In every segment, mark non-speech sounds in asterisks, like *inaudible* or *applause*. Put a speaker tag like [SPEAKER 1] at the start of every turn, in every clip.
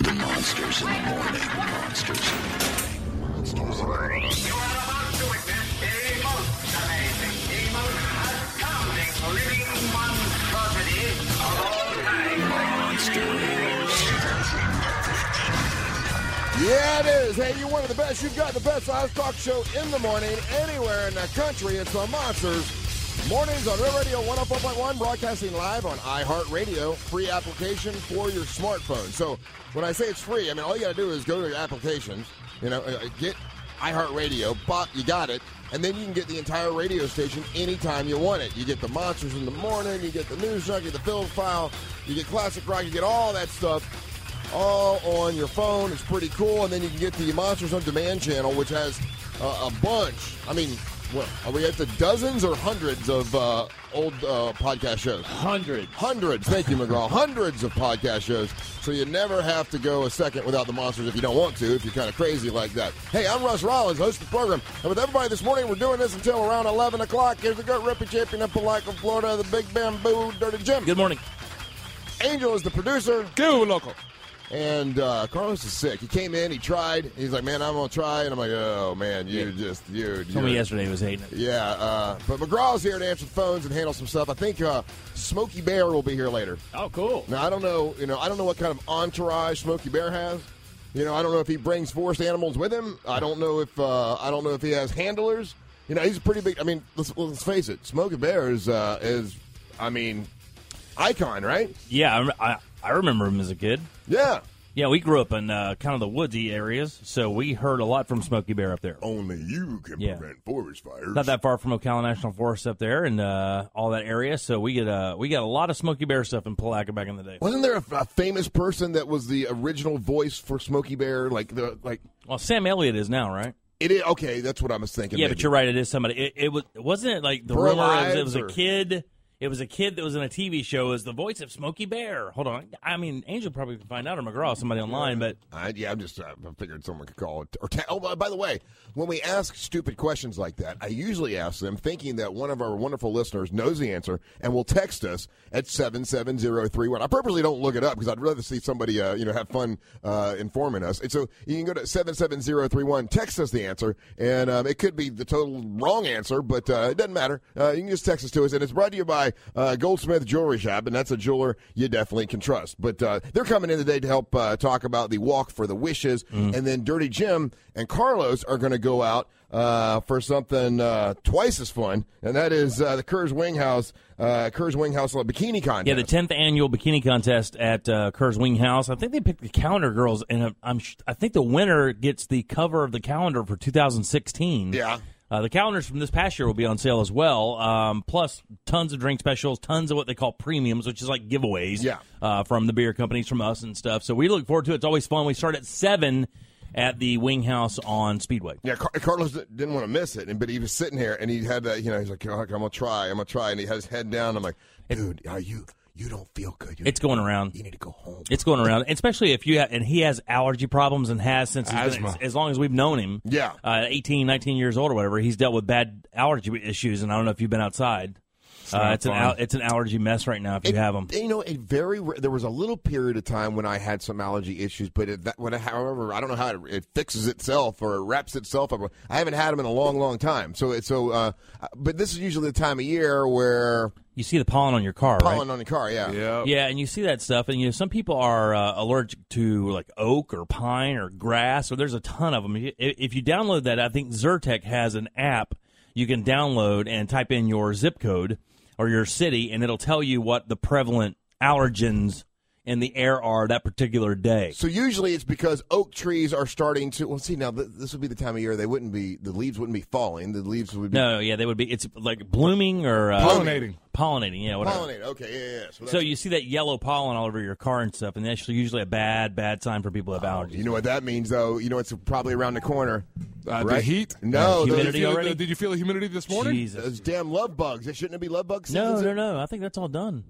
[SPEAKER 1] Monsters in the morning. Monsters in the morning. Monsters in the morning.
[SPEAKER 2] Yeah, it is. Hey, you're one of the best. You've got the best live talk show in the morning, anywhere in the country. It's the Monsters. Mornings on Real Radio 104.1, broadcasting live on iHeartRadio, free application for your smartphone. So when I say it's free, I mean, all you got to do is go to your applications, you know, uh, get iHeartRadio, bop, you got it, and then you can get the entire radio station anytime you want it. You get the Monsters in the morning, you get the News Junkie, the Film File, you get Classic Rock, you get all that stuff all on your phone. It's pretty cool. And then you can get the Monsters on Demand channel, which has uh, a bunch. I mean, what, are we at the dozens or hundreds of uh, old uh, podcast shows? Hundreds. Hundreds. Thank you, *laughs* McGraw. hundreds of podcast shows. So you never have to go a second without the Monsters if you don't want to, if you're kind of crazy like that. Hey, I'm Russ Rollins, host of the program. And with everybody this morning, we're doing this until around 11 o'clock. Here's the goat ripping champion of Palaco, Florida, the big bamboo dirty Jim. Good morning. Angel is the producer. Go local. And uh, Carlos is sick. He came in, he tried. He's like, "Man, I'm gonna try," and I'm like, "Oh man, you just you."
[SPEAKER 3] Somebody
[SPEAKER 2] you're-
[SPEAKER 3] yesterday was hating it.
[SPEAKER 2] Yeah, uh, but McGraw's here to answer the phones and handle some stuff. I think uh, Smokey Bear will be here later.
[SPEAKER 3] Oh, cool.
[SPEAKER 2] Now I don't know, you know, I don't know what kind of entourage Smokey Bear has. You know, I don't know if he brings forest animals with him. I don't know if uh, I don't know if he has handlers. You know, he's a pretty big. I mean, let's, let's face it, Smokey Bear is uh, is, I mean, icon, right?
[SPEAKER 3] Yeah, I rem- I, I remember him as a kid.
[SPEAKER 2] Yeah.
[SPEAKER 3] Yeah, we grew up in uh, kind of the woodsy areas, so we heard a lot from Smokey Bear up there.
[SPEAKER 2] Only you can
[SPEAKER 3] Yeah.
[SPEAKER 2] prevent forest fires.
[SPEAKER 3] Not that far from Ocala National Forest up there and uh, all that area, so we get uh, we got a lot of Smokey Bear stuff in Palaca back in the day.
[SPEAKER 2] Wasn't there a, a famous person that was the original voice for Smokey Bear? Like the like
[SPEAKER 3] Well, Sam Elliott is now, right?
[SPEAKER 2] it is okay. That's what I was thinking.
[SPEAKER 3] Yeah,
[SPEAKER 2] maybe.
[SPEAKER 3] but you're right. It is somebody. It, it was wasn't it like the
[SPEAKER 2] Burl
[SPEAKER 3] rumor is it
[SPEAKER 2] Ives
[SPEAKER 3] was a
[SPEAKER 2] or-
[SPEAKER 3] kid. It was a kid that was in a TV show as the voice of Smokey Bear. Hold on, I mean Angel probably can find out or McGraw somebody online, but
[SPEAKER 2] I, yeah, I'm just uh, I figured someone could call it. Or ta- oh, by- by the way, when we ask stupid questions like that, I usually ask them thinking that one of our wonderful listeners knows the answer and will text us at seven seven zero three one. I purposely don't look it up because I'd rather see somebody uh, you know have fun uh, informing us. And so you can go to seven seven zero three one, text us the answer, and um, it could be the total wrong answer, but uh, it doesn't matter. Uh, you can just text us to us, and it's brought to you by uh, Goldsmith Jewelry Shop, and that's a jeweler you definitely can trust. But uh, they're coming in today to help uh, talk about the Walk for the Wishes, and then Dirty Jim and Carlos are going to go out uh, for something uh, twice as fun, and that is uh, the Kerr's Wing House, uh, Kerr's Wing House Bikini Contest.
[SPEAKER 3] Yeah, the tenth annual bikini contest at uh, Kerr's Wing House. I think they picked the calendar girls, and I'm- I'm sh- I think the winner gets the cover of the calendar for 2016.
[SPEAKER 2] Yeah.
[SPEAKER 3] Uh, the calendars from this past year will be on sale as well. Um, plus, tons of drink specials, tons of what they call premiums, which is like giveaways.
[SPEAKER 2] Yeah.
[SPEAKER 3] Uh, from the beer companies, from us, and stuff. So we look forward to it. It's always fun. We start at seven at the Wing House on Speedway.
[SPEAKER 2] Yeah, Car- Carlos di- didn't want to miss it, and but he was sitting here and he had that, you know, he's like, "Fuck, I'm gonna try, I'm gonna try, and he had his head down. I'm like, dude, are you you don't feel good? You
[SPEAKER 3] It's going around.
[SPEAKER 2] You need to go home.
[SPEAKER 3] It's going around, especially if you ha- and he has allergy problems and has since he's been,
[SPEAKER 2] Asthma.
[SPEAKER 3] as, as long as we've known him.
[SPEAKER 2] Yeah.
[SPEAKER 3] uh, 18, 19 years old or whatever. He's dealt with bad allergy issues, and I don't know if you've been outside. It's, uh, it's an al- it's an allergy mess right now. If you
[SPEAKER 2] It-
[SPEAKER 3] have them,
[SPEAKER 2] You know, it very. ra- There was a little period of time when I had some allergy issues, but it, that, when I, however, I don't know how it, it fixes itself or it wraps itself up. I haven't had them in a long, long time. So, it's so, uh, but this is usually the time of year where
[SPEAKER 3] you see the pollen on your car,
[SPEAKER 2] pollen
[SPEAKER 3] right?
[SPEAKER 2] on the car, yeah,
[SPEAKER 3] Yeah, and you see that stuff, and you know some people are uh, allergic to like oak or pine or grass, or there's a ton of them. If if you download that, I think Zyrtec has an app you can download and type in your zip code or your city, and it'll tell you what the prevalent allergens in the air are that particular day.
[SPEAKER 2] So usually it's because oak trees are starting to. Well, see now th- this would be the time of year they wouldn't be. The leaves wouldn't be falling. The leaves would be
[SPEAKER 3] No, yeah, they would be. It's like blooming or uh,
[SPEAKER 4] Pollinating.
[SPEAKER 3] Pollinating, yeah, whatever.
[SPEAKER 2] pollinated. Okay, yeah, yeah. yeah.
[SPEAKER 3] So
[SPEAKER 2] So, that's-
[SPEAKER 3] you see that yellow pollen all over your car and stuff, and that's usually a bad, bad sign for people who have allergies.
[SPEAKER 2] Oh, you know what that means though. You know it's probably around the corner.
[SPEAKER 4] Uh, The
[SPEAKER 2] Right?
[SPEAKER 4] heat?
[SPEAKER 2] No,
[SPEAKER 4] Did you
[SPEAKER 3] Humidity
[SPEAKER 4] feel the-
[SPEAKER 3] already?
[SPEAKER 4] Did you feel the humidity this morning?
[SPEAKER 3] Jesus.
[SPEAKER 2] Those damn love bugs. They shouldn't it be love bugs?
[SPEAKER 3] No, no, no. I think that's all done.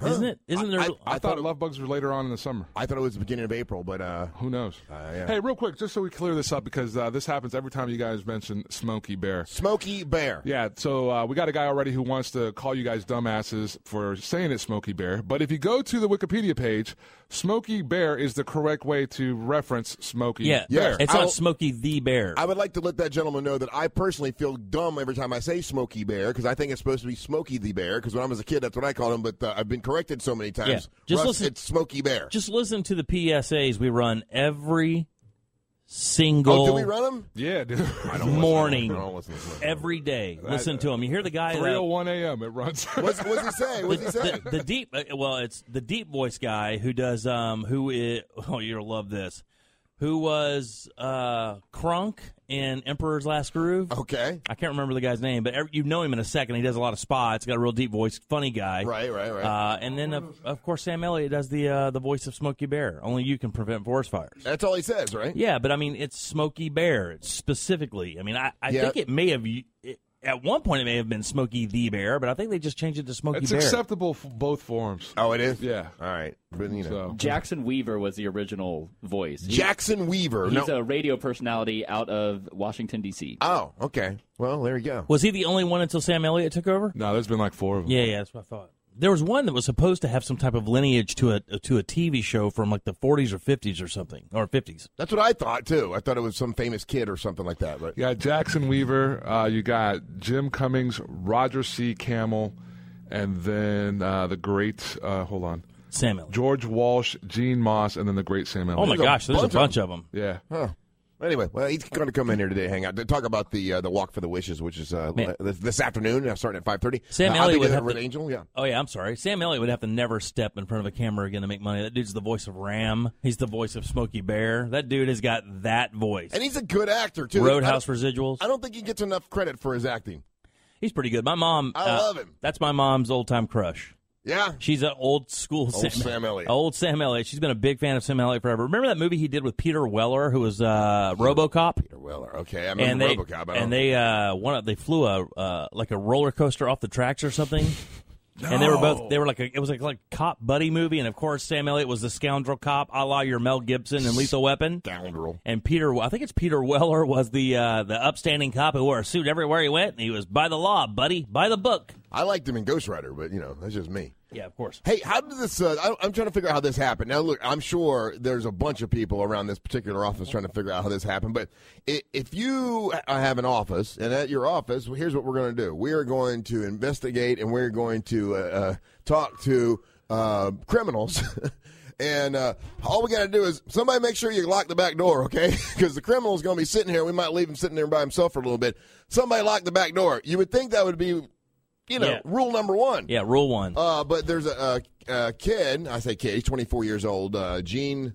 [SPEAKER 3] Isn't it? Isn't there?
[SPEAKER 2] I-
[SPEAKER 4] I, thought love bugs were later on in the summer.
[SPEAKER 2] I thought it was the beginning of April, but uh,
[SPEAKER 4] Who knows?
[SPEAKER 2] yeah.
[SPEAKER 4] Hey, real quick, just so we clear this up, because uh, this happens every time you guys mention Smokey Bear.
[SPEAKER 2] Smoky Bear.
[SPEAKER 4] Yeah, so uh, we got a guy already who wants to call you guys dumbasses for saying it's Smokey Bear. But if you go to the Wikipedia page, Smokey Bear is the correct way to reference Smokey
[SPEAKER 3] yeah,
[SPEAKER 4] Bear.
[SPEAKER 3] It's not
[SPEAKER 2] I'll-
[SPEAKER 3] Smokey the Bear.
[SPEAKER 2] I would like to let that gentleman know that I personally feel dumb every time I say Smokey Bear because I think it's supposed to be Smokey the Bear because when I was a kid that's what I called him, but uh, I've been corrected so many times.
[SPEAKER 3] Yeah. Just
[SPEAKER 2] Russ,
[SPEAKER 3] listen-
[SPEAKER 2] It's Smokey Bear.
[SPEAKER 3] Just listen to the PSAs we run every
[SPEAKER 2] oh,
[SPEAKER 3] single
[SPEAKER 2] do we run *laughs* him?
[SPEAKER 4] Yeah, dude.
[SPEAKER 3] morning,
[SPEAKER 2] I don't listen to Smokey.
[SPEAKER 3] every day. listen to him. You hear the guy. that-
[SPEAKER 4] 301 a.m. it runs.
[SPEAKER 2] *laughs* What's, what's he say? What's he say?
[SPEAKER 3] the, the deep uh, well it's the deep voice guy who does um who is oh you'll love this who was uh Kronk in Emperor's Last Groove
[SPEAKER 2] okay.
[SPEAKER 3] I can't remember the guy's name but every, you know him in a second he does a lot of spots got a real deep voice funny guy
[SPEAKER 2] Right, right, right.
[SPEAKER 3] uh, and then of, of course Sam Elliott does the uh, the voice of Smokey Bear only you can prevent forest fires
[SPEAKER 2] that's all he says, right?
[SPEAKER 3] yeah but I mean it's Smokey Bear specifically I mean I, I
[SPEAKER 2] Yeah.
[SPEAKER 3] think it may have it, at one point it may have been Smokey the Bear but I think they just changed it to *laughs* Smokey
[SPEAKER 4] it's
[SPEAKER 3] Bear
[SPEAKER 4] acceptable for both forms.
[SPEAKER 2] Oh, it is?
[SPEAKER 4] Yeah.
[SPEAKER 2] All right. But, you know.
[SPEAKER 4] So
[SPEAKER 5] Jackson Weaver was the original voice. He-
[SPEAKER 2] Jackson Weaver.
[SPEAKER 5] He's
[SPEAKER 2] No.
[SPEAKER 5] a radio personality out of Washington, D.C.
[SPEAKER 2] oh, okay. Well, there you go.
[SPEAKER 3] Was he the only one until Sam Elliott took over?
[SPEAKER 4] no, there's been like four of them.
[SPEAKER 3] Yeah, yeah, that's what I thought. There was one that was supposed to have some type of lineage to a to a TV show from like the 40s or 50s or something or 50s.
[SPEAKER 2] That's what I thought, too. I thought it was some famous kid or something like that. But
[SPEAKER 4] You got Jackson Weaver. Uh, you got Jim Cummings, Roger C. Camel, and then uh, the great. Uh, hold on,
[SPEAKER 3] Sam Elliott.
[SPEAKER 4] George Walsh, Gene Moss, and then the great Sam
[SPEAKER 3] Oh
[SPEAKER 4] Elliott.
[SPEAKER 3] my
[SPEAKER 2] a
[SPEAKER 3] gosh, there's a
[SPEAKER 2] bunch
[SPEAKER 3] bunch of them.
[SPEAKER 4] Yeah.
[SPEAKER 2] Anyway, well, he's going to come in here today, hang out, to talk about the uh, the walk for the wishes, which is uh,
[SPEAKER 3] Man.
[SPEAKER 2] this, this afternoon, uh, starting at five thirty.
[SPEAKER 3] Sam
[SPEAKER 2] uh,
[SPEAKER 3] Elliott
[SPEAKER 2] I'll be
[SPEAKER 3] would
[SPEAKER 2] doing
[SPEAKER 3] have
[SPEAKER 2] it with
[SPEAKER 3] to-
[SPEAKER 2] Angel. Yeah,
[SPEAKER 3] Oh yeah, I'm sorry. Sam Elliott would have to never step in front of a camera again to make money. That dude's the voice of Ram. He's the voice of Smokey Bear. That dude has got that voice.
[SPEAKER 2] and he's a good actor too.
[SPEAKER 3] Roadhouse
[SPEAKER 2] I don't,
[SPEAKER 3] residuals.
[SPEAKER 2] I don't think he gets enough credit for his acting.
[SPEAKER 3] He's pretty good. My mom. uh,
[SPEAKER 2] I love him.
[SPEAKER 3] That's my mom's old time crush.
[SPEAKER 2] Yeah,
[SPEAKER 3] She's an old school Sam,
[SPEAKER 2] Sam Elliott.
[SPEAKER 3] Old Sam Elliott. She's been a big fan of Sam Elliott forever. Remember that movie he did with Peter Weller, who was uh, RoboCop,
[SPEAKER 2] Peter Weller. Okay, I
[SPEAKER 3] and
[SPEAKER 2] remember
[SPEAKER 3] they
[SPEAKER 2] RoboCop. I don't-
[SPEAKER 3] and they uh, one of- they flew a uh, like a roller coaster off the tracks or
[SPEAKER 2] *laughs*
[SPEAKER 3] something. And they were both. They were like a, it was like like cop buddy movie, and of course Sam Elliott was the scoundrel cop, a la your Mel Gibson and Lethal Weapon.
[SPEAKER 2] scoundrel.
[SPEAKER 3] And Peter, I think it's Peter Weller was the uh, the upstanding cop who wore a suit everywhere he went, and he was by the law, buddy, by the book.
[SPEAKER 2] I liked him in Ghost Rider, but you know that's just me.
[SPEAKER 3] Yeah, of course.
[SPEAKER 2] Hey, how did this? Uh, I, I'm trying to figure out how this happened. Now, look, I'm sure there's a bunch of people around this particular office trying to figure out how this happened. But i- if you uh, have an office, and at your office, well, here's what we're going to do: we are going to investigate, and we're going to uh, uh, talk to uh, criminals. *laughs* And uh, all we got to do is somebody make sure you lock the back door, okay? *laughs* Because the criminal's going to be sitting here. We might leave him sitting there by himself for a little bit. Somebody lock the back door. You would think that would be, you know,
[SPEAKER 3] Yeah.
[SPEAKER 2] rule number one.
[SPEAKER 3] Yeah, rule one.
[SPEAKER 2] Uh, but there's a, a, a kid. I say kid. He's 24 years old. Uh, Gene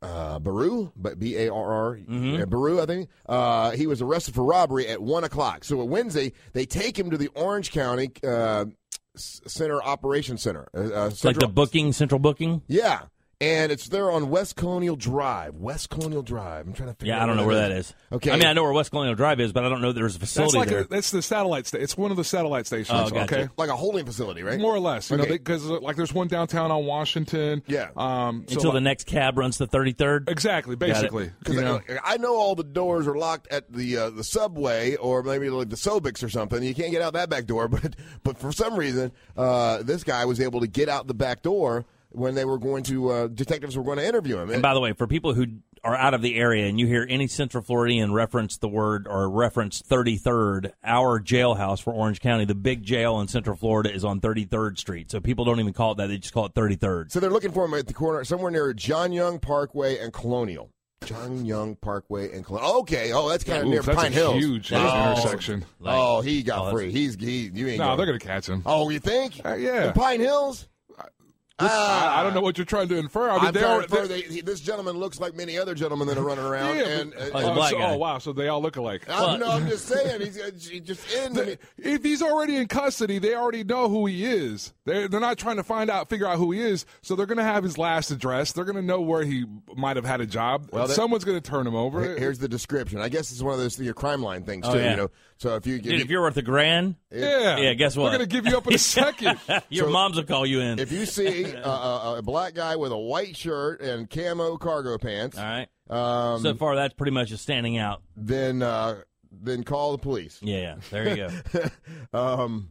[SPEAKER 2] uh, Baru, but B A R R,
[SPEAKER 3] Mm-hmm.
[SPEAKER 2] yeah, Baru. I think uh, he was arrested for robbery at one o'clock. So a Wednesday, they take him to the Orange County uh, S- Center Operations Center. Uh, uh,
[SPEAKER 3] It's like the
[SPEAKER 2] Central-
[SPEAKER 3] booking, central booking.
[SPEAKER 2] Yeah. And it's there on West Colonial Drive. West Colonial Drive. I'm trying to figure out
[SPEAKER 3] Yeah, I don't know where that is.
[SPEAKER 2] Okay.
[SPEAKER 3] I mean, I know where West Colonial Drive is, but I don't know there's a
[SPEAKER 4] That's
[SPEAKER 3] facility
[SPEAKER 4] like
[SPEAKER 3] there.
[SPEAKER 4] a, that's the satellite station. It's one of the satellite stations.
[SPEAKER 3] Oh, gotcha.
[SPEAKER 4] Okay.
[SPEAKER 2] Like a holding facility, right?
[SPEAKER 4] More or less, you know,
[SPEAKER 2] Okay.
[SPEAKER 4] because like there's one downtown on Washington.
[SPEAKER 2] Yeah.
[SPEAKER 4] Um. so,
[SPEAKER 3] Until the
[SPEAKER 4] like-
[SPEAKER 3] next cab runs the 33rd.
[SPEAKER 4] Exactly.
[SPEAKER 3] it.
[SPEAKER 4] Basically.
[SPEAKER 2] Because
[SPEAKER 4] you know?
[SPEAKER 2] I, I know all the doors are locked at the uh, the subway or maybe like the Sobix or something. You can't get out that back door, *laughs* but but for some reason, uh, this guy was able to get out the back door when they were going to uh, detectives were going to interview him.
[SPEAKER 3] And by the way, for people who are out of the area and you hear any Central Floridian reference the word or reference 33rd, our jailhouse for Orange County, the big jail in Central Florida is on 33rd Street. So people don't even call it that. They just call it 33rd.
[SPEAKER 2] so they're looking for him at the corner somewhere near John Young Parkway and Colonial. John Young Parkway and Colonial. Okay, oh that's kind of
[SPEAKER 4] Ooh,
[SPEAKER 2] near
[SPEAKER 4] that's
[SPEAKER 2] Pine
[SPEAKER 4] a
[SPEAKER 2] Hills.
[SPEAKER 4] huge
[SPEAKER 2] oh,
[SPEAKER 4] intersection.
[SPEAKER 2] oh, he
[SPEAKER 3] Oh,
[SPEAKER 2] got
[SPEAKER 3] that's-
[SPEAKER 2] free. He's he. You ain't.
[SPEAKER 4] No,
[SPEAKER 2] going.
[SPEAKER 4] they're gonna catch him.
[SPEAKER 2] Oh, you think?
[SPEAKER 4] Uh, yeah.
[SPEAKER 2] In Pine Hills.
[SPEAKER 4] I, I don't know what you're trying to infer. I mean,
[SPEAKER 2] Ah. I'm
[SPEAKER 4] they
[SPEAKER 2] trying
[SPEAKER 4] are-
[SPEAKER 2] to infer
[SPEAKER 4] they-
[SPEAKER 2] that he- this gentleman looks like many other gentlemen that are running
[SPEAKER 4] *laughs*
[SPEAKER 2] around.
[SPEAKER 4] yeah,
[SPEAKER 2] and
[SPEAKER 4] but-
[SPEAKER 2] uh,
[SPEAKER 3] he's a
[SPEAKER 4] oh,
[SPEAKER 3] black
[SPEAKER 4] so-
[SPEAKER 3] guy.
[SPEAKER 4] oh, wow, so they all look alike.
[SPEAKER 2] I'm, no, I'm
[SPEAKER 4] *laughs*
[SPEAKER 2] just saying he's, uh, j- just in.
[SPEAKER 4] The- if he's already in custody, they already know who he is. They're, they're not trying to find out, figure out who he is. So they're going to have his last address. They're going to know where he might have had a job.
[SPEAKER 2] Well, that-
[SPEAKER 4] Someone's going to turn him over.
[SPEAKER 2] Here's the description. I guess it's one of those your crime line things too.
[SPEAKER 3] Oh, yeah.
[SPEAKER 2] You know, so if you
[SPEAKER 3] Dude, if you're worth a grand,
[SPEAKER 4] yeah.
[SPEAKER 3] Yeah, guess what?
[SPEAKER 4] We're going to give you
[SPEAKER 3] *laughs*
[SPEAKER 2] *laughs*
[SPEAKER 4] up in a second.
[SPEAKER 3] your moms will call you in.
[SPEAKER 2] If you see a, a, a black guy with a white shirt and camo cargo pants,
[SPEAKER 3] All right.
[SPEAKER 2] um,
[SPEAKER 3] so far, that's pretty much just standing out.
[SPEAKER 2] then uh, then call the police.
[SPEAKER 3] Yeah, yeah. There you go.
[SPEAKER 4] *laughs*
[SPEAKER 2] *laughs* Um,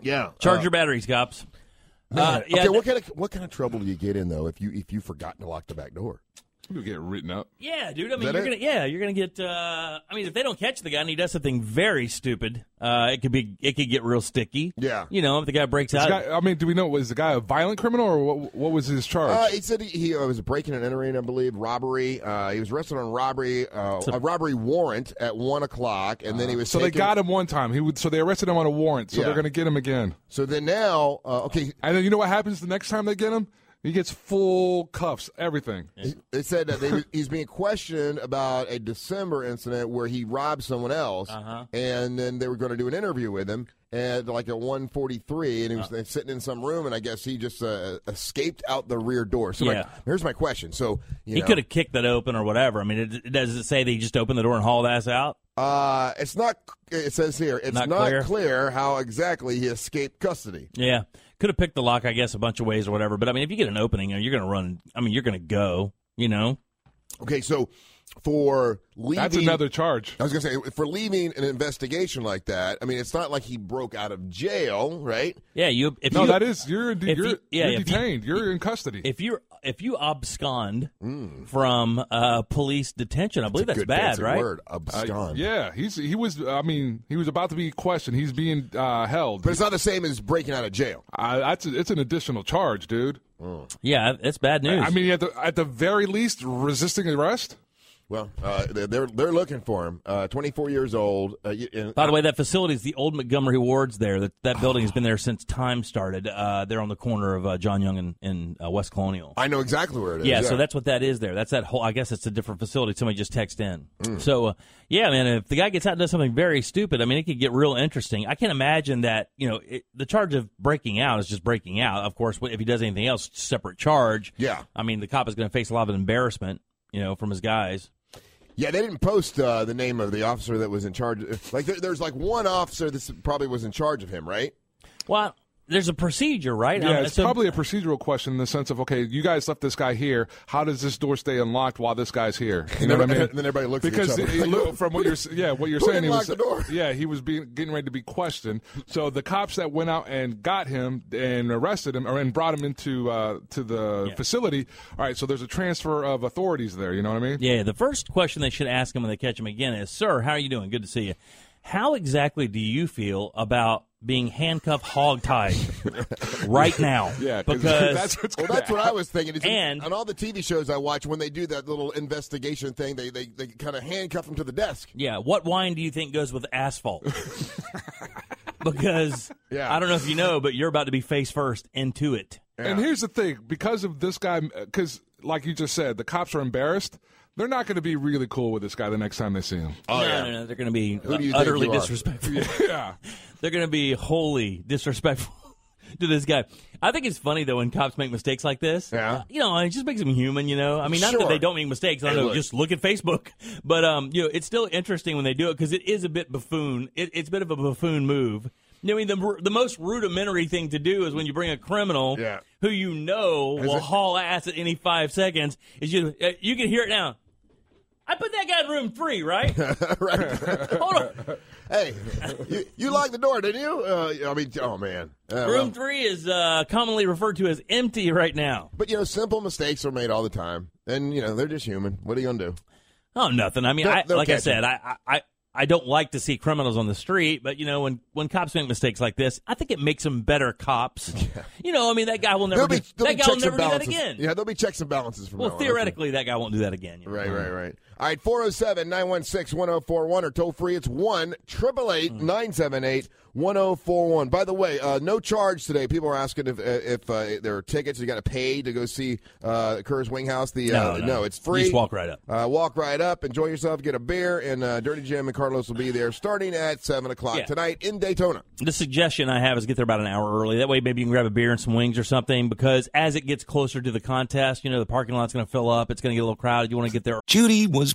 [SPEAKER 2] yeah.
[SPEAKER 3] Charge
[SPEAKER 2] uh,
[SPEAKER 3] your batteries, cops. Uh, yeah,
[SPEAKER 2] okay. What kind of what kind of trouble do you get in though if you if you forgot to lock the back door?
[SPEAKER 4] you get written up.
[SPEAKER 3] Yeah, dude. I mean,
[SPEAKER 2] that
[SPEAKER 3] you're
[SPEAKER 2] it?
[SPEAKER 3] gonna yeah, you're gonna get. Uh, I mean, if they don't catch the guy and he does something very stupid, uh, it could be it could get real sticky.
[SPEAKER 2] Yeah.
[SPEAKER 3] you know, if the guy breaks
[SPEAKER 4] This
[SPEAKER 3] out,
[SPEAKER 4] guy- I mean, do we know was the guy a violent criminal or what? What was his charge?
[SPEAKER 2] Uh, he said he, he uh, was breaking and entering, I believe, robbery. Uh, he was arrested on robbery, uh, a robbery warrant at one o'clock, and then he was
[SPEAKER 4] so they
[SPEAKER 2] taken-
[SPEAKER 4] got him one time. He would, so they arrested him on a warrant. So
[SPEAKER 2] Yeah.
[SPEAKER 4] they're going to get him again.
[SPEAKER 2] So then now, uh, okay,
[SPEAKER 4] And then you know what happens the next time they get him? He gets full cuffs, everything.
[SPEAKER 2] They said that they, he's being questioned about a December incident where he robbed someone else, and then they were going to do an interview with him at like at one forty three, and he was uh, sitting in some room, and I guess he just uh, escaped out the rear door. So, like,
[SPEAKER 3] Yeah.
[SPEAKER 2] here's my question: So, you
[SPEAKER 3] he
[SPEAKER 2] know,
[SPEAKER 3] could have kicked that open or whatever. I mean, it, it does it say that he just opened the door and hauled ass out?
[SPEAKER 2] uh, it's not. It says here it's not,
[SPEAKER 3] Not
[SPEAKER 2] clear.
[SPEAKER 3] clear.
[SPEAKER 2] how exactly he escaped custody.
[SPEAKER 3] Yeah, could have picked the lock, I guess, a bunch of ways or whatever. But I mean, if you get an opening, you're gonna run. I mean, you're gonna go. You know,
[SPEAKER 2] Okay, so for leaving,
[SPEAKER 4] That's another charge.
[SPEAKER 2] I was gonna say for leaving an investigation like that. I mean, it's not like he broke out of jail, right?
[SPEAKER 3] yeah. You if
[SPEAKER 4] No,
[SPEAKER 3] you,
[SPEAKER 4] that is you're you're,
[SPEAKER 3] if you- yeah,
[SPEAKER 4] you're
[SPEAKER 3] if you-
[SPEAKER 4] detained. you're in custody.
[SPEAKER 3] if you if you abscond from uh, police detention, I believe that's,
[SPEAKER 2] Mm. Good
[SPEAKER 3] bad,
[SPEAKER 2] fancy
[SPEAKER 3] right?
[SPEAKER 2] Word,
[SPEAKER 4] Uh,
[SPEAKER 2] abscond.
[SPEAKER 4] yeah, he's he was. I mean, he was about to be questioned. He's being uh, held.
[SPEAKER 2] But it's not the same as breaking out of jail. Mm.
[SPEAKER 4] Uh, that's it's an additional charge, dude.
[SPEAKER 3] Yeah, that's bad news.
[SPEAKER 4] I mean, at the at the very least, resisting arrest.
[SPEAKER 2] Well, uh, they're- they're they're looking for him. Uh, Twenty four years old. Uh, you- and,
[SPEAKER 3] By the way, that facility is the old Montgomery Ward's there. That that building has been there since time started. Uh, they're on the corner of uh, John Young and, and uh, West Colonial.
[SPEAKER 2] I know exactly where it is.
[SPEAKER 3] yeah, so that's what that is there. That's that whole. I guess it's a different facility. Somebody just texted in.
[SPEAKER 2] Mm.
[SPEAKER 3] So, uh, yeah, man, if the guy gets out and does something very stupid, I mean, it could get real interesting. I can imagine that. You know, it, the charge of breaking out is just breaking out. Of course, if he does anything else, separate charge.
[SPEAKER 2] Yeah.
[SPEAKER 3] I mean, the cop is going to face a lot of embarrassment. You know, from his guys.
[SPEAKER 2] yeah. They didn't post uh, the name of the officer that was in charge. Like there, there's like one officer that probably was in charge of him, right?
[SPEAKER 3] Well, there's a procedure, right?
[SPEAKER 4] Yeah,
[SPEAKER 3] Um,
[SPEAKER 4] it's
[SPEAKER 3] so-
[SPEAKER 4] probably a procedural question in the sense of okay, you guys left this guy here. How does this door stay unlocked while this guy's here? You know what I
[SPEAKER 2] everybody-
[SPEAKER 4] mean?
[SPEAKER 2] and then everybody looks at each
[SPEAKER 4] because
[SPEAKER 2] other.
[SPEAKER 4] it- it look- from what you're s- yeah what you're
[SPEAKER 2] Who
[SPEAKER 4] saying.
[SPEAKER 2] didn't
[SPEAKER 4] he was,
[SPEAKER 2] lock the door?
[SPEAKER 4] Yeah, he was being getting ready to be questioned. So the cops that went out and got him and arrested him or and brought him into uh, to the facility. All right, so there's a transfer of authorities there. You know what I mean?
[SPEAKER 3] Yeah, the first question they should ask him when they catch him again is, "Sir, how are you doing? Good to see you. How exactly do you feel about being handcuffed
[SPEAKER 2] *laughs*
[SPEAKER 3] hogtied right now?
[SPEAKER 4] Yeah,
[SPEAKER 3] because
[SPEAKER 4] that's what's
[SPEAKER 2] Well,
[SPEAKER 4] gonna
[SPEAKER 2] *laughs* that's what I was thinking. It's-
[SPEAKER 3] And-
[SPEAKER 2] on all the TV shows I watch, when they do that little investigation thing, they they, they kind of handcuff him to the desk.
[SPEAKER 3] yeah, what wine do you think goes with
[SPEAKER 2] *laughs*
[SPEAKER 3] asphalt? because
[SPEAKER 2] Yeah.
[SPEAKER 3] I don't know if you know, but you're about to be face first into it.
[SPEAKER 4] And here's the thing because of this guy, because like you just said, the cops are embarrassed. They're not going to be really cool with this guy the next time they see him.
[SPEAKER 2] Oh,
[SPEAKER 3] no, no, no, they're going to be
[SPEAKER 2] do you think
[SPEAKER 3] utterly
[SPEAKER 2] you are? *laughs*
[SPEAKER 3] disrespectful.
[SPEAKER 4] Yeah.
[SPEAKER 3] *laughs* They're going to be wholly disrespectful *laughs* to this guy. I think it's funny though when cops make mistakes like this.
[SPEAKER 2] Yeah.
[SPEAKER 3] You know, it just makes them human. You know, I mean, not
[SPEAKER 2] Sure.
[SPEAKER 3] that they don't make mistakes. I
[SPEAKER 2] Hey,
[SPEAKER 3] know,
[SPEAKER 2] look.
[SPEAKER 3] just look at Facebook. *laughs* But um, you know, it's still interesting when they do it because it is a bit buffoon. It, it's a bit of a buffoon move. I mean, the the most rudimentary thing to do is when you bring a criminal
[SPEAKER 2] Yeah.
[SPEAKER 3] who you know will
[SPEAKER 2] it-
[SPEAKER 3] haul ass at any five seconds. Is you uh, you can hear it now. I put that guy in room three,
[SPEAKER 2] *laughs*
[SPEAKER 3] right? Hold on.
[SPEAKER 2] Hey, you, you locked the door, didn't you? Uh, I mean, oh man, Uh, *laughs* well.
[SPEAKER 3] Room three is uh, commonly referred to as empty right now.
[SPEAKER 2] But you know, simple mistakes are made all the time, and you know they're just human. What are you gonna do?
[SPEAKER 3] Oh, nothing. I mean,
[SPEAKER 2] They'll-
[SPEAKER 3] I,
[SPEAKER 2] they'll
[SPEAKER 3] like I
[SPEAKER 2] catch
[SPEAKER 3] said, I, I, I- I don't like to see criminals on the street, but you know, when when cops make mistakes like this, I think it makes them better
[SPEAKER 2] *laughs*
[SPEAKER 3] cops. You know, I mean, that guy will never
[SPEAKER 2] There'll be,
[SPEAKER 3] do,
[SPEAKER 2] there'll
[SPEAKER 3] that
[SPEAKER 2] be
[SPEAKER 3] guy
[SPEAKER 2] checks
[SPEAKER 3] will
[SPEAKER 2] and
[SPEAKER 3] never do that
[SPEAKER 2] balances.
[SPEAKER 3] again.
[SPEAKER 2] Yeah, there'll be checks and balances from now
[SPEAKER 3] well,
[SPEAKER 2] on.
[SPEAKER 3] theoretically, that guy won't do that again. you know.
[SPEAKER 2] Right, right, right. All right, 407 916 1041 or toll free. It's 1 888 978 1041. By the way, uh, no charge today. People are asking if uh, if uh, there are tickets you got to pay to go see uh, Kerr's Wing House. The, uh,
[SPEAKER 3] No, no.
[SPEAKER 2] it's free.
[SPEAKER 3] You just walk right up.
[SPEAKER 2] Uh, walk right up, enjoy yourself, get a beer, and uh, Dirty Jim and Carlos will be there starting at 7 o'clock
[SPEAKER 3] Yeah.
[SPEAKER 2] tonight in Daytona.
[SPEAKER 3] The suggestion I have is get there about an hour early. That way, maybe you can grab a beer and some wings or something. Because as it gets closer to the contest, you know the parking lot's going to fill up. It's going to get a little crowded. You want to get there.
[SPEAKER 6] Judy was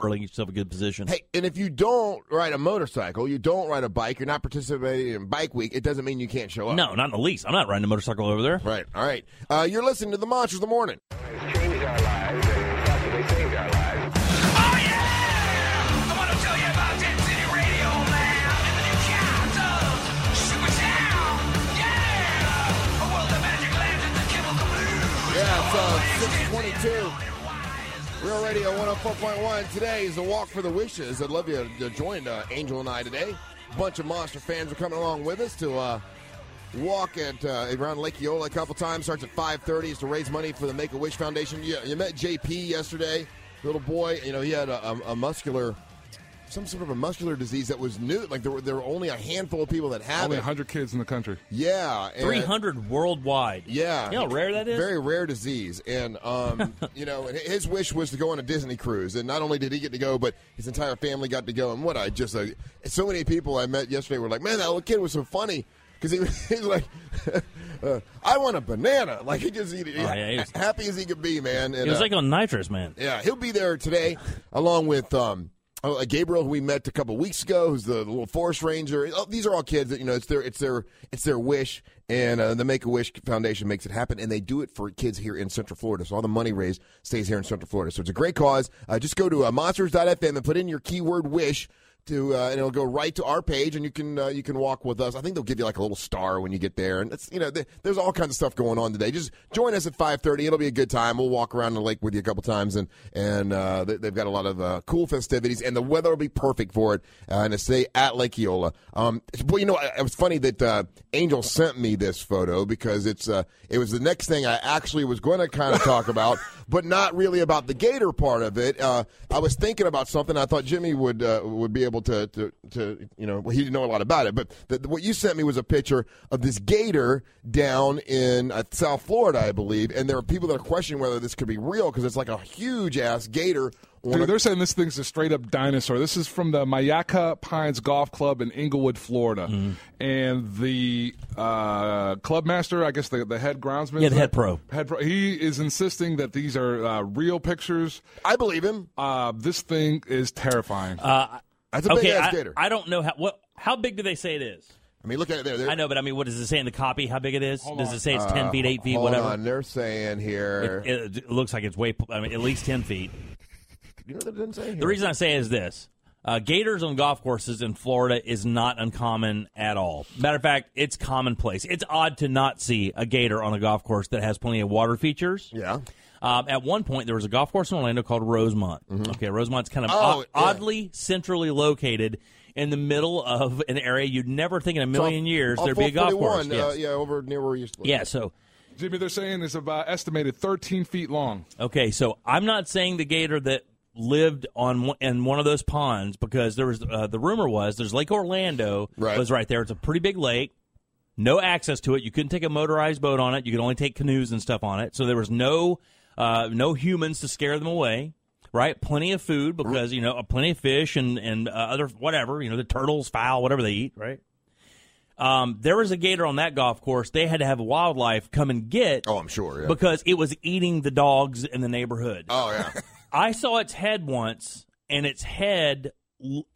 [SPEAKER 3] Early, get yourself a good position.
[SPEAKER 2] Hey, and if you don't ride a motorcycle, you don't ride a bike, you're not participating in Bike Week, it doesn't mean you can't show up.
[SPEAKER 3] no, not in the least. I'm not riding a motorcycle over there.
[SPEAKER 2] Right. All right. Uh, you're listening to the Monsters of the Morning. Yeah, it's uh, 622. Real Radio 104.1. Today is the Walk for the Wishes. I'd love you to join uh, Angel and I today. A bunch of Monster fans are coming along with us to uh, walk at uh, around Lake Eola a couple times. Starts at 5.30. It's to raise money for the Make-A-Wish Foundation. You, you met JP yesterday, little boy. You know, he had a, a, a muscular, some sort of a muscular disease that was new. Like, there were, there were only a handful of people that had
[SPEAKER 4] Only
[SPEAKER 2] it.
[SPEAKER 4] 100 kids in the country.
[SPEAKER 2] Yeah. and-
[SPEAKER 3] 300 worldwide.
[SPEAKER 2] yeah.
[SPEAKER 3] You know how rare that is?
[SPEAKER 2] Very rare disease. And,
[SPEAKER 3] *laughs*
[SPEAKER 2] um, you know, and his wish was to go on a Disney cruise. And not only did he get to go, but his entire family got to go. And what I just, uh, so many people I met yesterday were like, man, that little kid was so funny. Because he, *laughs* was- he was like, uh, I want a banana. Like, he just, he,
[SPEAKER 3] Oh, yeah, he was-
[SPEAKER 2] happy as he could be, man.
[SPEAKER 3] It
[SPEAKER 2] And,
[SPEAKER 3] was
[SPEAKER 2] uh,
[SPEAKER 3] like on nitrous, man.
[SPEAKER 2] yeah, he'll be there today, along with um, uh, Gabriel, who we met a couple weeks ago, who's the little forest ranger. Oh, these are all kids that you know. It's their it's their it's their wish, and uh, the Make a Wish Foundation makes it happen, and they do it for kids here in Central Florida. So all the money raised stays here in Central Florida. So it's a great cause. Uh, just go to uh, monsters.fm and put in your keyword wish. To, uh, and it'll go right to our page, and you can uh, you can walk with us. I think they'll give you like a little star when you get there, and it's you know th- there's all kinds of stuff going on today. Just join us at 5:30. It'll be a good time. We'll walk around the lake with you a couple times, and and uh, they- they've got a lot of uh, cool festivities, and the weather will be perfect for it. Uh, and it's today at Lake Eola. Um, well, you know, it was funny that uh, Angel sent me this photo because it's uh, it was the next thing I actually was going to kind of
[SPEAKER 3] *laughs*
[SPEAKER 2] talk about, but not really about the gator part of it. Uh, I was thinking about something. I thought Jimmy would uh, would be able to, to to you know well, he didn't know a lot about it, but the, what you sent me was a picture of this gator down in uh, South Florida, I believe, and there are people that are questioning whether this could be real because it's like a huge ass gator. on a-
[SPEAKER 4] Dude, they're saying this thing's a straight up dinosaur. This is from the Mayaca Pines Golf Club in Inglewood, Florida.
[SPEAKER 3] Mm-hmm.
[SPEAKER 4] And the uh, club master, I guess the, the head groundsman.
[SPEAKER 3] Yeah, the head pro.
[SPEAKER 4] Head pro. He is insisting that these are uh, real pictures.
[SPEAKER 2] I believe him.
[SPEAKER 4] Uh, this thing is terrifying.
[SPEAKER 2] That's a big
[SPEAKER 3] Uh, okay,
[SPEAKER 2] ass
[SPEAKER 3] I,
[SPEAKER 2] gator. I,
[SPEAKER 3] I don't know how what how big do they say it is?
[SPEAKER 2] mean, look at it there. They're-
[SPEAKER 3] I know, but I mean, what does it say in the copy? How big it is? Does it say it's 10 feet, 8 feet,
[SPEAKER 2] Uh, Hold
[SPEAKER 3] whatever?
[SPEAKER 2] on, they're saying here.
[SPEAKER 3] It, it- it looks like it's way, I mean, at least 10 feet.
[SPEAKER 2] you know what it didn't say here?
[SPEAKER 3] The reason I say is this. Uh, gators on golf courses in Florida is not uncommon at all. Matter of fact, it's commonplace. It's odd to not see a gator on a golf course that has plenty of water features.
[SPEAKER 2] yeah.
[SPEAKER 3] Um, at one point, there was a golf course in Orlando called Rosemont. Okay, Rosemont's kind of
[SPEAKER 2] Mm-hmm. Oh,
[SPEAKER 3] o-
[SPEAKER 2] yeah.
[SPEAKER 3] oddly centrally located in the middle of an area you'd never think in a million years
[SPEAKER 2] Off
[SPEAKER 3] there'd be a golf course.
[SPEAKER 2] 441,
[SPEAKER 3] yes.
[SPEAKER 2] Uh, yeah, over near where you used to live.
[SPEAKER 3] yeah, so
[SPEAKER 4] Jimmy, they're saying it's about estimated 13 feet long.
[SPEAKER 3] Okay, so I'm not saying the gator that lived on one- in one of those ponds because there was uh, the rumor was there's Lake Orlando
[SPEAKER 2] Right.
[SPEAKER 3] was right there. It's a pretty big lake. No access to it. You couldn't take a motorized boat on it. You could only take canoes and stuff on it. So there was no uh, no humans to scare them away. Right, plenty of food because you know plenty of fish and and uh, other whatever you know the turtles, fowl, whatever they eat. Right. Um, there was a gator on that golf course. They had to have wildlife come and get.
[SPEAKER 2] Oh, I'm sure. yeah.
[SPEAKER 3] Because it was eating the dogs in the neighborhood.
[SPEAKER 2] Oh yeah. *laughs*
[SPEAKER 3] I saw its head once, and its head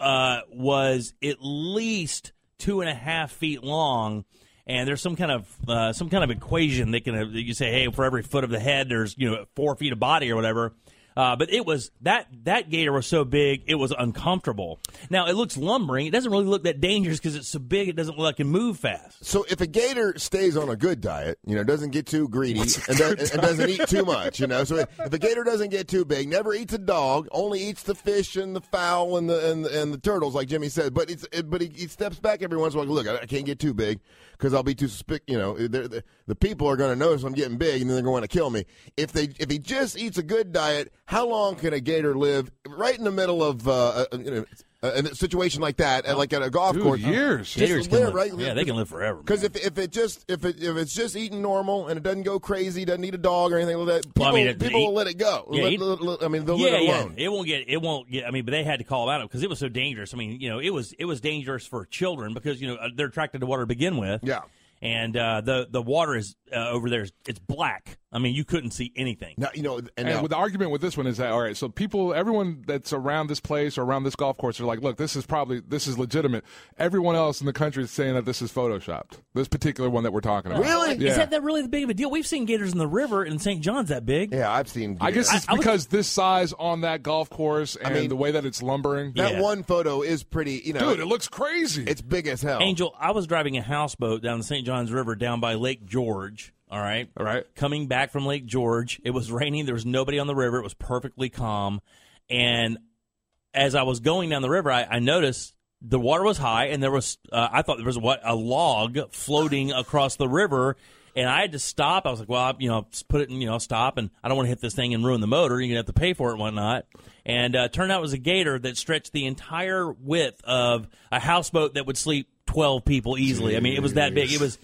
[SPEAKER 3] uh, was at least two and a half feet long. And there's some kind of uh, some kind of equation that can uh, you say, hey, for every foot of the head, there's you know four feet of body or whatever. Uh, but it was that that gator was so big it was uncomfortable. Now it looks lumbering. It doesn't really look that dangerous because it's so big. It doesn't look like it can move fast.
[SPEAKER 2] So if a gator stays on a good diet, you know, doesn't get too greedy and, do- and doesn't eat too much, you know. So if a gator doesn't get too big, never eats a dog, only eats the fish and the fowl and the and, and the turtles, like Jimmy said. But it's it, but he, he steps back every once in a while. Look, I, I can't get too big because I'll be too spic. You know, they're- the, the people are going to notice I'm getting big, and then they're going to want to kill me. If they if he just eats a good diet, how long can a gator live? Right in the middle of uh, a, you know. A, a situation like that, at like at a golf
[SPEAKER 4] Dude,
[SPEAKER 2] course,
[SPEAKER 4] years.
[SPEAKER 2] Just
[SPEAKER 3] Gators can
[SPEAKER 2] live,
[SPEAKER 3] live-
[SPEAKER 2] right?
[SPEAKER 3] yeah, they can live forever.
[SPEAKER 2] Because if, if it just if it if it's just eating normal and it doesn't go crazy, doesn't need a dog or anything like that, people,
[SPEAKER 3] Well, I mean, it-
[SPEAKER 2] people
[SPEAKER 3] it-
[SPEAKER 2] will let it go.
[SPEAKER 3] Yeah,
[SPEAKER 2] Let-
[SPEAKER 3] it-
[SPEAKER 2] let- let- I mean, they'll
[SPEAKER 3] yeah,
[SPEAKER 2] let it
[SPEAKER 3] yeah.
[SPEAKER 2] alone.
[SPEAKER 3] It won't get. It won't get. I mean, but they had to call them out because it was so dangerous. I mean, you know, it was it was dangerous for children because you know uh, they're attracted to water to begin with.
[SPEAKER 2] Yeah.
[SPEAKER 3] And uh, the the water is uh, over there. is- It's black. I mean, you couldn't see anything.
[SPEAKER 2] Now you know, and,
[SPEAKER 4] And
[SPEAKER 2] now-
[SPEAKER 4] with the argument with this one is that all right? So people, everyone that's around this place or around this golf course are like, look, this is probably this is legitimate. Everyone else in the country is saying that this is photoshopped. This particular one that we're talking about.
[SPEAKER 2] Really?
[SPEAKER 4] Yeah.
[SPEAKER 3] Is that that really the big of a deal? We've seen gators in the river in St. John's that big.
[SPEAKER 2] yeah, I've seen.
[SPEAKER 4] I guess
[SPEAKER 2] gators.
[SPEAKER 4] it's because this size on that golf course and
[SPEAKER 2] mean-
[SPEAKER 4] the way that it's lumbering.
[SPEAKER 2] that
[SPEAKER 3] Yeah.
[SPEAKER 2] one photo is pretty. You know,
[SPEAKER 4] Dude, it looks crazy.
[SPEAKER 2] it's big as hell.
[SPEAKER 3] Angel, I was driving a houseboat down the St. John's River down by Lake George. All right.
[SPEAKER 4] All right.
[SPEAKER 3] Coming back from Lake George, it was raining. There was nobody on the river. It was perfectly calm. And as I was going down the river, I, I noticed the water was high, and there was uh, I thought there was what a log floating across the river. And I had to stop. I was like, well, I, you know, s- put it in, you know, stop. And I don't want to hit this thing and ruin the motor. You're going to have to pay for it and whatnot. And uh, turned out it was a gator that stretched the entire width of a houseboat that would sleep 12 people easily. I mean, it was that big. It was.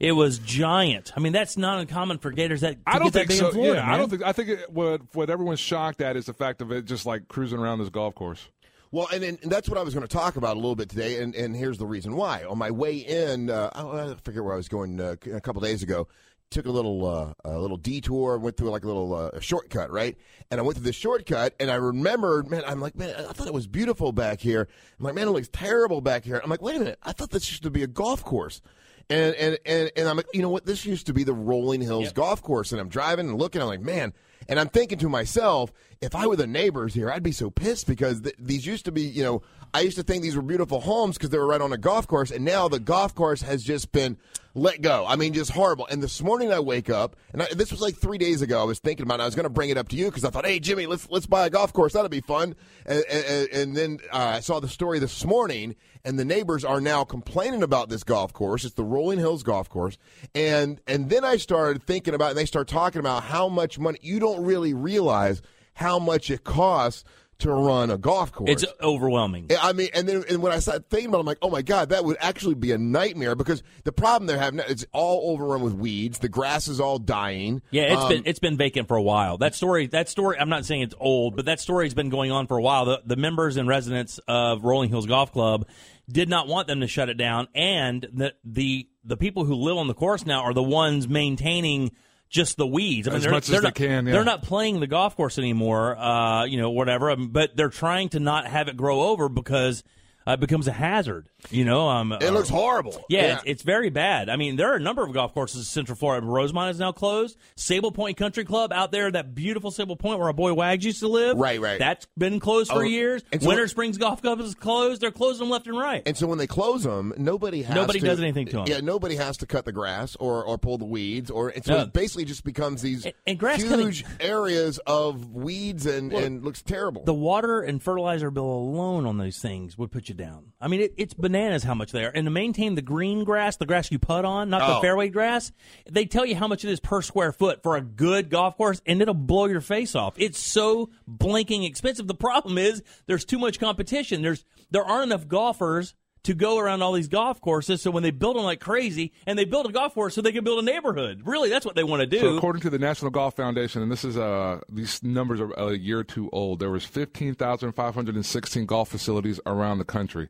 [SPEAKER 3] It was giant. I mean, that's not uncommon for gators. That to
[SPEAKER 4] I don't
[SPEAKER 3] get that
[SPEAKER 4] think
[SPEAKER 3] big
[SPEAKER 4] so.
[SPEAKER 3] In Florida,
[SPEAKER 4] yeah, I
[SPEAKER 3] man.
[SPEAKER 4] don't think. I think it, what what everyone's shocked at is the fact of it just like cruising around this golf course.
[SPEAKER 2] Well, and, and that's what I was going to talk about a little bit today, and, and here's the reason why. On my way in, uh, I, I forget where I was going uh, a couple days ago. Took a little uh, a little detour, went through like a little uh, shortcut, right? And I went through the shortcut, and I remembered, man, I'm like, man, I thought it was beautiful back here. I'm like, man, it looks terrible back here. I'm like, wait a minute, I thought this used to be a golf course. And and and, and I'm like, you know what? This used to be the Rolling Hills Golf Course, and I'm driving and looking. I'm like, man. And I'm thinking to myself, if I were the neighbors here, I'd be so pissed because th- these used to be, you know, I used to think these were beautiful homes because they were right on a golf course, and now the golf course has just been let go. I mean, just horrible. And this morning I wake up, and I, this was like three days ago. I was thinking about, it. I was going to bring it up to you because I thought, hey Jimmy, let's let's buy a golf course. That'll be fun. And, and, and then uh, I saw the story this morning, and the neighbors are now complaining about this golf course. It's the Rolling Hills Golf Course, and and then I started thinking about, and they start talking about how much money. You don't really realize how much it costs to run a golf course.
[SPEAKER 3] It's overwhelming.
[SPEAKER 2] Yeah, I mean, and then and when I started thinking about, it, I'm like, oh my god, that would actually be a nightmare because the problem they're having it's all overrun with weeds. The grass is all dying.
[SPEAKER 3] Yeah, it's
[SPEAKER 2] Um,
[SPEAKER 3] been it's been vacant for a while. That story, that story. I'm not saying it's old, but that story's been going on for a while. The, the members and residents of Rolling Hills Golf Club did not want them to shut it down, and the the the people who live on the course now are the ones maintaining just the weeds. I mean,
[SPEAKER 4] As
[SPEAKER 3] they're,
[SPEAKER 4] much as
[SPEAKER 3] they're
[SPEAKER 4] they
[SPEAKER 3] not,
[SPEAKER 4] can, yeah.
[SPEAKER 3] They're not playing the golf course anymore. Uh, you know, whatever. um, But they're trying to not have it grow over because. Uh, it becomes a hazard, you know. Um,
[SPEAKER 2] It looks horrible.
[SPEAKER 3] yeah, It's, it's very bad. I mean, there are a number of golf courses in Central Florida. Rosemont is now closed. Sable Point Country Club out there, that beautiful Sable Point where our boy Wags used to live.
[SPEAKER 2] Right, right.
[SPEAKER 3] That's been closed for
[SPEAKER 2] Oh,
[SPEAKER 3] years.
[SPEAKER 2] and so-
[SPEAKER 3] Winter Springs Golf Club is closed. They're closing them left and right.
[SPEAKER 2] And so when they close them, nobody has
[SPEAKER 3] Nobody
[SPEAKER 2] to-
[SPEAKER 3] does anything to 'em.
[SPEAKER 2] Yeah, nobody has to cut the grass or, or pull the weeds or and so
[SPEAKER 3] No.
[SPEAKER 2] it basically just becomes these
[SPEAKER 3] And- and grass cutting-
[SPEAKER 2] huge areas of weeds and, and looks terrible.
[SPEAKER 3] the water and fertilizer bill alone on those things would put you down. I mean, it, it's bananas how much they are. And to maintain the green grass, the grass you putt on, not
[SPEAKER 7] Oh.
[SPEAKER 3] the fairway grass, they tell you how much it is per square foot for a good golf course, and it'll blow your face off. It's so blinking expensive. The problem is there's too much competition. There's there aren't enough golfers to go around all these golf courses. So when they build them like crazy, and they build a golf course so they can build a neighborhood. Really, that's what they want to do.
[SPEAKER 4] So according to the National Golf Foundation, and this is uh, these numbers are a year or two old. There was fifteen thousand five hundred and sixteen golf facilities around the country.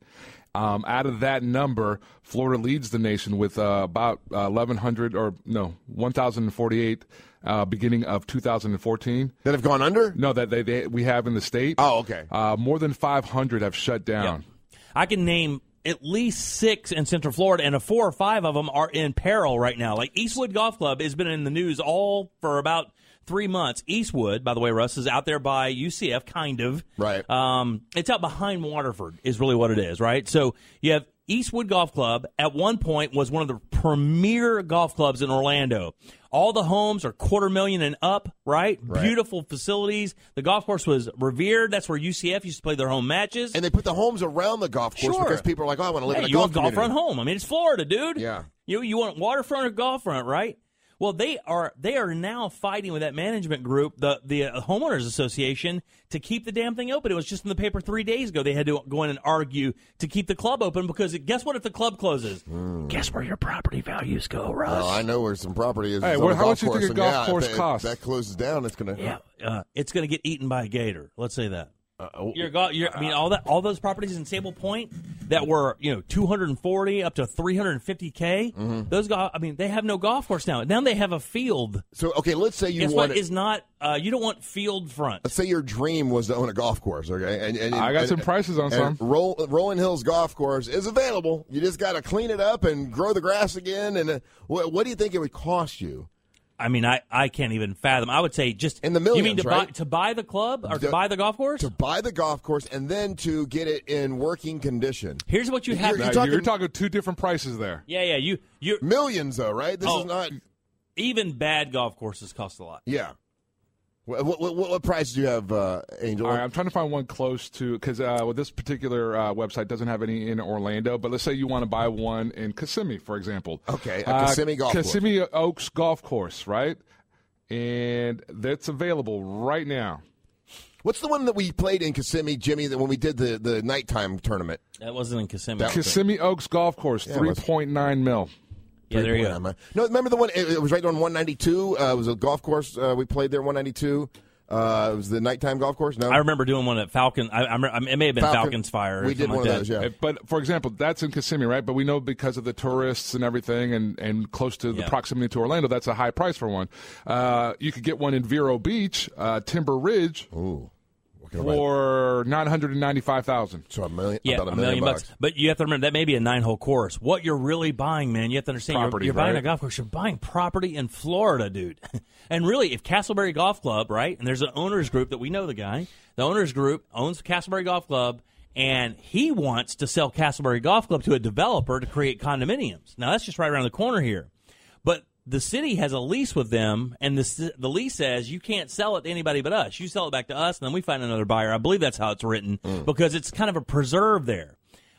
[SPEAKER 4] Um, out of that number, Florida leads the nation with uh, about uh, eleven hundred or no one thousand and forty eight. Uh, beginning of 2014,
[SPEAKER 2] that have gone under?
[SPEAKER 4] No, that they, they we have in the state.
[SPEAKER 2] Oh, okay.
[SPEAKER 4] Uh, more than 500 have shut down.
[SPEAKER 3] I can name at least six in Central Florida, and a four or five of them are in peril right now. Like Eastwood Golf Club has been in the news all for about three months. Eastwood, by the way, Russ is out there by UCF, kind of. Right. Um, it's out behind Waterford, is really what it is, right? So you have Eastwood Golf Club at one point was one of the premier golf clubs in Orlando. All the homes are quarter million and up, right? Beautiful facilities. The golf course was revered. That's where UCF used to play their home matches. And
[SPEAKER 2] they put the homes around the golf course
[SPEAKER 3] sure.
[SPEAKER 2] because people are like, oh, I want to live
[SPEAKER 3] Hey,
[SPEAKER 2] in a
[SPEAKER 3] you
[SPEAKER 2] golf
[SPEAKER 3] want golf
[SPEAKER 2] community.
[SPEAKER 3] front home. I mean, it's Florida, dude.
[SPEAKER 2] Yeah.
[SPEAKER 3] You you want waterfront or golf front, right? Well, they are they are now fighting with that management group, the the uh, homeowners association, to keep the damn thing open. It was just in the paper three days ago. They had to go in and argue to keep the club open because guess what? If the club closes,
[SPEAKER 2] Hmm.
[SPEAKER 3] guess where your property values go, Russ?
[SPEAKER 2] Well, I know where some property is.
[SPEAKER 3] Hey,
[SPEAKER 2] It's on
[SPEAKER 3] what-
[SPEAKER 2] a
[SPEAKER 3] how
[SPEAKER 2] golf
[SPEAKER 3] much you think
[SPEAKER 2] course,
[SPEAKER 3] a
[SPEAKER 2] and
[SPEAKER 3] golf
[SPEAKER 2] yeah, if
[SPEAKER 3] course
[SPEAKER 2] it- if
[SPEAKER 3] costs?
[SPEAKER 2] That closes down. It's gonna.
[SPEAKER 3] Yeah. uh, it's going to get eaten by a gator. Let's say that.
[SPEAKER 2] Uh,
[SPEAKER 3] Your go- your- I mean, all that, all those properties in Sable Point that were, you know, 240 up to 350k.
[SPEAKER 2] Mm-hmm.
[SPEAKER 3] Those go- I mean, they have no golf course now. Now they have a field.
[SPEAKER 2] So okay, let's say you
[SPEAKER 3] Guess
[SPEAKER 2] want
[SPEAKER 3] what? Is not uh, you don't want field front.
[SPEAKER 2] Let's say your dream was to own a golf course, okay? And, and,
[SPEAKER 4] I got some prices on
[SPEAKER 2] and Roll, Rolling Hills Golf Course is available. You just got to clean it up and grow the grass again. And uh, what, what do you think it would cost you?
[SPEAKER 3] I mean, I, I can't even fathom. I would say just in the
[SPEAKER 2] millions,
[SPEAKER 3] You mean to buy
[SPEAKER 2] right?
[SPEAKER 3] to buy the club or to
[SPEAKER 2] To-
[SPEAKER 3] buy the golf course?
[SPEAKER 2] To buy the golf course and then to get it in working condition.
[SPEAKER 3] Here's what you have.
[SPEAKER 4] Now, you're talking two different prices there.
[SPEAKER 3] Yeah, yeah. You you Oh,
[SPEAKER 2] millions though, right? This is not
[SPEAKER 3] even bad golf courses cost a lot.
[SPEAKER 2] Yeah. What, what, what, what price do you have, uh, Angel?
[SPEAKER 4] All right, I'm trying to find one close to because uh, well, this particular uh, website doesn't have any in Orlando, but let's say you want to buy one in Kissimmee, for example. Uh,
[SPEAKER 2] Okay, a Kissimmee golf course.
[SPEAKER 4] Kissimmee Oaks Golf Course, right? And that's available right now.
[SPEAKER 2] What's the one that we played in Kissimmee, Jimmy, that when we did the, the nighttime tournament?
[SPEAKER 3] That wasn't in Kissimmee.
[SPEAKER 4] Kissimmee Oaks Golf Course,
[SPEAKER 2] Yeah, it
[SPEAKER 4] three
[SPEAKER 2] was.
[SPEAKER 4] point nine mil.
[SPEAKER 3] Yeah, there you go.
[SPEAKER 2] No, remember the one? It, it was right on 192. Uh, it was a golf course uh, we played there. 192. Uh, it was the nighttime golf course. No,
[SPEAKER 3] I remember doing one at Falcon. I, I, remember- it may have been
[SPEAKER 2] Falcon.
[SPEAKER 3] Falcons Fire. Or
[SPEAKER 2] We did
[SPEAKER 3] something
[SPEAKER 2] one
[SPEAKER 3] like
[SPEAKER 2] of those,
[SPEAKER 3] that.
[SPEAKER 2] yeah.
[SPEAKER 4] Uh, But for example, that's in Kissimmee, right? But we know because of the tourists and everything, and, and close to the
[SPEAKER 3] Yeah.
[SPEAKER 4] proximity to Orlando, that's a high price for one. Uh, you could get one in Vero Beach, uh, Timber Ridge, for nine hundred and ninety-five thousand.
[SPEAKER 2] So a million,
[SPEAKER 3] Yeah, a million bucks. But you have to remember that may be a nine hole course. What you're really buying, man, you have to understand you're-
[SPEAKER 4] Property,
[SPEAKER 3] you're, buying
[SPEAKER 4] right?
[SPEAKER 3] a golf course. You're buying property in Florida, dude. *laughs* and really, if Castleberry Golf Club, right, and there's an owners group that we know the guy, the owners group owns Castleberry Golf Club, and he wants to sell Castleberry Golf Club to a developer to create condominiums. Now, that's just right around the corner here. But the city has a lease with them, and the, ci- the lease says you can't sell it to anybody but us. You sell it back to us, and then we find another buyer. I believe that's how it's written
[SPEAKER 4] Mm.
[SPEAKER 3] because it's kind of a preserve there.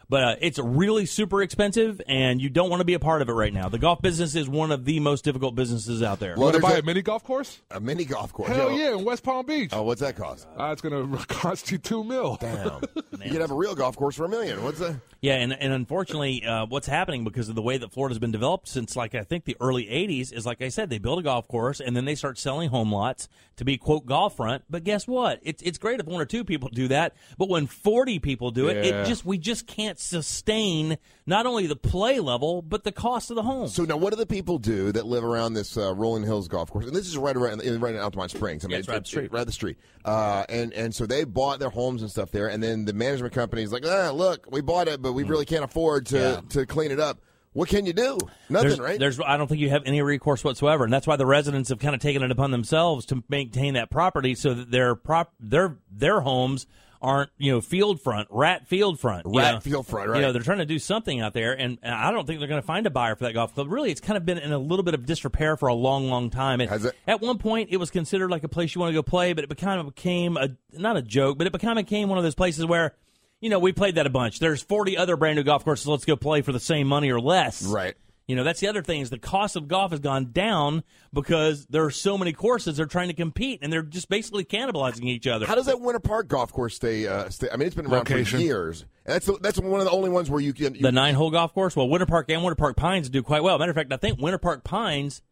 [SPEAKER 3] But uh, it's really super expensive, and you don't want to be a part of it right now. The golf business is one of the most difficult businesses out there.
[SPEAKER 4] Want to buy a, mini golf course?
[SPEAKER 2] A mini golf course.
[SPEAKER 4] Hell
[SPEAKER 2] yeah.
[SPEAKER 4] yeah, in West Palm Beach.
[SPEAKER 2] Oh, what's that cost?
[SPEAKER 4] Uh, it's going to *laughs* cost you two mil. *laughs*
[SPEAKER 2] Damn. you could have a real golf course for a million. What's that?
[SPEAKER 3] Yeah, and, and unfortunately, uh, what's happening because of the way that Florida's been developed since, like, I think the early 80s is, like I said, they build a golf course and then they start selling home lots to be, quote, golf front. But guess what? It's, it's great if one or two people do that, but when 40 people do it,
[SPEAKER 2] Yeah.
[SPEAKER 3] it just we just can't sustain not only the play level, but the cost of the home.
[SPEAKER 2] So now, what do the people do that live around this uh, Rolling Hills Golf Course? And this is right around right in Altamont Springs. I mean,
[SPEAKER 3] Yeah, it's right up the street.
[SPEAKER 2] right up the street. Uh, and and so they bought their homes and stuff there, and then the management company's like, ah, look, we bought it,
[SPEAKER 3] Mm.
[SPEAKER 2] but we really can't afford to to clean it up. What can you do? Nothing,
[SPEAKER 3] there's,
[SPEAKER 2] right?
[SPEAKER 3] There's, I don't think you have any recourse whatsoever, and that's why the residents have kind of taken it upon themselves to maintain that property so that their prop, their their homes aren't you know field front, rat field front, you
[SPEAKER 2] Rat
[SPEAKER 3] know.
[SPEAKER 2] field front, right.
[SPEAKER 3] You know they're trying to do something out there, and, and I don't think they're going to find a buyer for that golf club. Really, it's kind of been in a little bit of disrepair for a long, long time. It, At one point, it was considered like a place you want to go play, but it kind of became a not a joke, but it became became one of those places where you know, we played that a bunch. There's 40 other brand new golf courses. Let's go play for the same money or less.
[SPEAKER 2] Right.
[SPEAKER 3] You know, that's the other thing is the cost of golf has gone down because there are so many courses. They're trying to compete and they're just basically cannibalizing each other.
[SPEAKER 2] How does that Winter Park golf course stay? Uh, stay I mean, it's been around
[SPEAKER 3] Location.
[SPEAKER 2] for years. And that's the, that's one of the only ones where you can. You,
[SPEAKER 3] the nine hole golf course? Well, Winter Park and Winter Park Pines do quite well. Matter of fact, I think Winter Park Pines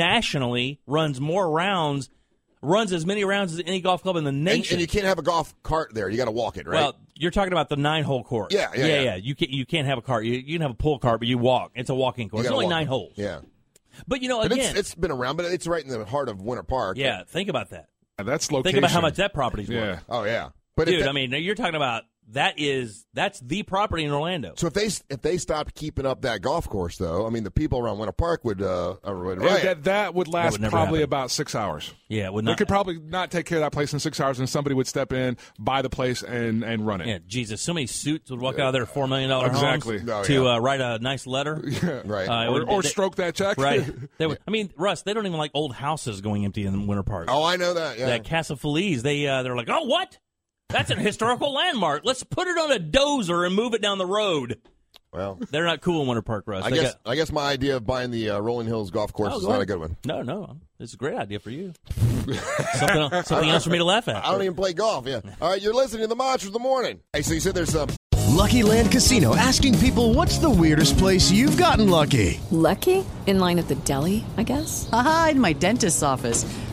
[SPEAKER 3] nationally runs more rounds, runs as many rounds as any golf club in the
[SPEAKER 2] and,
[SPEAKER 3] nation.
[SPEAKER 2] and you can't have a golf cart there. You got to walk it, right?
[SPEAKER 3] Well, you're talking about the nine hole course.
[SPEAKER 2] Yeah, yeah, yeah.
[SPEAKER 3] You can't you can't have a cart. You, you can have a pull cart, but you walk. It's a walking
[SPEAKER 2] You
[SPEAKER 3] course. It's
[SPEAKER 2] gotta
[SPEAKER 3] only
[SPEAKER 2] walk
[SPEAKER 3] nine
[SPEAKER 2] it.
[SPEAKER 3] holes.
[SPEAKER 2] Yeah.
[SPEAKER 3] But you know,
[SPEAKER 2] And
[SPEAKER 3] again,
[SPEAKER 2] it's, it's been around, but it's right in the heart of Winter Park.
[SPEAKER 3] yeah. Think about that.
[SPEAKER 4] That's
[SPEAKER 3] Think about how much that property's worth.
[SPEAKER 2] Oh yeah. But
[SPEAKER 3] dude,
[SPEAKER 2] if that-
[SPEAKER 3] I mean, you're talking about that is that's the property in Orlando.
[SPEAKER 2] so if they if they stopped keeping up that golf course, though, I mean, the people around Winter Park would uh, uh, would riot.
[SPEAKER 4] That, that would last
[SPEAKER 3] would never
[SPEAKER 4] probably
[SPEAKER 3] happen.
[SPEAKER 4] about six hours.
[SPEAKER 3] Yeah, it would
[SPEAKER 4] They
[SPEAKER 3] not.
[SPEAKER 4] could probably not take care of that place in six hours, and somebody would step in, buy the place, and, and run it.
[SPEAKER 3] yeah, Jesus, so many suits would walk out of their four million dollar
[SPEAKER 4] Exactly.
[SPEAKER 3] homes
[SPEAKER 4] No,
[SPEAKER 3] to
[SPEAKER 4] yeah.
[SPEAKER 3] uh, write a nice
[SPEAKER 2] *laughs*
[SPEAKER 3] letter,
[SPEAKER 2] Oh, right?
[SPEAKER 3] Uh, it
[SPEAKER 4] or
[SPEAKER 3] would-
[SPEAKER 4] or
[SPEAKER 3] they-
[SPEAKER 4] stroke that check.
[SPEAKER 2] *laughs*
[SPEAKER 3] Right. They would, I mean, Russ, they don't even like old houses going empty in Winter Park.
[SPEAKER 2] Oh, I know that. Yeah.
[SPEAKER 3] That Casa Feliz, they uh, they're like, oh, what? That's an historical *laughs* landmark. Let's put it on a dozer and move it down the road.
[SPEAKER 2] well,
[SPEAKER 3] They're not cool in Winter Park, Russ.
[SPEAKER 2] I
[SPEAKER 3] They
[SPEAKER 2] guess
[SPEAKER 3] got-
[SPEAKER 2] I guess my idea of buying the uh, Rolling Hills golf course
[SPEAKER 3] Oh,
[SPEAKER 2] is
[SPEAKER 3] go
[SPEAKER 2] not
[SPEAKER 3] ahead.
[SPEAKER 2] a good one.
[SPEAKER 3] no, no, it's a great idea for you. something else, something else for me to laugh at.
[SPEAKER 2] I don't even play golf. Yeah. All right, you're listening to the Monsters of the Morning. Hey, so you said there's some.
[SPEAKER 8] Lucky Land Casino asking people what's the weirdest place you've gotten lucky?
[SPEAKER 9] Lucky? In line at the deli, I guess?
[SPEAKER 10] Aha, in my dentist's office.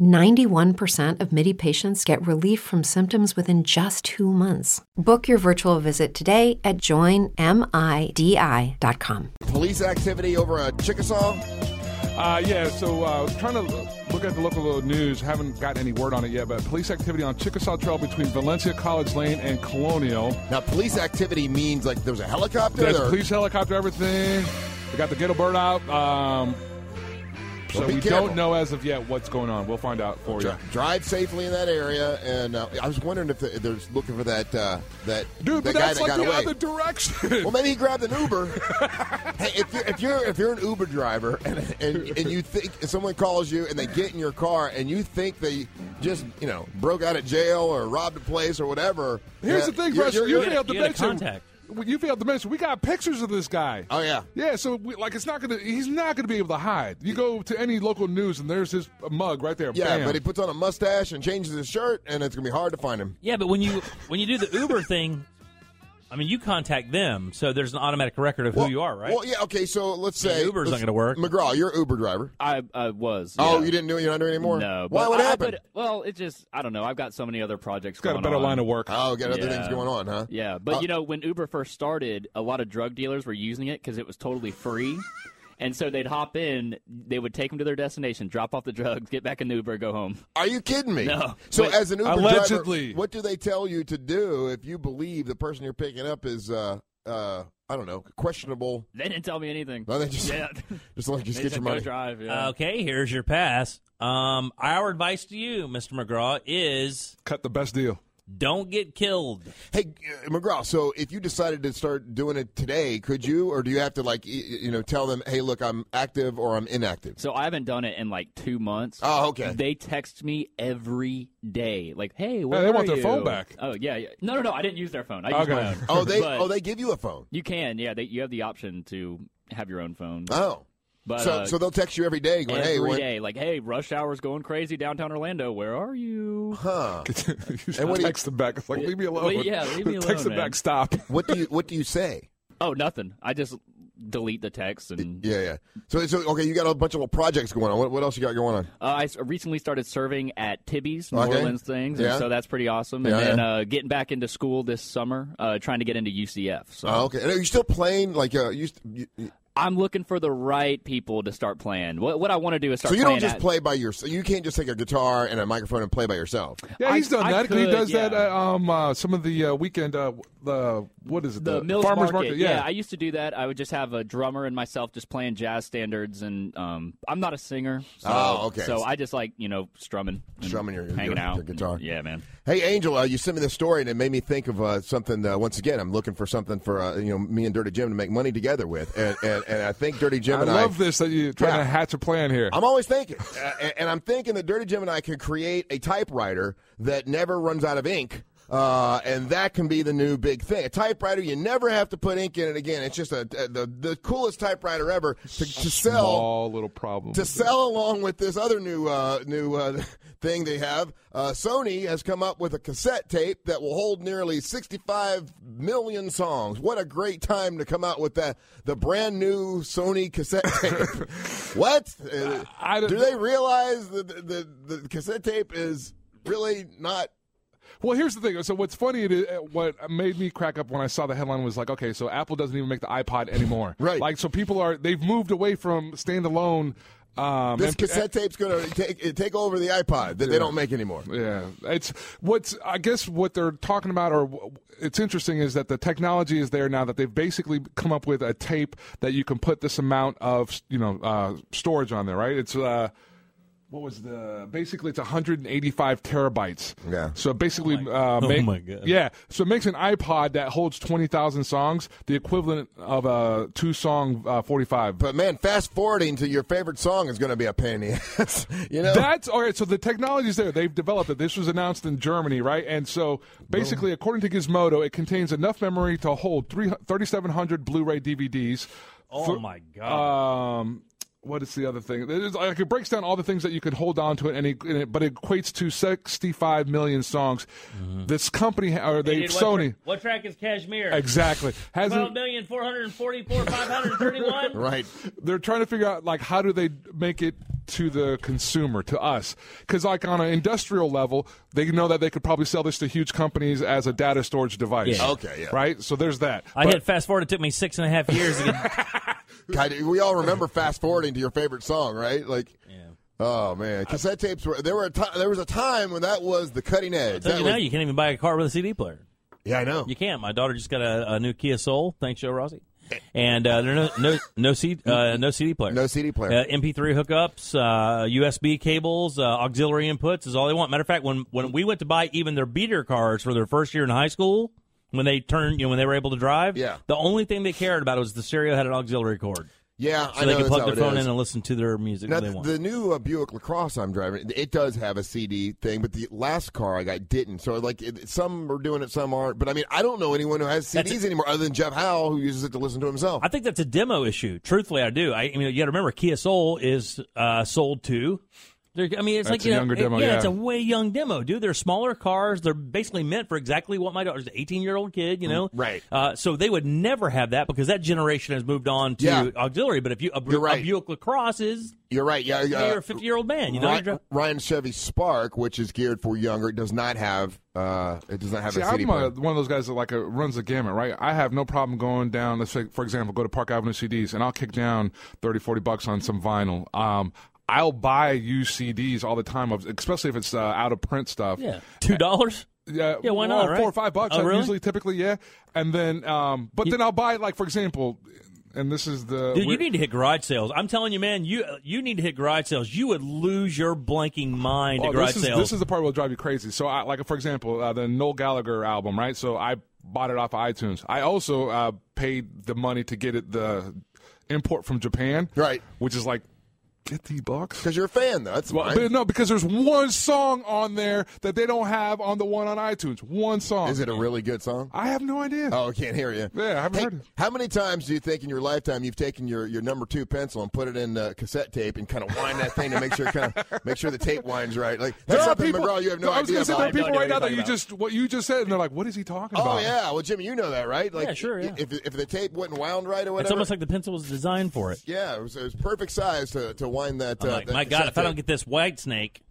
[SPEAKER 7] 91% of MIDI patients get relief from symptoms within just two months. Book your virtual visit today at joinmidi.com.
[SPEAKER 2] police activity over at Chickasaw.
[SPEAKER 4] Uh, yeah, so uh, I was trying to look at the local news. Haven't gotten any word on it yet, but police activity on Chickasaw Trail between Valencia College Lane and Colonial.
[SPEAKER 2] Now, police activity means like there was a helicopter.
[SPEAKER 4] There's
[SPEAKER 2] there-
[SPEAKER 4] a police helicopter, everything. They got the ghetto bird out. Um, so
[SPEAKER 2] Well, be
[SPEAKER 4] we
[SPEAKER 2] careful.
[SPEAKER 4] don't know as of yet what's going on. We'll find out for you.
[SPEAKER 2] Dri- drive safely in that area, and uh, I was wondering if the- they're looking for that uh, that
[SPEAKER 4] Dude,
[SPEAKER 2] that
[SPEAKER 4] but
[SPEAKER 2] guy
[SPEAKER 4] that's
[SPEAKER 2] that
[SPEAKER 4] like
[SPEAKER 2] got
[SPEAKER 4] the
[SPEAKER 2] away.
[SPEAKER 4] other direction.
[SPEAKER 2] well, maybe he grabbed an Uber. hey, if you're, if you're if you're an Uber driver *laughs* and, and and you think if someone calls you and they get in your car and you think they just you know broke out of jail or robbed a place or whatever,
[SPEAKER 4] Here's
[SPEAKER 2] yeah,
[SPEAKER 4] the thing,
[SPEAKER 2] you're-
[SPEAKER 4] Russ.
[SPEAKER 2] you're-
[SPEAKER 4] You
[SPEAKER 2] you're-
[SPEAKER 4] failed to
[SPEAKER 3] you had a
[SPEAKER 4] mention.
[SPEAKER 3] contact.
[SPEAKER 4] well, You failed to mention. We got pictures of this guy.
[SPEAKER 2] Oh yeah.
[SPEAKER 4] Yeah, so we, like it's not gonna. He's not gonna be able to hide. You go to any local news, and there's his mug right there.
[SPEAKER 2] Yeah,
[SPEAKER 4] Bam.
[SPEAKER 2] but he puts on a mustache and changes his shirt, and it's gonna be hard to find him.
[SPEAKER 3] Yeah, but when you when you do the Uber thing, I mean, you contact them, so there's an automatic record of who you are, right?
[SPEAKER 2] Well, yeah, okay. So let's
[SPEAKER 3] Yeah,
[SPEAKER 2] say
[SPEAKER 3] Uber's
[SPEAKER 2] let's-
[SPEAKER 3] not gonna work.
[SPEAKER 2] McGraw, you're an Uber driver.
[SPEAKER 5] I, I was.
[SPEAKER 2] Oh,
[SPEAKER 5] yeah.
[SPEAKER 2] you didn't do it. You're not doing it anymore.
[SPEAKER 5] No.
[SPEAKER 2] Why?
[SPEAKER 5] but
[SPEAKER 2] What
[SPEAKER 5] I-
[SPEAKER 2] happened?
[SPEAKER 5] but- well, it just I don't know. I've got so many other projects.
[SPEAKER 4] got a
[SPEAKER 5] going
[SPEAKER 4] better
[SPEAKER 5] on.
[SPEAKER 4] line of work.
[SPEAKER 2] Oh, got other
[SPEAKER 5] Yeah.
[SPEAKER 2] things going on, huh? Uh,
[SPEAKER 5] Yeah, but you know when Uber first started, a lot of drug dealers were using it because it was
[SPEAKER 2] *laughs*
[SPEAKER 5] totally free. And so they'd hop in, they would take them to their destination, drop off the drugs, get back in the Uber, go home.
[SPEAKER 2] Are you kidding me?
[SPEAKER 5] No.
[SPEAKER 2] So,
[SPEAKER 5] Wait,
[SPEAKER 2] as an Uber
[SPEAKER 4] allegedly.
[SPEAKER 2] driver, what do they tell you to do if you believe the person you're picking up is, uh, uh, I don't know, questionable?
[SPEAKER 5] They didn't tell me anything.
[SPEAKER 2] No, Oh, they just-
[SPEAKER 5] yeah.
[SPEAKER 2] *laughs* Just like just
[SPEAKER 5] They
[SPEAKER 2] get
[SPEAKER 5] said,
[SPEAKER 2] your
[SPEAKER 5] "Go
[SPEAKER 2] money.
[SPEAKER 5] drive.
[SPEAKER 4] Oh,
[SPEAKER 5] Yeah.
[SPEAKER 3] Okay, here's your pass. Um, our advice to you, Mr. McGraw, is
[SPEAKER 4] Cut the best deal.
[SPEAKER 3] don't get killed.
[SPEAKER 2] Hey, uh, McGraw. So if you decided to start doing it today, could you, or do you have to like, y- y- you know, tell them, hey, look, I'm active or I'm inactive?
[SPEAKER 5] So I haven't done it in like two months.
[SPEAKER 2] Oh, okay.
[SPEAKER 5] They text me every day, like, "Hey, where
[SPEAKER 4] they
[SPEAKER 5] are
[SPEAKER 4] want their
[SPEAKER 5] you?
[SPEAKER 4] phone back.
[SPEAKER 5] Oh yeah, yeah. No, no, no. I didn't use their phone. I used
[SPEAKER 4] Okay.
[SPEAKER 5] my own.
[SPEAKER 2] Oh, they,
[SPEAKER 5] But
[SPEAKER 2] oh, they give you a phone.
[SPEAKER 5] You can, yeah. They, you have the option to have your own phone.
[SPEAKER 2] Oh,
[SPEAKER 5] But
[SPEAKER 2] so
[SPEAKER 5] uh,
[SPEAKER 2] so they'll text you every day, going, hey,
[SPEAKER 5] every
[SPEAKER 2] what?
[SPEAKER 5] day, like, "Hey, rush hour's going crazy downtown Orlando. Where are you?"
[SPEAKER 2] Huh.
[SPEAKER 4] *laughs* you should
[SPEAKER 2] what do you-
[SPEAKER 4] text him back. It's like leave me alone.
[SPEAKER 5] Well, yeah, leave
[SPEAKER 4] *laughs*
[SPEAKER 5] me
[SPEAKER 4] text
[SPEAKER 2] *laughs*
[SPEAKER 5] alone,
[SPEAKER 4] him
[SPEAKER 5] man.
[SPEAKER 4] back. Stop.
[SPEAKER 2] What do you what do you say?
[SPEAKER 5] Oh, nothing. I just delete the text and
[SPEAKER 2] yeah, yeah. So, so okay, you got a bunch of little projects going on. What, what else you got going on?
[SPEAKER 5] Uh, I s- recently started serving at Tibby's New
[SPEAKER 2] Okay.
[SPEAKER 5] Orleans things, and
[SPEAKER 2] Yeah.
[SPEAKER 5] so that's pretty awesome. And
[SPEAKER 2] Yeah,
[SPEAKER 5] then
[SPEAKER 2] yeah.
[SPEAKER 5] Uh, getting back into school this summer, uh, trying to get into UCF. So
[SPEAKER 2] Oh, okay. And are you still playing? Like, uh, you, st- you, you-
[SPEAKER 5] I'm looking for the right people to start playing. What what I want to do is
[SPEAKER 2] so
[SPEAKER 5] start.
[SPEAKER 2] you
[SPEAKER 5] playing
[SPEAKER 2] don't just
[SPEAKER 5] at-
[SPEAKER 2] play by yourself. You can't just take a guitar and a microphone and play by yourself.
[SPEAKER 4] Yeah,
[SPEAKER 5] I-
[SPEAKER 4] he's done
[SPEAKER 5] I
[SPEAKER 4] that. he
[SPEAKER 5] could,
[SPEAKER 4] does
[SPEAKER 5] yeah.
[SPEAKER 4] that. At, um, uh, some of the uh, weekend. Uh, the what is it?
[SPEAKER 5] the Mills
[SPEAKER 4] farmers
[SPEAKER 5] market. yeah. I used to do that. I would just have a drummer and myself just playing jazz standards, and um, I'm not a singer. So,
[SPEAKER 2] Oh, okay.
[SPEAKER 5] So I just like you know strumming, and
[SPEAKER 2] Strumming your-
[SPEAKER 5] hanging
[SPEAKER 2] your-
[SPEAKER 5] out,
[SPEAKER 2] your guitar.
[SPEAKER 5] Yeah, man.
[SPEAKER 2] Hey, Angel, uh, you sent me this story, and it made me think of uh, something. Uh, once again, I'm looking for something for uh, you know me and Dirty Jim to make money together with, and and, and I think Dirty Jim and I
[SPEAKER 4] love this that you're trying
[SPEAKER 2] Yeah.
[SPEAKER 4] to hatch a plan here.
[SPEAKER 2] I'm always thinking, *laughs* uh, and- and I'm thinking that Dirty Jim and I could create a typewriter that never runs out of ink. Uh, and that can be the new big thing. A typewriter, you never have to put ink in it again. It's just a, a- the the coolest typewriter ever to, to sell
[SPEAKER 4] Small little problem.
[SPEAKER 2] to sell along with this other new uh, new uh, *laughs* thing they have. Uh, Sony has come up with a cassette tape that will hold nearly 65 million songs. What a great time to come out with that the brand new Sony cassette tape. what? Uh, do they realize that the, the, the cassette tape is really not
[SPEAKER 4] Well, here's the thing. So what's funny it is uh, what made me crack up when I saw the headline was like, okay, so Apple doesn't even make the iPod
[SPEAKER 2] *laughs*
[SPEAKER 4] anymore. right. Like so people are they've moved away from standalone um
[SPEAKER 2] this
[SPEAKER 4] MP-
[SPEAKER 2] cassette tape's going to take take over the iPod that they
[SPEAKER 4] Yeah.
[SPEAKER 2] don't make anymore?
[SPEAKER 4] Yeah, it's what's I guess what they're talking about, or w- it's interesting, is that the technology is there now that they've basically come up with a tape that you can put this amount of you know uh, storage on there, right? It's uh, what was the basically it's 185 terabytes. Yeah. So basically,
[SPEAKER 3] Oh
[SPEAKER 4] uh, make-
[SPEAKER 3] my God.
[SPEAKER 4] yeah. So it makes an iPod that holds 20,000 songs the equivalent of a two song uh, 45.
[SPEAKER 2] But man, fast forwarding to your favorite song is going to be a pain in the *laughs* ass. you know.
[SPEAKER 4] That's all right. So the technology's there. They've developed it. This was announced in Germany, right? And so basically, according to Gizmodo, it contains enough memory to hold three- 3,700 Blu-ray DVDs.
[SPEAKER 3] Oh
[SPEAKER 4] Th-
[SPEAKER 3] my God.
[SPEAKER 4] Um, what is the other thing? It, is, like, it breaks down all the things that you could hold on to it, and it, and it- but it equates to 65 million songs.
[SPEAKER 3] Mm-hmm.
[SPEAKER 4] This company or they
[SPEAKER 3] did What,
[SPEAKER 4] Sony.
[SPEAKER 3] tra- what track is Kashmir?
[SPEAKER 4] Exactly. Hasn't-
[SPEAKER 3] Twelve million four hundred forty-four five hundred thirty-one.
[SPEAKER 2] Right.
[SPEAKER 4] They're trying to figure out like how do they make it to the consumer, to us? Because like on an industrial level, they know that they could probably sell this to huge companies as a data storage device.
[SPEAKER 3] Yeah. Okay, yeah.
[SPEAKER 4] Right. So there's that.
[SPEAKER 3] I
[SPEAKER 4] *laughs* But-
[SPEAKER 3] hit fast forward. It took me six and a half years
[SPEAKER 4] *laughs*
[SPEAKER 3] to get
[SPEAKER 2] God, we all remember fast forwarding to your favorite song, right? Like, oh man, cassette tapes were there were a ti there was a time when that was the cutting edge.
[SPEAKER 3] So
[SPEAKER 2] That
[SPEAKER 3] you
[SPEAKER 2] was-
[SPEAKER 3] know, you can't even buy a car with a CD player.
[SPEAKER 2] Yeah, I know.
[SPEAKER 3] You can't. My daughter just got a, a new Kia Soul. Thanks, Joe Rossi. And uh, there are no no no CD uh, no CD player.
[SPEAKER 2] No CD player.
[SPEAKER 3] Uh, MP3 hookups, uh, USB cables, uh, auxiliary inputs is all they want. Matter of fact, when when we went to buy even their beater cars for their first year in high school, when they turned you know when they were able to drive, yeah. the only thing they cared about was the stereo had an auxiliary cord.
[SPEAKER 2] yeah,
[SPEAKER 3] so
[SPEAKER 2] I
[SPEAKER 3] they
[SPEAKER 2] know
[SPEAKER 3] could
[SPEAKER 2] that's
[SPEAKER 3] plug
[SPEAKER 2] how
[SPEAKER 3] their
[SPEAKER 2] it
[SPEAKER 3] phone
[SPEAKER 2] is.
[SPEAKER 3] in and listen to their music
[SPEAKER 2] Now,
[SPEAKER 3] when they
[SPEAKER 2] the,
[SPEAKER 3] want.
[SPEAKER 2] the new uh, Buick LaCrosse I'm driving, it does have a CD thing, but the last car I got didn't. So, like, it, some are doing it, some aren't. But I mean, I don't know anyone who has CDs
[SPEAKER 3] That's-
[SPEAKER 2] anymore other than Jeff Howell, who uses it to listen to himself.
[SPEAKER 3] I think that's a demo issue. Truthfully, I do. I, I mean, you got to remember, Kia Soul is uh, sold to. They're, I mean, it's like
[SPEAKER 4] That's a
[SPEAKER 3] you know,
[SPEAKER 4] younger
[SPEAKER 3] it-
[SPEAKER 4] demo,
[SPEAKER 3] yeah,
[SPEAKER 4] yeah.
[SPEAKER 3] it's a way young demo, dude. They're smaller cars. They're basically meant for exactly what my daughter's an eighteen-year-old kid,
[SPEAKER 2] Mm,
[SPEAKER 3] you know. Right. Uh, so they would never have that because that generation has moved on to
[SPEAKER 2] Yeah.
[SPEAKER 3] auxiliary. But if you a, Bu-
[SPEAKER 2] You're right.
[SPEAKER 3] a Buick Lacrosse is,
[SPEAKER 2] You're right. Yeah,
[SPEAKER 3] you know,
[SPEAKER 2] uh,
[SPEAKER 3] you're a fifty-year-old man. You know,
[SPEAKER 2] Ry-
[SPEAKER 3] you
[SPEAKER 2] Ryan,
[SPEAKER 3] drive-
[SPEAKER 2] Chevy Spark, which is geared for younger, does not have uh, it does not have
[SPEAKER 4] See,
[SPEAKER 2] a CD
[SPEAKER 4] I'm
[SPEAKER 2] player.
[SPEAKER 4] uh one of those guys that like uh runs the gamut, right? I have no problem going down. Let's say, for example, go to Park Avenue CDs, and I'll kick down 30, 40 bucks on some vinyl. Um, I'll buy used CDs all the time, of, especially if it's uh, out of print stuff.
[SPEAKER 3] yeah, two dollars.
[SPEAKER 4] Yeah,
[SPEAKER 3] Yeah, why
[SPEAKER 4] well,
[SPEAKER 3] not, right?
[SPEAKER 4] Four or five bucks.
[SPEAKER 3] Oh,
[SPEAKER 4] I
[SPEAKER 3] really?
[SPEAKER 4] Usually, typically, yeah. And then, um, but then I'll buy like for example, and this is the
[SPEAKER 3] Dude, you
[SPEAKER 4] we're-
[SPEAKER 3] need to hit garage sales. I'm telling you, man. You uh, you need to hit garage sales. You would lose your blanking mind
[SPEAKER 4] Oh,
[SPEAKER 3] at garage
[SPEAKER 4] this is,
[SPEAKER 3] sales.
[SPEAKER 4] This is the part that will drive you crazy. So, I, like for example, uh, the Noel Gallagher album, right? So I bought it off of iTunes. I also uh, paid the money to get it the import from Japan, right? Which is like fifty bucks
[SPEAKER 2] because you're a fan. Though. That's
[SPEAKER 4] well,
[SPEAKER 2] fine.
[SPEAKER 4] but no, because there's one song on there that they don't have on the one on iTunes. One song.
[SPEAKER 2] Is it a really good song?
[SPEAKER 4] I have no idea.
[SPEAKER 2] Oh, I can't hear you.
[SPEAKER 4] Yeah, I haven't
[SPEAKER 2] Hey,
[SPEAKER 4] heard it.
[SPEAKER 2] How many times do you think in your lifetime you've taken your, your number two pencil and put it in uh, cassette tape and kind of wind that thing to make sure kind
[SPEAKER 4] *laughs*
[SPEAKER 2] of make sure the tape winds right? Like
[SPEAKER 4] There
[SPEAKER 2] that's
[SPEAKER 4] are
[SPEAKER 2] something,
[SPEAKER 4] people.
[SPEAKER 2] McGraw, you have no
[SPEAKER 4] I was
[SPEAKER 2] idea.
[SPEAKER 4] gonna say there are
[SPEAKER 2] about.
[SPEAKER 4] people right now that you just what you just said, and they're like, "What is he talking
[SPEAKER 2] Oh
[SPEAKER 4] about?"
[SPEAKER 2] yeah, well Jimmy, you know that, right? Like,
[SPEAKER 3] Yeah, sure, yeah.
[SPEAKER 2] If, if the tape wasn't wound right or whatever,
[SPEAKER 3] It's almost like the pencil was designed for it.
[SPEAKER 2] yeah, it was, it was perfect size to, to wind that.
[SPEAKER 3] I'm
[SPEAKER 2] uh,
[SPEAKER 3] like,
[SPEAKER 2] that
[SPEAKER 3] my God,
[SPEAKER 2] cassette
[SPEAKER 3] if I
[SPEAKER 2] tape.
[SPEAKER 3] don't get this white snake.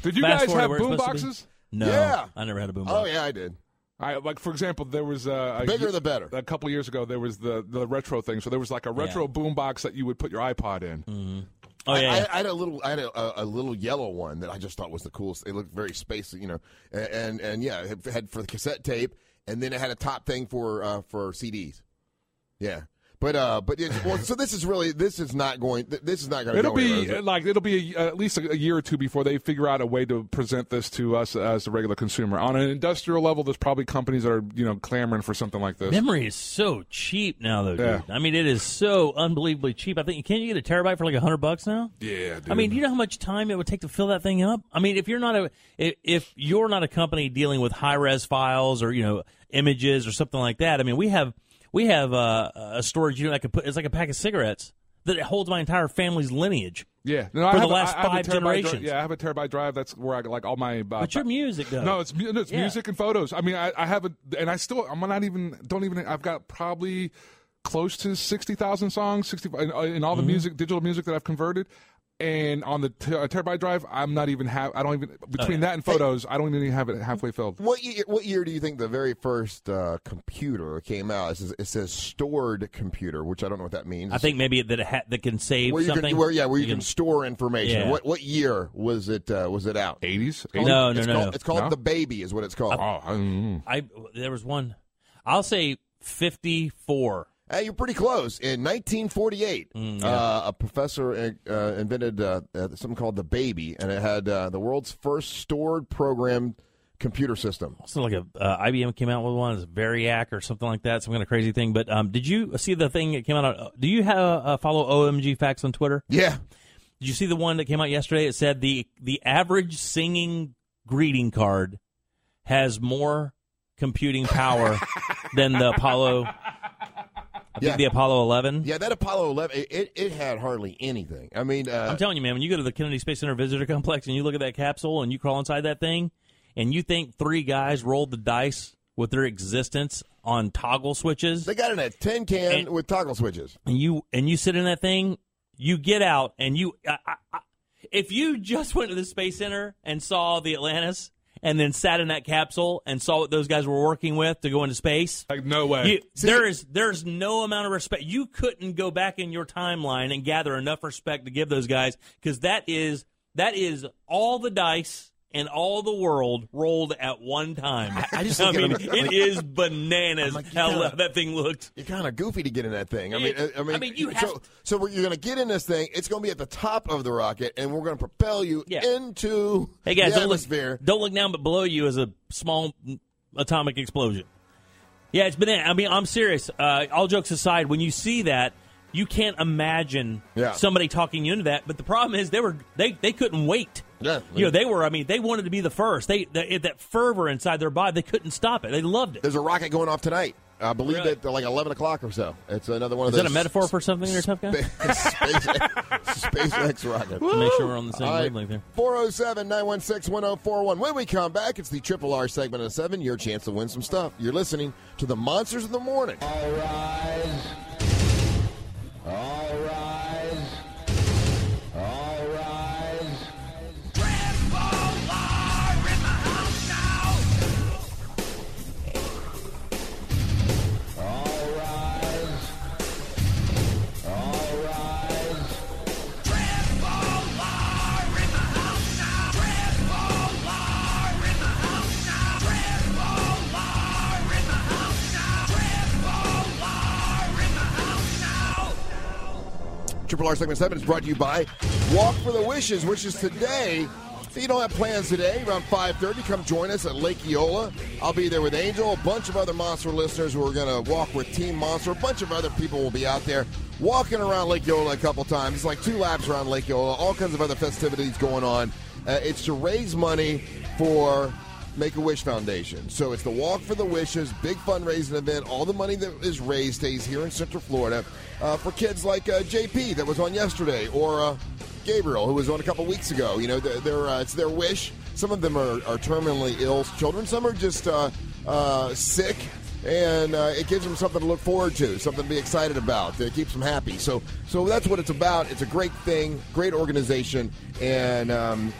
[SPEAKER 4] Did you
[SPEAKER 3] Fast
[SPEAKER 4] guys
[SPEAKER 3] forward
[SPEAKER 4] have
[SPEAKER 3] to where it's
[SPEAKER 4] boom
[SPEAKER 3] supposed to be.
[SPEAKER 4] boxes?
[SPEAKER 3] No,
[SPEAKER 2] Yeah.
[SPEAKER 3] I never had a boom
[SPEAKER 2] Oh
[SPEAKER 3] box.
[SPEAKER 2] yeah, I did.
[SPEAKER 4] I, like for example, there was uh, a
[SPEAKER 2] Bigger the better.
[SPEAKER 4] A couple years ago, there was the the retro thing. So there was like a retro boom box that you would put your iPod in.
[SPEAKER 3] Oh yeah,
[SPEAKER 2] I, I, I had a little, I had a, a, a little yellow one that I just thought was the coolest. It looked very spacey, you know, and and, and yeah, it had for the cassette tape, and then it had a top thing for uh, for CDs. Yeah, but uh, but it, well, so this is really this is not going. th- This is not going to.
[SPEAKER 4] It'll
[SPEAKER 2] go anywhere,
[SPEAKER 4] be
[SPEAKER 2] is it?
[SPEAKER 4] uh, like it'll be uh, at least a, a year or two before they figure out a way to present this to us as the regular consumer. On an industrial level, there's probably companies that are you know clamoring for something like this.
[SPEAKER 3] Memory is so cheap now, though. Dude.
[SPEAKER 4] Yeah.
[SPEAKER 3] I mean, it is so unbelievably cheap. I think can't you get a terabyte for like a hundred bucks now?
[SPEAKER 4] Yeah,
[SPEAKER 3] I mean, you know how much time it would take to fill that thing up. I mean, if you're not a if, if you're not a company dealing with high res files or you know images or something like that, I mean, we have we have uh, a storage unit I could put. It's like a pack of cigarettes that holds my entire family's lineage.
[SPEAKER 4] yeah, no, I
[SPEAKER 3] for the
[SPEAKER 4] have a-
[SPEAKER 3] last
[SPEAKER 4] I have a
[SPEAKER 3] five
[SPEAKER 4] terabyte dri-
[SPEAKER 3] generations.
[SPEAKER 4] yeah, I have a terabyte drive. That's where I like all my. Uh,
[SPEAKER 3] But your music, though.
[SPEAKER 4] No, it's, mu- no, it's
[SPEAKER 3] Yeah.
[SPEAKER 4] music and photos. I mean, I, I haven't, and I still, I'm not even, don't even, I've got probably close to 60,000 songs, 60, in, uh, in all the
[SPEAKER 3] Mm-hmm.
[SPEAKER 4] music, digital music that I've converted. And on the ter- terabyte drive, I'm not even have. I don't even
[SPEAKER 3] Oh,
[SPEAKER 4] between that and photos, I don't even have it halfway filled.
[SPEAKER 2] What year, what year do you think the very first uh, computer came out? It says, it says stored computer, which I don't know what that means.
[SPEAKER 3] I think maybe that it ha- that can save
[SPEAKER 2] where you
[SPEAKER 3] something.
[SPEAKER 2] can, where yeah, where you, can, store information.
[SPEAKER 3] Yeah.
[SPEAKER 2] What what year was it? Uh, was it out?
[SPEAKER 4] 80s?
[SPEAKER 3] No, no,
[SPEAKER 2] it's
[SPEAKER 3] no,
[SPEAKER 2] Called,
[SPEAKER 3] no.
[SPEAKER 2] It's called
[SPEAKER 3] No?
[SPEAKER 2] the baby, is what it's called.
[SPEAKER 4] Oh, I don't know.
[SPEAKER 3] I there was one. I'll say fifty four.
[SPEAKER 2] Hey, you're pretty close. In 1948, uh, a professor uh, uh, invented uh, uh, something called the Baby, and it had uh, the world's first stored program computer system.
[SPEAKER 3] also like a uh, IBM came out with one, it's Variac or something like that, some kind of crazy thing. But um, did you see the thing that came out? Do you have, uh, follow OMG Facts on Twitter?
[SPEAKER 2] Yeah.
[SPEAKER 3] Did you see the one that came out yesterday? It said the the average singing greeting card has more computing
[SPEAKER 2] *laughs*
[SPEAKER 3] power than the Apollo. I think
[SPEAKER 2] Yeah.
[SPEAKER 3] the Apollo 11.
[SPEAKER 2] Yeah, that Apollo 11, it, it, it had hardly anything. I mean, uh,
[SPEAKER 3] I'm telling you, man, when you go to the Kennedy Space Center Visitor Complex and you look at that capsule and you crawl inside that thing and you think three guys rolled the dice with their existence on toggle switches.
[SPEAKER 2] they got in a tin can
[SPEAKER 3] And-
[SPEAKER 2] with toggle switches.
[SPEAKER 3] and you and you sit in that thing, you get out and you. I, I, I, if you just went to the space center and saw the Atlantis and then sat in that capsule and saw what those guys were working with to go into space,
[SPEAKER 4] like no way.
[SPEAKER 3] you, there is there's no amount of respect. You couldn't go back in your timeline and gather enough respect to give those guys because that is that is all the dice. And all the world rolled at one time. I, *laughs*
[SPEAKER 2] just
[SPEAKER 3] I
[SPEAKER 2] look at
[SPEAKER 3] mean,
[SPEAKER 2] them-
[SPEAKER 3] it is bananas
[SPEAKER 2] like, you
[SPEAKER 3] how
[SPEAKER 2] gotta-
[SPEAKER 3] that thing looked.
[SPEAKER 2] You're kind of goofy to get in that thing. I mean,
[SPEAKER 3] Yeah,
[SPEAKER 2] I, I mean,
[SPEAKER 3] I mean, you
[SPEAKER 2] so,
[SPEAKER 3] have-
[SPEAKER 2] so we're, you're going to get in this thing. It's going to be at the top of the rocket, and we're going to propel you
[SPEAKER 3] Yeah.
[SPEAKER 2] into
[SPEAKER 3] Hey guys,
[SPEAKER 2] the
[SPEAKER 3] don't
[SPEAKER 2] atmosphere.
[SPEAKER 3] look, don't look down, but below you is a small mm, atomic explosion. Yeah, it's been. I mean, I'm serious. Uh, all jokes aside, when you see that, you can't imagine
[SPEAKER 2] Yeah.
[SPEAKER 3] somebody talking you into that. But the problem is, they were they they couldn't wait.
[SPEAKER 2] Yeah.
[SPEAKER 3] You know, they were. I mean, they wanted to be the first. They, they that fervor inside their body, they couldn't stop it. They loved it.
[SPEAKER 2] There's a rocket going off tonight. I believe
[SPEAKER 3] Really?
[SPEAKER 2] at like 11 o'clock or so. It's another one of
[SPEAKER 3] Is
[SPEAKER 2] those.
[SPEAKER 3] that a metaphor for something there, tough guy?
[SPEAKER 2] Space,
[SPEAKER 3] *laughs*
[SPEAKER 2] SpaceX rocket.
[SPEAKER 3] To make sure we're on the same
[SPEAKER 2] All right.
[SPEAKER 3] wavelength here.
[SPEAKER 2] 407 916 1041. When we come back, it's the Triple R segment of 7. Your chance to win some stuff. You're listening to the Monsters of the Morning.
[SPEAKER 1] All rise. All rise. All rise. All rise. All rise.
[SPEAKER 2] Triple R segment 7 is brought to you by Walk for the Wishes, which is today. If you don't have plans today, around 5.30, come join us at Lake Eola. I'll be there with Angel, a bunch of other Monster listeners who are going to walk with Team Monster. A bunch of other people will be out there walking around Lake Eola a couple times. It's like two laps around Lake Eola, all kinds of other festivities going on. Uh, it's to raise money for Make a Wish Foundation. So it's the Walk for the Wishes, big fundraising event. All the money that is raised stays here in Central Florida uh, for kids like uh, JP that was on yesterday, or uh, Gabriel who was on a couple weeks ago. You know, they're, they're, uh, it's their wish. Some of them are, are terminally ill children. Some are just uh, uh, sick. And uh, it gives them something to look forward to, something to be excited about. It keeps them happy. So, so that's what it's about. It's a great thing, great organization, and um,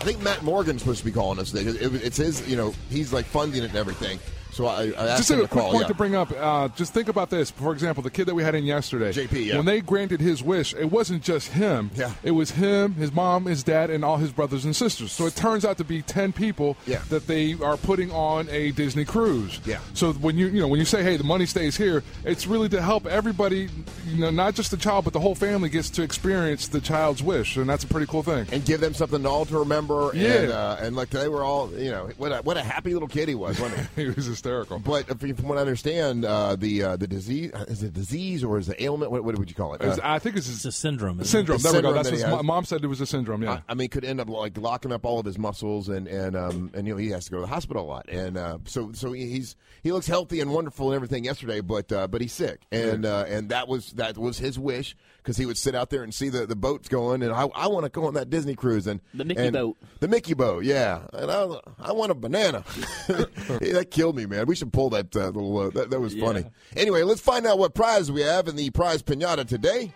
[SPEAKER 2] I think Matt Morgan's supposed to be calling us today. It- It's his, you know, he's like funding it and everything. So I, I asked
[SPEAKER 4] Just
[SPEAKER 2] him
[SPEAKER 4] a
[SPEAKER 2] to
[SPEAKER 4] quick
[SPEAKER 2] call.
[SPEAKER 4] point
[SPEAKER 2] yeah.
[SPEAKER 4] to bring up. Uh, just think about this. For example, the kid that we had in yesterday,
[SPEAKER 2] JP, yeah.
[SPEAKER 4] When they granted his wish, it wasn't just him. Yeah. It was him, his mom, his dad, and all his brothers and sisters. So it turns out to be ten people
[SPEAKER 2] Yeah.
[SPEAKER 4] that they are putting on a Disney cruise.
[SPEAKER 2] Yeah.
[SPEAKER 4] So when you you know when you say hey the money stays here, it's really to help everybody. You know, not just the child, but the whole family gets to experience the child's wish, and that's a pretty cool thing.
[SPEAKER 2] And give them something all to remember.
[SPEAKER 4] Yeah.
[SPEAKER 2] And, uh, and like they were all, you know, what a, what a happy little *laughs* kid he was. Wasn't
[SPEAKER 4] *laughs* he? he was hysterical.
[SPEAKER 2] But if you- from what I understand, uh, the uh, the disease is it disease or is it ailment? What, what would you call
[SPEAKER 4] *laughs*
[SPEAKER 2] it?
[SPEAKER 4] It's-
[SPEAKER 2] Uh,
[SPEAKER 4] I think it's, it's
[SPEAKER 3] a syndrome.
[SPEAKER 4] Syndrome. There we go. That's
[SPEAKER 2] that he
[SPEAKER 4] what my
[SPEAKER 2] has.
[SPEAKER 4] mom said. It was a syndrome. Yeah.
[SPEAKER 2] I mean, could end up like locking up all of his muscles, and and um, and you know he has to go to the hospital a lot, and uh, so so he- he's he looks healthy and wonderful and everything yesterday, but uh, but he's sick, and uh, and that was that was his wish because he would sit out there and see the, the boats going, and I, I want to go on that Disney cruise and
[SPEAKER 5] The Mickey
[SPEAKER 2] and-
[SPEAKER 5] boat.
[SPEAKER 2] the Mickey boat, yeah, and I I want a banana. *laughs* that killed me, man. We should pull that uh, little uh, that, that was funny. Anyway, let's find out what prize we have in the prize pinata today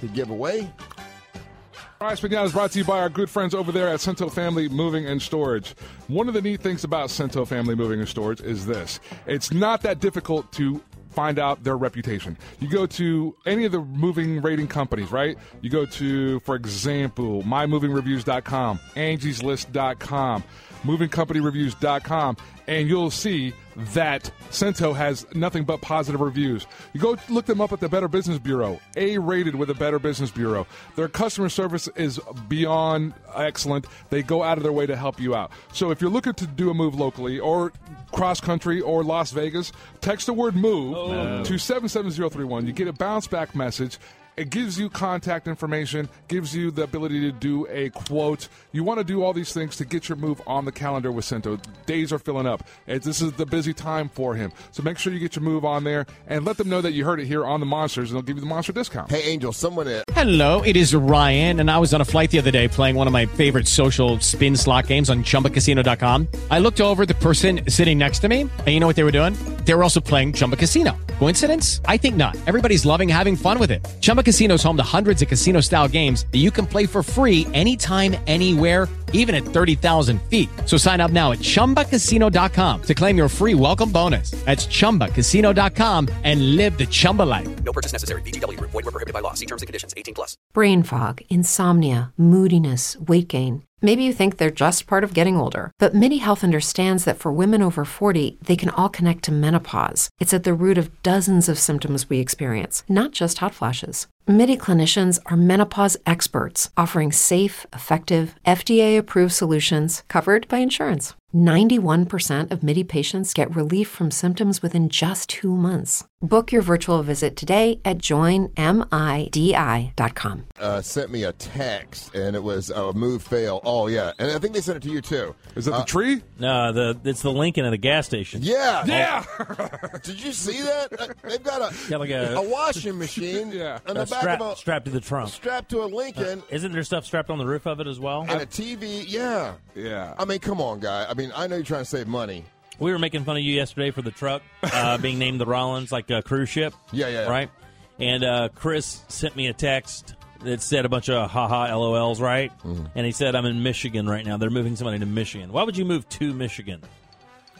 [SPEAKER 2] to give away.
[SPEAKER 4] Prize Pinata is brought to you by our good friends over there at Cento Family Moving and Storage. One of the neat things about Cento Family Moving and Storage is this it's not that difficult to find out their reputation. You go to any of the moving rating companies, right? You go to, for example, mymovingreviews.com, angieslist.com, movingcompanyreviews.com, and you'll see that Cento has nothing but positive reviews. You go look them up at the Better Business Bureau, A rated with the Better Business Bureau. Their customer service is beyond excellent. They go out of their way to help you out. So if you're looking to do a move locally or cross country or Las Vegas, text the word move to 77031. You get a bounce back message. It gives you contact information, gives you the ability to do a quote. You want to do all these things to get your move on the calendar with Cento. Days are filling up. It's- This is the busy time for him. So make sure you get your move on there and let them know that you heard it here on the Monsters, and they'll give you the monster discount.
[SPEAKER 2] Hey, Angel, someone at
[SPEAKER 11] Hello, it is Ryan, and I was on a flight the other day playing one of my favorite social spin slot games on chumbacasino.com. I looked over at the person sitting next to me, and you know what they were doing? They were also playing Chumba Casino. Coincidence? I think not. Everybody's loving having fun with it. Chumba Casino is home to hundreds of casino style games that you can play for free anytime, anywhere, even at 30,000 feet. So sign up now at chumbacasino.com to claim your free welcome bonus. That's chumbacasino.com and live the Chumba life.
[SPEAKER 12] No purchase necessary. VGW Group. Void were prohibited by law. See terms and conditions. 18 plus.
[SPEAKER 7] Brain fog, insomnia, moodiness, weight gain. Maybe you think they're just part of getting older, but MIDI Health understands that for women over 40, they can all connect to menopause. It's at the root of dozens of symptoms we experience, not just hot flashes. MIDI clinicians are menopause experts, offering safe, effective, FDA approved solutions covered by insurance. 91% of MIDI patients get relief from symptoms within just two months. Book your virtual visit today at joinmidi.com.
[SPEAKER 2] uh, sent me a text, and it was uh, move fail. Oh yeah, and I think they sent it to you too. Uh, Is that the
[SPEAKER 4] tree?
[SPEAKER 3] No, Uh, the it's the Lincoln at the gas station.
[SPEAKER 2] Yeah,
[SPEAKER 3] Yeah.
[SPEAKER 2] *laughs* Did you see that? Uh, They've got a
[SPEAKER 3] Yeah, *laughs* like a-
[SPEAKER 2] a washing machine. *laughs* yeah, Uh, on the
[SPEAKER 3] Uh,
[SPEAKER 2] back
[SPEAKER 3] strap-
[SPEAKER 2] of a
[SPEAKER 3] strapped to the trunk. Uh,
[SPEAKER 2] strapped to a Lincoln.
[SPEAKER 3] Isn't there stuff strapped on the roof of it as well?
[SPEAKER 2] and a TV, yeah,
[SPEAKER 4] yeah.
[SPEAKER 2] I mean, come on, guy. I mean, I know you're trying to save money.
[SPEAKER 3] We were making fun of you yesterday for the truck uh, being named the Rollins, like a cruise ship.
[SPEAKER 2] Yeah, yeah, yeah.
[SPEAKER 3] Right? And uh, Chris sent me a text that said a bunch of haha LOLs, right?
[SPEAKER 2] Mm-hmm.
[SPEAKER 3] And he said, I'm in Michigan right now. They're moving somebody to Michigan. Why would you move to Michigan?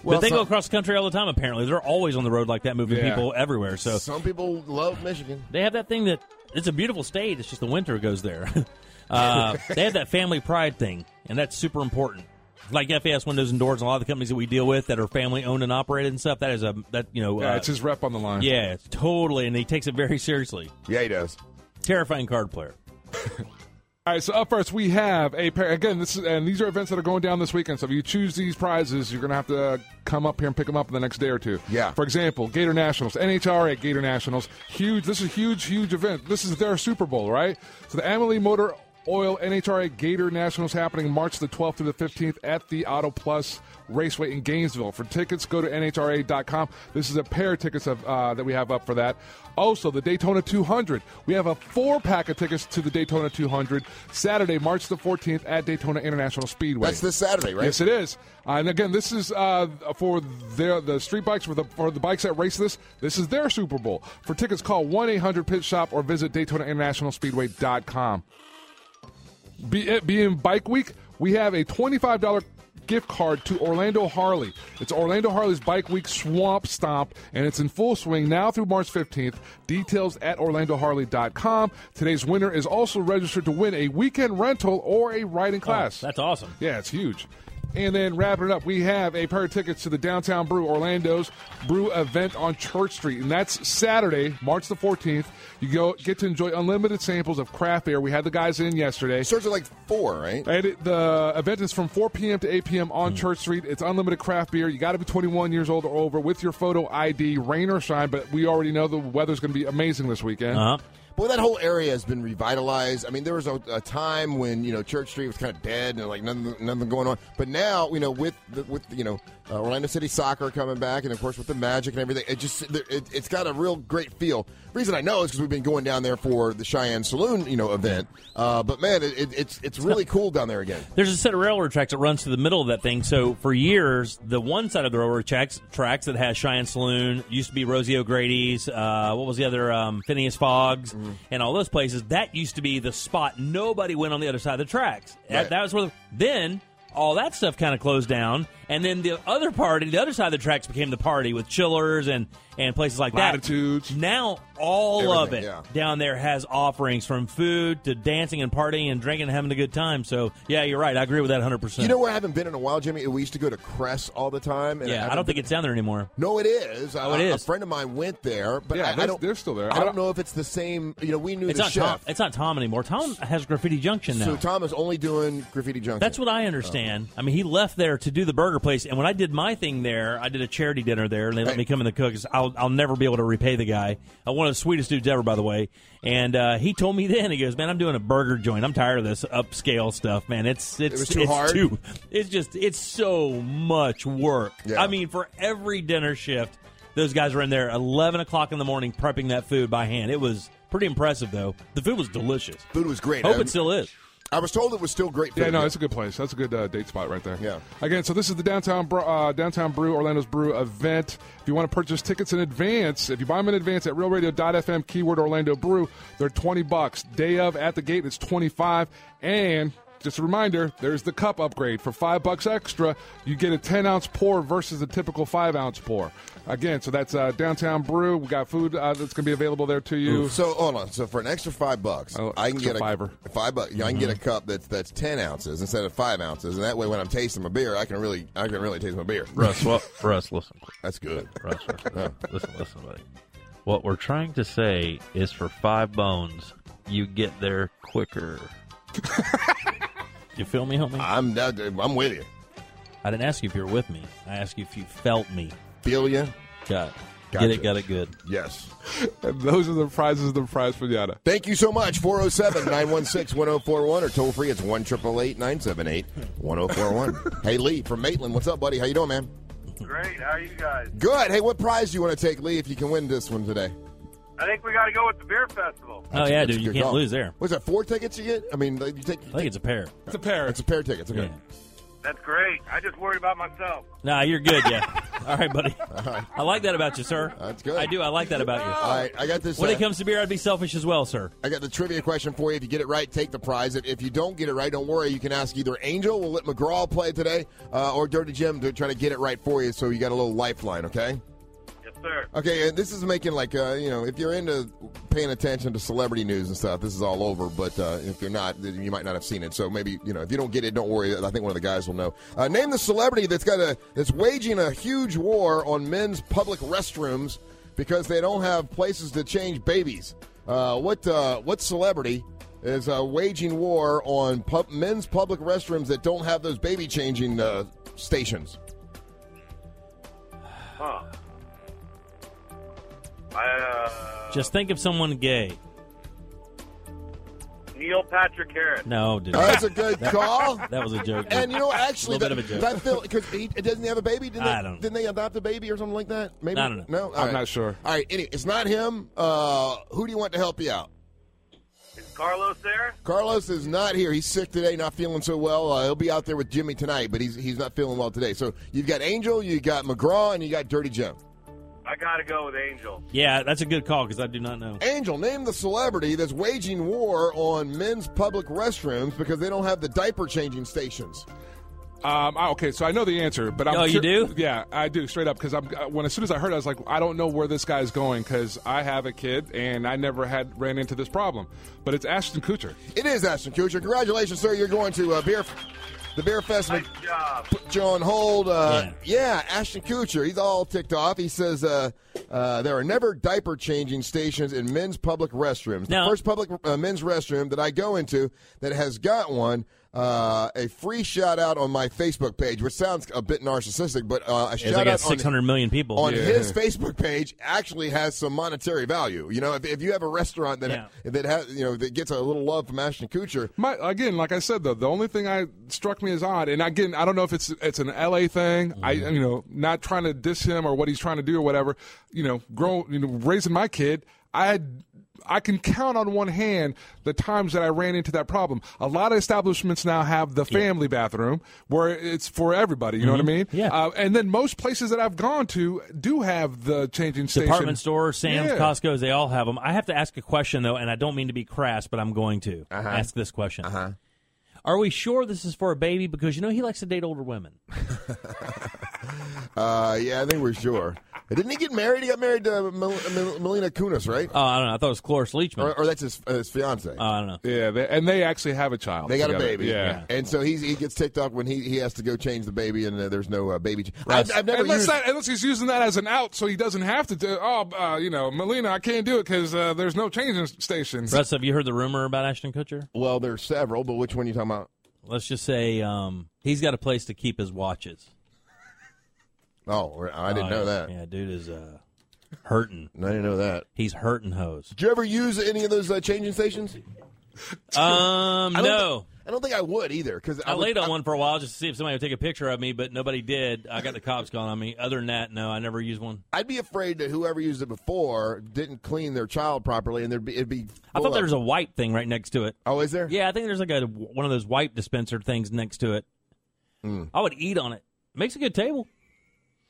[SPEAKER 2] Well,
[SPEAKER 3] but they
[SPEAKER 2] some-
[SPEAKER 3] go across the country all the time, apparently. They're always on the road like that, moving
[SPEAKER 2] Yeah.
[SPEAKER 3] people everywhere. So
[SPEAKER 2] Some people love Michigan.
[SPEAKER 3] they have that thing that it's a beautiful state. It's just the winter goes there. *laughs* uh, they have that family pride thing, and that's super important. Like FAS windows and doors, and a lot of the companies that we deal with that are family owned and operated and stuff. That is a that you know.
[SPEAKER 4] Yeah,
[SPEAKER 3] uh,
[SPEAKER 4] it's his rep on the line.
[SPEAKER 3] Yeah, totally, and he takes it very seriously.
[SPEAKER 2] Yeah, he does.
[SPEAKER 3] Terrifying card player.
[SPEAKER 4] All right, so up first we have a pair. Again, this is, and these are events that are going down this weekend. So if you choose these prizes, you're going to have to uh, come up here and pick them up in the next day or two.
[SPEAKER 2] Yeah.
[SPEAKER 4] For example, Gator Nationals, NHRA Gator Nationals, huge. This is a huge, huge event. This is their Super Bowl, right? So the Amalie Motor Oil NHRA Gator Nationals happening March the 12th through the 15th at the Auto Plus Raceway in Gainesville. For tickets, go to NHRA.com. This is a pair of tickets of, uh, that we have up for that. Also, the Daytona 200. We have a four pack of tickets to the Daytona 200 Saturday, March the 14th at Daytona International Speedway.
[SPEAKER 2] That's this Saturday, right?
[SPEAKER 4] Yes, it is. Uh, and again, this is uh, for their, the street bikes, for the, for the bikes that race this. This is their Super Bowl. For tickets, call 1 800 Pit Shop or visit DaytonaInternationalSpeedway.com. Be, it being Bike Week, we have a $25 gift card to Orlando Harley. It's Orlando Harley's Bike Week Swamp Stomp, and it's in full swing now through March 15th. Details at OrlandoHarley.com. Today's winner is also registered to win a weekend rental or a riding class.
[SPEAKER 3] Oh, that's awesome.
[SPEAKER 4] Yeah, it's huge. And then wrapping it up, we have a pair of tickets to the Downtown Brew Orlando's Brew event on Church Street, and that's Saturday, March the 14th. You go get to enjoy unlimited samples of craft beer. We had the guys in yesterday.
[SPEAKER 2] Starts at like four, right?
[SPEAKER 4] And it, the event is from 4 p.m. to 8 p.m. on Church Street. It's unlimited craft beer. You got to be 21 years old or over with your photo ID, rain or shine. But we already know the weather's going to be amazing this weekend.
[SPEAKER 2] Boy, that whole area has been revitalized. I mean, there was a, a time when you know Church Street was kind of dead and like nothing, nothing going on. But now, you know, with the, with you know uh, Orlando City Soccer coming back, and of course with the Magic and everything, it just there- it, it's got a real great feel. Reason I know is because we've been going down there for the Cheyenne Saloon, you know, event. Uh, but man, it, it, it's
[SPEAKER 3] *laughs*
[SPEAKER 2] it's really cool down there again.
[SPEAKER 3] There's a set of railroad tracks that runs through the middle of that thing. So for years, the one side of the railroad tracks, tracks that has Cheyenne Saloon used to be Rosie O'Grady's. Uh, what was the other? Um, Phineas Fogg's and all those places. That used to be the spot. Nobody went on the other side of the tracks. That, that was where. The, then all that stuff kind of closed down, and then the other party, the other side of the tracks became the party with Chillers and and places like that. Now all of it
[SPEAKER 2] Everything, yeah.
[SPEAKER 3] down there has offerings from food to dancing and partying and drinking and having a good time. So, yeah, you're right. I agree with that 100%.
[SPEAKER 2] You know where I haven't been in a while, Jimmy? We used to go to Cress all the time. And
[SPEAKER 3] yeah, I,
[SPEAKER 2] haven't
[SPEAKER 3] don't think
[SPEAKER 2] been-
[SPEAKER 3] it's down there anymore.
[SPEAKER 2] No, it is.
[SPEAKER 3] Oh,
[SPEAKER 2] I-
[SPEAKER 3] it is.
[SPEAKER 2] A friend of mine went there, but
[SPEAKER 4] Yeah,
[SPEAKER 2] I, I
[SPEAKER 4] they're-
[SPEAKER 2] don't,
[SPEAKER 4] they're still there.
[SPEAKER 2] I
[SPEAKER 4] I
[SPEAKER 2] don't know if it's the same. You know, we knew
[SPEAKER 3] It's
[SPEAKER 2] the
[SPEAKER 3] not
[SPEAKER 2] chef.
[SPEAKER 3] Tom. It's not Tom anymore. Tom has Graffiti Junction now.
[SPEAKER 2] So Tom Oh. is only doing Graffiti Junction.
[SPEAKER 3] That's what I understand. I mean, he left there to do the burger place, and when I did my thing there, I did a charity dinner there, and they let me come in the cook. 'cause I'll, I'll never be able to repay the guy. Uh, one of the sweetest dudes ever, by the way. And uh, he told me then, he goes, "Man, I'm doing a burger joint. I'm tired of this upscale stuff, man. It's it's
[SPEAKER 2] was too
[SPEAKER 3] it's
[SPEAKER 2] hard?
[SPEAKER 3] too- it's just it's so much work. I mean, for every dinner shift, those guys were in there 11 o'clock in the morning prepping that food by hand. It was pretty impressive, though. The food was delicious.
[SPEAKER 2] Food was great.
[SPEAKER 3] Hope
[SPEAKER 2] I'm-
[SPEAKER 3] it still is.
[SPEAKER 2] I was told it was still great.
[SPEAKER 4] Yeah,
[SPEAKER 2] food.
[SPEAKER 4] no, it's a good place. That's a good uh, date spot right there.
[SPEAKER 2] Yeah.
[SPEAKER 4] Again, so this is the downtown Bro- uh, downtown Brew Orlando's Brew event. If you want to purchase tickets in advance, if you buy them in advance at RealRadio.fm keyword Orlando Brew, they're twenty bucks. Day of at the gate, it's twenty five. And just a reminder, there's the cup upgrade for five bucks extra. You get a ten ounce pour versus a typical five ounce pour. Again, so that's uh, downtown Brew. We got food uh, that's going to be available there to you.
[SPEAKER 2] So hold on. So for an extra five bucks, I can
[SPEAKER 4] Oh, extra Mm-hmm.
[SPEAKER 2] get a
[SPEAKER 4] fiver.
[SPEAKER 2] Five bucks. Yeah, I can get a cup that's that's ten ounces instead of five ounces, and that way when I'm tasting my beer, I can really I can really taste my beer.
[SPEAKER 13] Russ, what, Russ, listen.
[SPEAKER 2] That's good.
[SPEAKER 13] Russ,
[SPEAKER 2] *laughs*
[SPEAKER 13] Russ, listen, listen, buddy. What we're trying to say is for five bones, you get there quicker.
[SPEAKER 3] you feel me, homie?
[SPEAKER 2] I'm I'm with you.
[SPEAKER 3] I didn't ask you if you were with me. I asked you if you felt me.
[SPEAKER 2] Feel you?
[SPEAKER 3] Got. Get
[SPEAKER 2] Gotcha.
[SPEAKER 3] it, got it good.
[SPEAKER 2] Yes.
[SPEAKER 4] And *laughs* those are the prizes of the prize pinata.
[SPEAKER 2] Thank you so much. 407 916 1041 or toll free. It's 1 978
[SPEAKER 4] *laughs*
[SPEAKER 2] 1041. Hey, Lee from Maitland. What's up, buddy? How you doing, man?
[SPEAKER 14] Great. How are you guys?
[SPEAKER 2] Good. Hey, what prize do you want to take, Lee, if you can win this one today?
[SPEAKER 14] I think we got to go with the beer festival.
[SPEAKER 3] Oh, yeah, dude, you can't lose there.
[SPEAKER 2] Was that four tickets you get? I mean, like, you take. I
[SPEAKER 3] think it's a pair.
[SPEAKER 4] It's a pair.
[SPEAKER 2] It's a pair of tickets. Okay.
[SPEAKER 14] That's great. I just worried about myself.
[SPEAKER 3] Nah, you're good, yeah. All right, buddy. I like that about you, sir. That's good. I do. I like that about you.
[SPEAKER 2] All right, I got this,
[SPEAKER 3] When
[SPEAKER 2] uh,
[SPEAKER 3] it comes to beer, I'd be selfish as well, sir.
[SPEAKER 2] *laughs* I got the trivia question for you. If you get it right, take the prize. If- If you don't get it right, don't worry. You can ask either Angel, we'll let McGraw play today, uh, or Dirty Jim to try to get it right for you. So you got a little lifeline, okay?
[SPEAKER 14] Yes, sir.
[SPEAKER 2] Okay, and this is making like uh, you know, if you're into paying attention to celebrity news and stuff, this is all over. But uh, if you're not, then you might not have seen it. So maybe you know, if you don't get it, don't worry. I think one of the guys will know. Uh, name the celebrity that's got a that's waging a huge war on men's public restrooms because they don't have places to change babies. Uh, what uh, what celebrity is uh, waging war on pub- men's public restrooms that don't have those baby changing uh, stations.
[SPEAKER 14] Huh. I, uh,
[SPEAKER 3] Just think of someone gay.
[SPEAKER 14] Neil Patrick Harris.
[SPEAKER 3] No, dude.
[SPEAKER 2] Oh, that's a good
[SPEAKER 3] That-
[SPEAKER 2] call.
[SPEAKER 3] *laughs* That was a joke.
[SPEAKER 2] And you know, actually,
[SPEAKER 3] a little
[SPEAKER 2] that,
[SPEAKER 3] bit of a joke.
[SPEAKER 2] that feel because doesn't he have a baby? Didn't
[SPEAKER 3] I
[SPEAKER 2] they,
[SPEAKER 3] don't know.
[SPEAKER 2] Didn't they adopt a baby or something like that? Maybe.
[SPEAKER 3] I don't know.
[SPEAKER 2] No, All
[SPEAKER 4] I'm
[SPEAKER 2] right.
[SPEAKER 4] not sure.
[SPEAKER 2] All right, anyway, it's not him. Uh, who do you want to help you out?
[SPEAKER 14] Is Carlos there?
[SPEAKER 2] Carlos is not here. He's sick today, not feeling so well. Uh, he'll be out there with Jimmy tonight, but he's he's not feeling well today. So you've got Angel, you got McGraw, and you got Dirty Joe.
[SPEAKER 14] I gotta go with Angel.
[SPEAKER 3] Yeah, that's a good call because I do not know.
[SPEAKER 2] Angel, name the celebrity that's waging war on men's public restrooms because they don't have the diaper changing stations.
[SPEAKER 4] Um, I, okay, so I know the answer, but I'm
[SPEAKER 3] Oh, you do?
[SPEAKER 4] Yeah, I do straight up because I'm uh, when as soon as I heard, it, I was like, I don't know where this guy's going because I have a kid and I never had ran into this problem. But it's Ashton Kutcher.
[SPEAKER 2] It is Ashton Kutcher. Congratulations, sir. You're going to uh, beer, the beer festival. Nice
[SPEAKER 14] job.
[SPEAKER 2] Put you on hold. Uh, yeah. Ashton Kutcher. He's all ticked off. He says uh, uh, there are never diaper changing stations in men's public restrooms. The first public uh, men's restroom that I go into that has got one. Uh, a free shout out on my Facebook page, which sounds a bit narcissistic, but uh, a
[SPEAKER 3] It's
[SPEAKER 2] shout
[SPEAKER 3] like got
[SPEAKER 2] out
[SPEAKER 3] 600 million people.
[SPEAKER 2] on his Facebook page actually has some monetary value. You know, if, if you have a restaurant that that has you know that gets a little love from Ashton Kutcher,
[SPEAKER 4] My, again, like I said though, the only thing I struck me as odd, and again, I don't know if it's it's an LA thing. I
[SPEAKER 3] Mm-hmm.
[SPEAKER 4] you know not trying to diss him or what he's trying to do or whatever. You know, grow you know raising my kid, I had. I can count on one hand the times that I ran into that problem. A lot of establishments now have the family bathroom where it's for everybody. You know what I
[SPEAKER 3] Mm-hmm.
[SPEAKER 4] mean? Yeah. Uh, and then most places that I've gone to do have the changing station.
[SPEAKER 3] Department store, Sam's,
[SPEAKER 4] Yeah.
[SPEAKER 3] Costco's, they all have them. I have to ask a question, though, and I don't mean to be crass, but I'm going to ask this question. Uh-huh. Are we sure this is for a baby? Because, you know, he likes to date older women.
[SPEAKER 2] uh, yeah, I think we're sure. Didn't he get married? He got married to Mel- Mel- Melina Kunis, right?
[SPEAKER 3] Oh, I don't know. I thought it was Cloris Leachman. Oh,
[SPEAKER 2] Or, or that's his, uh, his fiance.
[SPEAKER 3] I don't know.
[SPEAKER 4] Yeah, they, and they actually have a child.
[SPEAKER 2] They got a
[SPEAKER 4] together.
[SPEAKER 2] baby,
[SPEAKER 4] Yeah.
[SPEAKER 2] and so he's, he gets ticked off when he, he has to go change the baby, and uh, there's no uh, baby. ch- I've, I've never
[SPEAKER 4] unless,
[SPEAKER 2] used.
[SPEAKER 4] that, unless he's using that as an out, so he doesn't have to do. Oh, uh, you know, Melina, I can't do it because uh, there's no changing stations.
[SPEAKER 3] Russ, have you heard the rumor about Ashton Kutcher?
[SPEAKER 2] Well, there's several, but which one are you talking about?
[SPEAKER 3] Let's just say um, he's got a place to keep his watches.
[SPEAKER 2] *laughs* Oh, I didn't
[SPEAKER 3] Oh, yeah.
[SPEAKER 2] know that.
[SPEAKER 3] Yeah, dude is uh, hurting.
[SPEAKER 2] *laughs* I didn't know that.
[SPEAKER 3] He's hurting hoes.
[SPEAKER 2] Did you ever use any of those uh, changing stations?
[SPEAKER 3] *laughs* Um,
[SPEAKER 2] I don't
[SPEAKER 3] no.
[SPEAKER 2] thi- I don't think I would either because
[SPEAKER 3] I laid on one for a while just to see if somebody would take a picture of me, but nobody did. I got the cops calling on me. Other than that, no, I never used one.
[SPEAKER 2] I'd be afraid that whoever used it before didn't clean their child properly, and there'd be it'd be.
[SPEAKER 3] I
[SPEAKER 2] full
[SPEAKER 3] thought there
[SPEAKER 2] of-
[SPEAKER 3] was a wipe thing right next to it.
[SPEAKER 2] Oh, is there?
[SPEAKER 3] Yeah, I think there's like a one of those wipe dispenser things next to it.
[SPEAKER 2] Hmm.
[SPEAKER 3] I would eat on it. Makes a good table.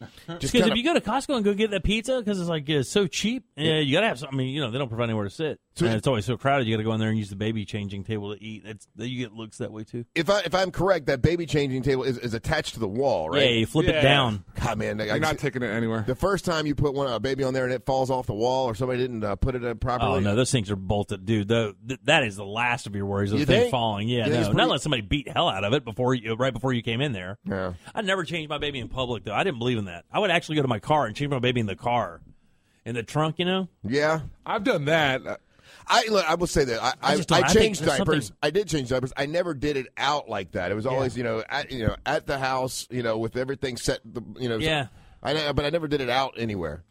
[SPEAKER 3] Just because
[SPEAKER 2] kinda-
[SPEAKER 3] if you go to Costco and go get that pizza because it's like it's so cheap, yeah, you gotta have. Some, I mean, you know, they don't provide anywhere to sit, and it's always so crowded. You gotta go in there and use the baby changing table to eat. It's you get looks that way too.
[SPEAKER 2] If I if I'm correct, that baby changing table is, is attached to the wall, right?
[SPEAKER 3] Yeah, you flip it Yeah. down.
[SPEAKER 2] God, Ah, man, I- I
[SPEAKER 4] You're not
[SPEAKER 2] just-
[SPEAKER 4] taking it anywhere.
[SPEAKER 2] the first time you put one a baby on there and it falls off the wall, or somebody didn't uh, put it up properly.
[SPEAKER 3] Oh no, those things are bolted, dude. Though th- that is the last of your worries.
[SPEAKER 2] You
[SPEAKER 3] The thing
[SPEAKER 2] think?
[SPEAKER 3] falling, yeah,
[SPEAKER 2] Yeah,
[SPEAKER 3] no,
[SPEAKER 2] it's
[SPEAKER 3] not
[SPEAKER 2] pretty-
[SPEAKER 3] unless somebody beat hell out of it before you, right before you came in there.
[SPEAKER 2] Yeah.
[SPEAKER 3] I never changed my baby in public though. I didn't believe in that. I would actually go to my car and change my baby in the car, in the trunk, you know.
[SPEAKER 2] Yeah,
[SPEAKER 4] I've done that.
[SPEAKER 2] I look, I will say that I
[SPEAKER 3] I
[SPEAKER 2] I,
[SPEAKER 3] just
[SPEAKER 2] I,
[SPEAKER 3] don't- I think
[SPEAKER 2] changed
[SPEAKER 3] there's
[SPEAKER 2] diapers.
[SPEAKER 3] something-
[SPEAKER 2] I did change diapers. I never did it out like that. It was always you know at you know at the house you know with everything set the you know
[SPEAKER 3] Yeah.
[SPEAKER 2] I know, but I never did it out anywhere.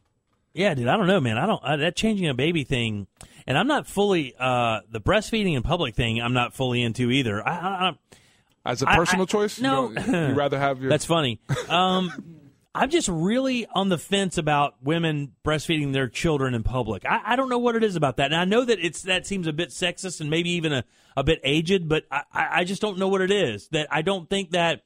[SPEAKER 3] Yeah, dude, I don't know, man. I don't uh, that changing a baby thing, and I'm not fully uh, the breastfeeding in public thing. I'm not fully into either. I, I, I,
[SPEAKER 4] As a
[SPEAKER 3] I-
[SPEAKER 4] personal
[SPEAKER 3] I-
[SPEAKER 4] choice,
[SPEAKER 3] no.
[SPEAKER 4] you would rather have
[SPEAKER 3] *laughs*
[SPEAKER 4] your.
[SPEAKER 3] That's funny. Um, *laughs* I'm just really on the fence about women breastfeeding their children in public. I, I don't know what it is about that, and I know that it's that seems a bit sexist and maybe even a, a bit aged, but I, I I just don't know what it is that I don't think that.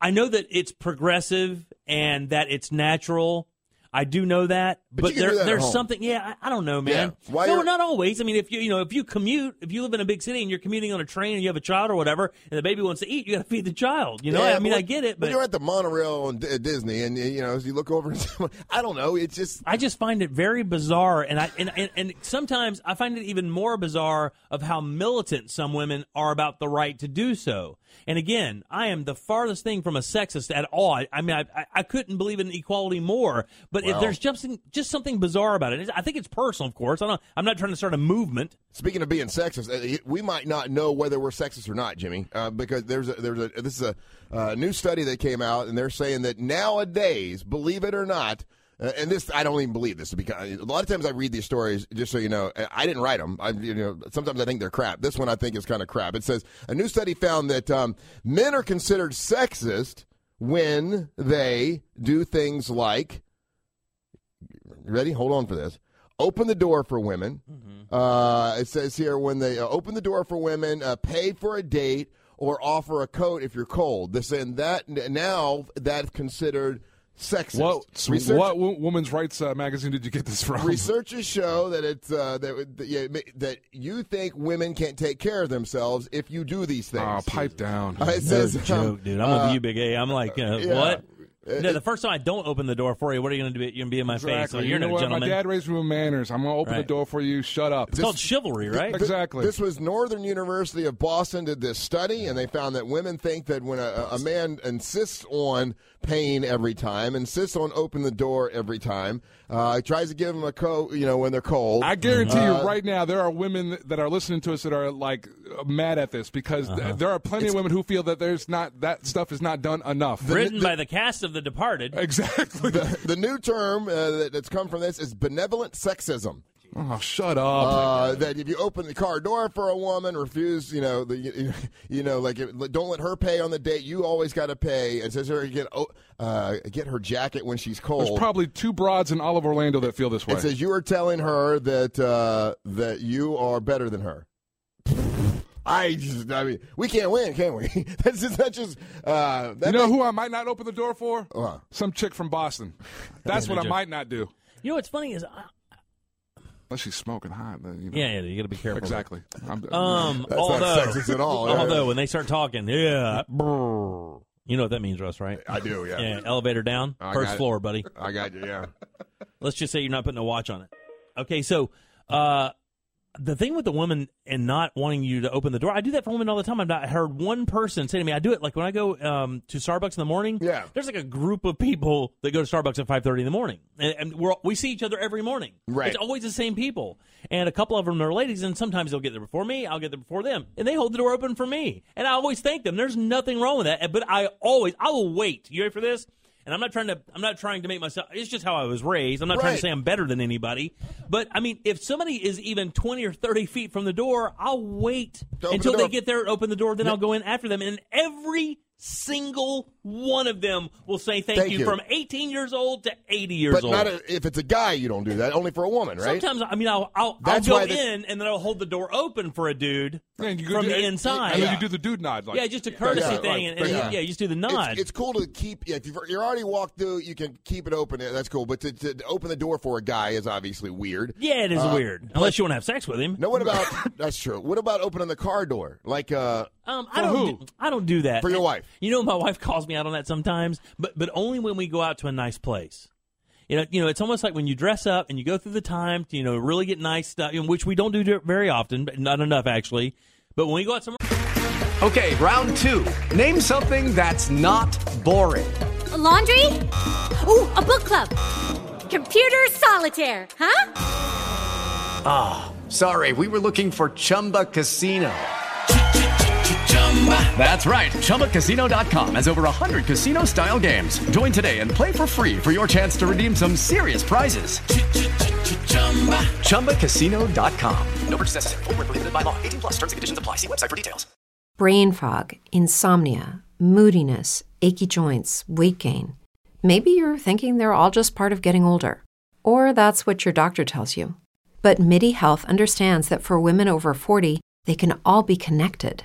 [SPEAKER 3] I know that it's progressive and that it's natural. I do know that, but,
[SPEAKER 2] you can
[SPEAKER 3] there,
[SPEAKER 2] do that at
[SPEAKER 3] there's
[SPEAKER 2] home.
[SPEAKER 3] something. Yeah, I, I don't know, man.
[SPEAKER 2] Yeah. Why
[SPEAKER 3] no,
[SPEAKER 2] you're-
[SPEAKER 3] not always. I mean, if you you know if you commute, if you live in a big city and you're commuting on a train and you have a child or whatever, and the baby wants to eat, you got to *laughs* feed the child. You know,
[SPEAKER 2] Yeah,
[SPEAKER 3] I mean,
[SPEAKER 2] but
[SPEAKER 3] I get it, but
[SPEAKER 2] when you're at the monorail on D- at Disney, and you know, as you look over, and *laughs* someone, I don't know. It's just
[SPEAKER 3] I just find it very bizarre, and I and, and and sometimes I find it even more bizarre of how militant some women are about the right to do so. And again, I am the farthest thing from a sexist at all. I, I mean, I, I- I couldn't believe in equality more. But
[SPEAKER 2] Wow.
[SPEAKER 3] if there's just just just something bizarre about it. It's- I think it's personal, of course. I don't, I'm not trying to start a movement.
[SPEAKER 2] Speaking of being sexist, uh, we might not know whether we're sexist or not, Jimmy, uh, because there's a, there's a this is a uh, new study that came out, and they're saying that nowadays, believe it or not, uh, and this I don't even believe this because a lot of times I read these stories. Just so you know, I- I didn't write them. I, you know, sometimes I think they're crap. This one I think is kind of crap. It says a new study found that um, men are considered sexist when they do things like ready? Hold on for this. Open the door for women.
[SPEAKER 4] Mm-hmm.
[SPEAKER 2] Uh, it says here when they uh, open the door for women, uh, pay for a date or offer a coat if you're cold. This and that n- now that's considered sexist.
[SPEAKER 4] What, what wo- woman's rights uh, magazine did you get this from? *laughs*
[SPEAKER 2] Researchers show that it's uh, that, that, yeah, ma- that you think women can't take care of themselves if you do these things.
[SPEAKER 4] Oh, pipe down.
[SPEAKER 2] Uh, it says,
[SPEAKER 3] Joke, dude. I'm
[SPEAKER 2] uh,
[SPEAKER 3] with you, Big A. I'm like, uh,
[SPEAKER 2] yeah.
[SPEAKER 3] what? No, the first time I don't open the door for you, what are you going to do? You're going to be in my face. So
[SPEAKER 4] Exactly.
[SPEAKER 3] you're
[SPEAKER 4] you know
[SPEAKER 3] no
[SPEAKER 4] what?
[SPEAKER 3] gentleman.
[SPEAKER 4] My dad raised me with manners. I'm going to open
[SPEAKER 3] Right.
[SPEAKER 4] the door for you. Shut up.
[SPEAKER 3] It's called chivalry, right?
[SPEAKER 2] Th-
[SPEAKER 4] exactly.
[SPEAKER 2] This was Northern University of Boston did this study, and they found that women think that when a, a man insists on paying every time, insists on open the door every time, uh, tries to give them a coat, you know, when they're cold.
[SPEAKER 4] I guarantee
[SPEAKER 2] uh,
[SPEAKER 4] you right now there are women that are listening to us that are like mad at this because
[SPEAKER 2] Uh-huh.
[SPEAKER 4] th- there are plenty of women who feel that there's not that stuff is not done enough.
[SPEAKER 3] Written by the cast of The Departed.
[SPEAKER 4] Exactly. *laughs*
[SPEAKER 2] The, the new term uh, that, that's come from this is benevolent sexism.
[SPEAKER 4] Oh, shut
[SPEAKER 2] Uh,
[SPEAKER 4] up.
[SPEAKER 2] that if you open the car door for a woman, refuse, you know, the, you, *laughs* know, like it- don't let her pay on the date. You always got to pay. It says here get oh, uh, get her jacket when she's cold.
[SPEAKER 4] there's *laughs* probably two broads in all of Orlando that feel this way.
[SPEAKER 2] It says you are telling her that uh, that you are better than her. I just, I mean, we can't win, can we? *laughs* that's just, that's just. Uh,
[SPEAKER 4] you
[SPEAKER 2] that
[SPEAKER 4] know
[SPEAKER 2] makes- Uh-huh.
[SPEAKER 4] who I might not open the door for? Some chick from
[SPEAKER 2] *laughs*
[SPEAKER 4] Boston. That's what I
[SPEAKER 3] Joke.
[SPEAKER 4] might not do.
[SPEAKER 3] You know what's funny is, I,
[SPEAKER 4] Unless she's smoking hot. Then, you know.
[SPEAKER 3] yeah, yeah, you got to be careful.
[SPEAKER 4] Exactly. I'm,
[SPEAKER 3] Um,
[SPEAKER 4] That's not
[SPEAKER 3] although,
[SPEAKER 4] sexist at all, yeah.
[SPEAKER 3] Although when they start talking, yeah,
[SPEAKER 4] *laughs*
[SPEAKER 3] brrr. you know what that means, Russ, right? I do.
[SPEAKER 2] yeah.
[SPEAKER 3] Yeah. Elevator down,
[SPEAKER 2] I
[SPEAKER 3] first
[SPEAKER 2] got it.
[SPEAKER 3] floor, buddy.
[SPEAKER 2] I got you. Yeah.
[SPEAKER 3] *laughs* Let's just say you're not putting a watch on it. Okay, so uh, the thing with the woman and not wanting you to open the door, I do that for women all the time. I've not heard one person say to me, I do it like when I go um, to Starbucks in the morning. Yeah, there's like a group of people that go to Starbucks at 5:30 in the morning, and, and we're we see each other every morning.
[SPEAKER 2] Right.
[SPEAKER 3] it's always the same people, and a couple of them are ladies, and sometimes they'll get there before me, I'll get there before them, and they hold the door open for me, and I always thank them. There's nothing wrong with that, but I always I will wait. You ready for this? And I'm not trying to I'm not trying to make myself. It's just how I was raised. I'm not trying
[SPEAKER 2] Right.
[SPEAKER 3] to say I'm better than anybody, but I mean, if somebody is even 20 or 30 feet from the door, I'll wait
[SPEAKER 2] open
[SPEAKER 3] until
[SPEAKER 2] the
[SPEAKER 3] they
[SPEAKER 2] door.
[SPEAKER 3] get there and open the door. Then I'll go in after them, and every single one of them will say thank,
[SPEAKER 2] Thank
[SPEAKER 3] you,
[SPEAKER 2] you.
[SPEAKER 3] from 18 years old to 80 years
[SPEAKER 2] but
[SPEAKER 3] old.
[SPEAKER 2] not a, if it's a guy, you don't do that. Only for a woman, right?
[SPEAKER 3] Sometimes I mean I'll I'll, I'll
[SPEAKER 2] That's
[SPEAKER 3] go
[SPEAKER 2] why the-
[SPEAKER 3] in and then I'll hold the door open for a dude
[SPEAKER 4] Man, you go
[SPEAKER 3] from
[SPEAKER 4] do-
[SPEAKER 3] the
[SPEAKER 4] and-
[SPEAKER 3] inside.
[SPEAKER 4] And then you do the dude nod. Like,
[SPEAKER 3] yeah, just a courtesy
[SPEAKER 4] Yeah,
[SPEAKER 3] thing,
[SPEAKER 4] like,
[SPEAKER 3] and, and
[SPEAKER 4] yeah.
[SPEAKER 3] yeah. you just do the nod.
[SPEAKER 2] It's, it's cool to keep. Yeah, if you've, you're already walked through, you can keep it open. yeah, That's cool. But to, to open the door for a guy is obviously weird.
[SPEAKER 3] yeah, it is
[SPEAKER 2] Uh,
[SPEAKER 3] weird unless you want to have sex with him.
[SPEAKER 2] No,
[SPEAKER 3] *laughs*
[SPEAKER 2] what about? that's true. What about opening the car door? Like, uh,
[SPEAKER 3] Um, I don't. Do, I don't do that
[SPEAKER 2] For your wife.
[SPEAKER 3] Uh, You know, my *laughs* wife calls me out on that sometimes, but but only when we go out to a nice place. You know, you know, it's almost like when you dress up and you go through the time to you know really get nice stuff, you know, which we don't do very often, but not enough actually. But when we go out somewhere,
[SPEAKER 15] Okay, round two. Name something that's not boring.
[SPEAKER 16] laundry? Ooh, a book club. Computer solitaire, huh?
[SPEAKER 15] Ah, sorry, we were looking for Chumba Casino. That's right, ChumbaCasino.com has over 100 casino style games. Join today and play for free for your chance to redeem some serious prizes. ChumbaCasino.com. No purchase necessary, forward prohibited by law, 18 plus terms and conditions apply. See website for details.
[SPEAKER 7] Brain fog, insomnia, moodiness, achy joints, weight gain. Maybe you're thinking they're all just part of getting older, or that's what your doctor tells you. But MIDI Health understands that for women over 40, they can all be connected.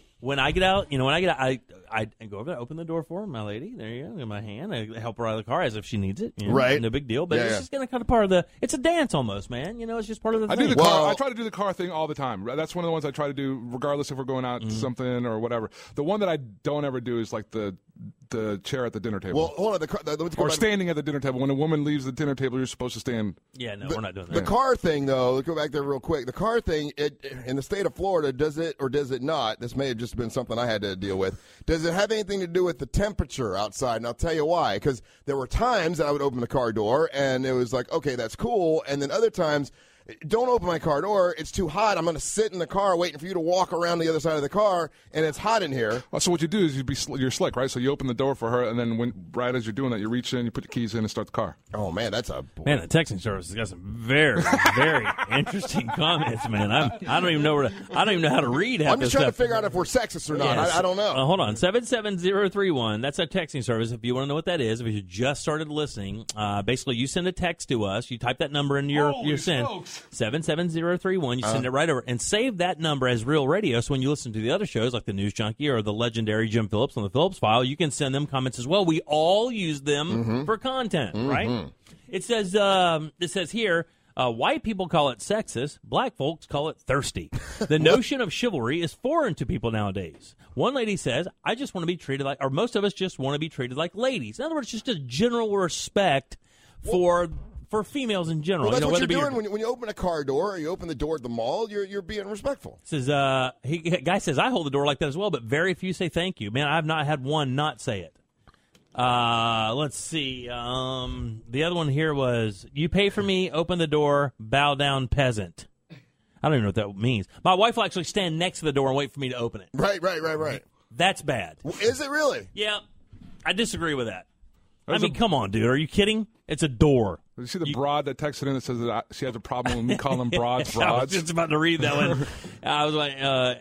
[SPEAKER 3] When I get out, you know, when I get out, I, I I go over there, open the door for her, my lady. There you go, in my hand. I help her out of the car as if she needs it. you know,
[SPEAKER 4] Right.
[SPEAKER 3] No big deal. But
[SPEAKER 4] Yeah,
[SPEAKER 3] it's
[SPEAKER 4] yeah.
[SPEAKER 3] just kind of kind of part of the. It's a dance almost, man. You know, it's just part of the
[SPEAKER 4] I
[SPEAKER 3] thing.
[SPEAKER 4] do the car. I try to do the car thing all the time. That's one of the ones I try to do, regardless if we're going out
[SPEAKER 2] Mm-hmm.
[SPEAKER 4] to something or whatever. The one that I don't ever do is like the the chair at the dinner table.
[SPEAKER 2] Well, hold on. The, car- the, the,
[SPEAKER 4] or standing at the dinner table. When a woman leaves the dinner table, you're supposed to stand.
[SPEAKER 3] Yeah, no,
[SPEAKER 2] The-
[SPEAKER 3] we're not doing that.
[SPEAKER 2] The car thing, though, let's go back there real quick. The car thing it, in the state of Florida, does it or does it not? This may have just been something I had to deal with. Does it have anything to do with the temperature outside? And I'll tell you why. Because there were times that I would open the car door and it was like, okay, that's cool. And then other times, don't open my car door. It's too hot. I'm going to sit in the car waiting for you to walk around the other side of the car, and it's hot in here.
[SPEAKER 4] Well, uh, so what you do is you be sl- you're slick, right? So you open the door for her, and then when right as you're doing that, you reach in, you put your keys in, and start the car.
[SPEAKER 2] Oh man, that's a
[SPEAKER 3] Man, the texting service has got some very,
[SPEAKER 2] *laughs*
[SPEAKER 3] very interesting comments, man. I'm, I don't even know where to, I don't even know how to read half
[SPEAKER 2] I'm just
[SPEAKER 3] this
[SPEAKER 2] trying
[SPEAKER 3] stuff.
[SPEAKER 2] to figure out if we're sexist or not.
[SPEAKER 3] Yes.
[SPEAKER 2] I, I don't know.
[SPEAKER 3] Uh, hold on, seven seven zero three one. That's our texting service. If you want to know what that is, if you just started listening, uh, basically you send a text to us. You type that number into your
[SPEAKER 13] Holy
[SPEAKER 3] your send
[SPEAKER 13] smokes.
[SPEAKER 3] seven seven zero three one. You send
[SPEAKER 13] Uh.
[SPEAKER 3] it right over and save that number as real radio. So when you listen to the other shows like the News Junkie or the legendary Jim Phillips on the Phillips File, you can send them comments as well. We all use them
[SPEAKER 2] Mm-hmm.
[SPEAKER 3] for content, right?
[SPEAKER 13] Mhm.
[SPEAKER 3] It says um, it says here. Uh, white people call it sexist. Black folks call it
[SPEAKER 2] *laughs*
[SPEAKER 3] thirsty. The notion of chivalry is foreign to people nowadays. One lady says, "I just want to be treated like," or most of us just want to be treated like ladies. In other words, just a general respect for for females in general.
[SPEAKER 2] Well, that's
[SPEAKER 3] You know, whether
[SPEAKER 2] what you're
[SPEAKER 3] it be your-
[SPEAKER 2] doing when you, when you open a car door or you open the door at the mall. You're you're being respectful.
[SPEAKER 3] Says uh, he guy says I hold the door like that as well, but very few say thank you. Man, I've not had one not say it. Uh, let's see. Um, the other one here was you pay for me, open the door, bow down, peasant. I don't even know what that means. My wife will actually stand next to the door and wait for me to open it.
[SPEAKER 2] Right, right, right, right.
[SPEAKER 3] That's bad.
[SPEAKER 2] Is it really?
[SPEAKER 3] Yeah, I disagree with that.
[SPEAKER 4] There's
[SPEAKER 3] I mean, come on, dude. Are you kidding? It's a door.
[SPEAKER 4] You see the broad that texted in that says that I, she has a problem with me calling them
[SPEAKER 3] *laughs*
[SPEAKER 4] broads,
[SPEAKER 3] I was
[SPEAKER 4] broads.
[SPEAKER 3] just about to read that
[SPEAKER 4] *laughs*
[SPEAKER 3] one. I was like, uh,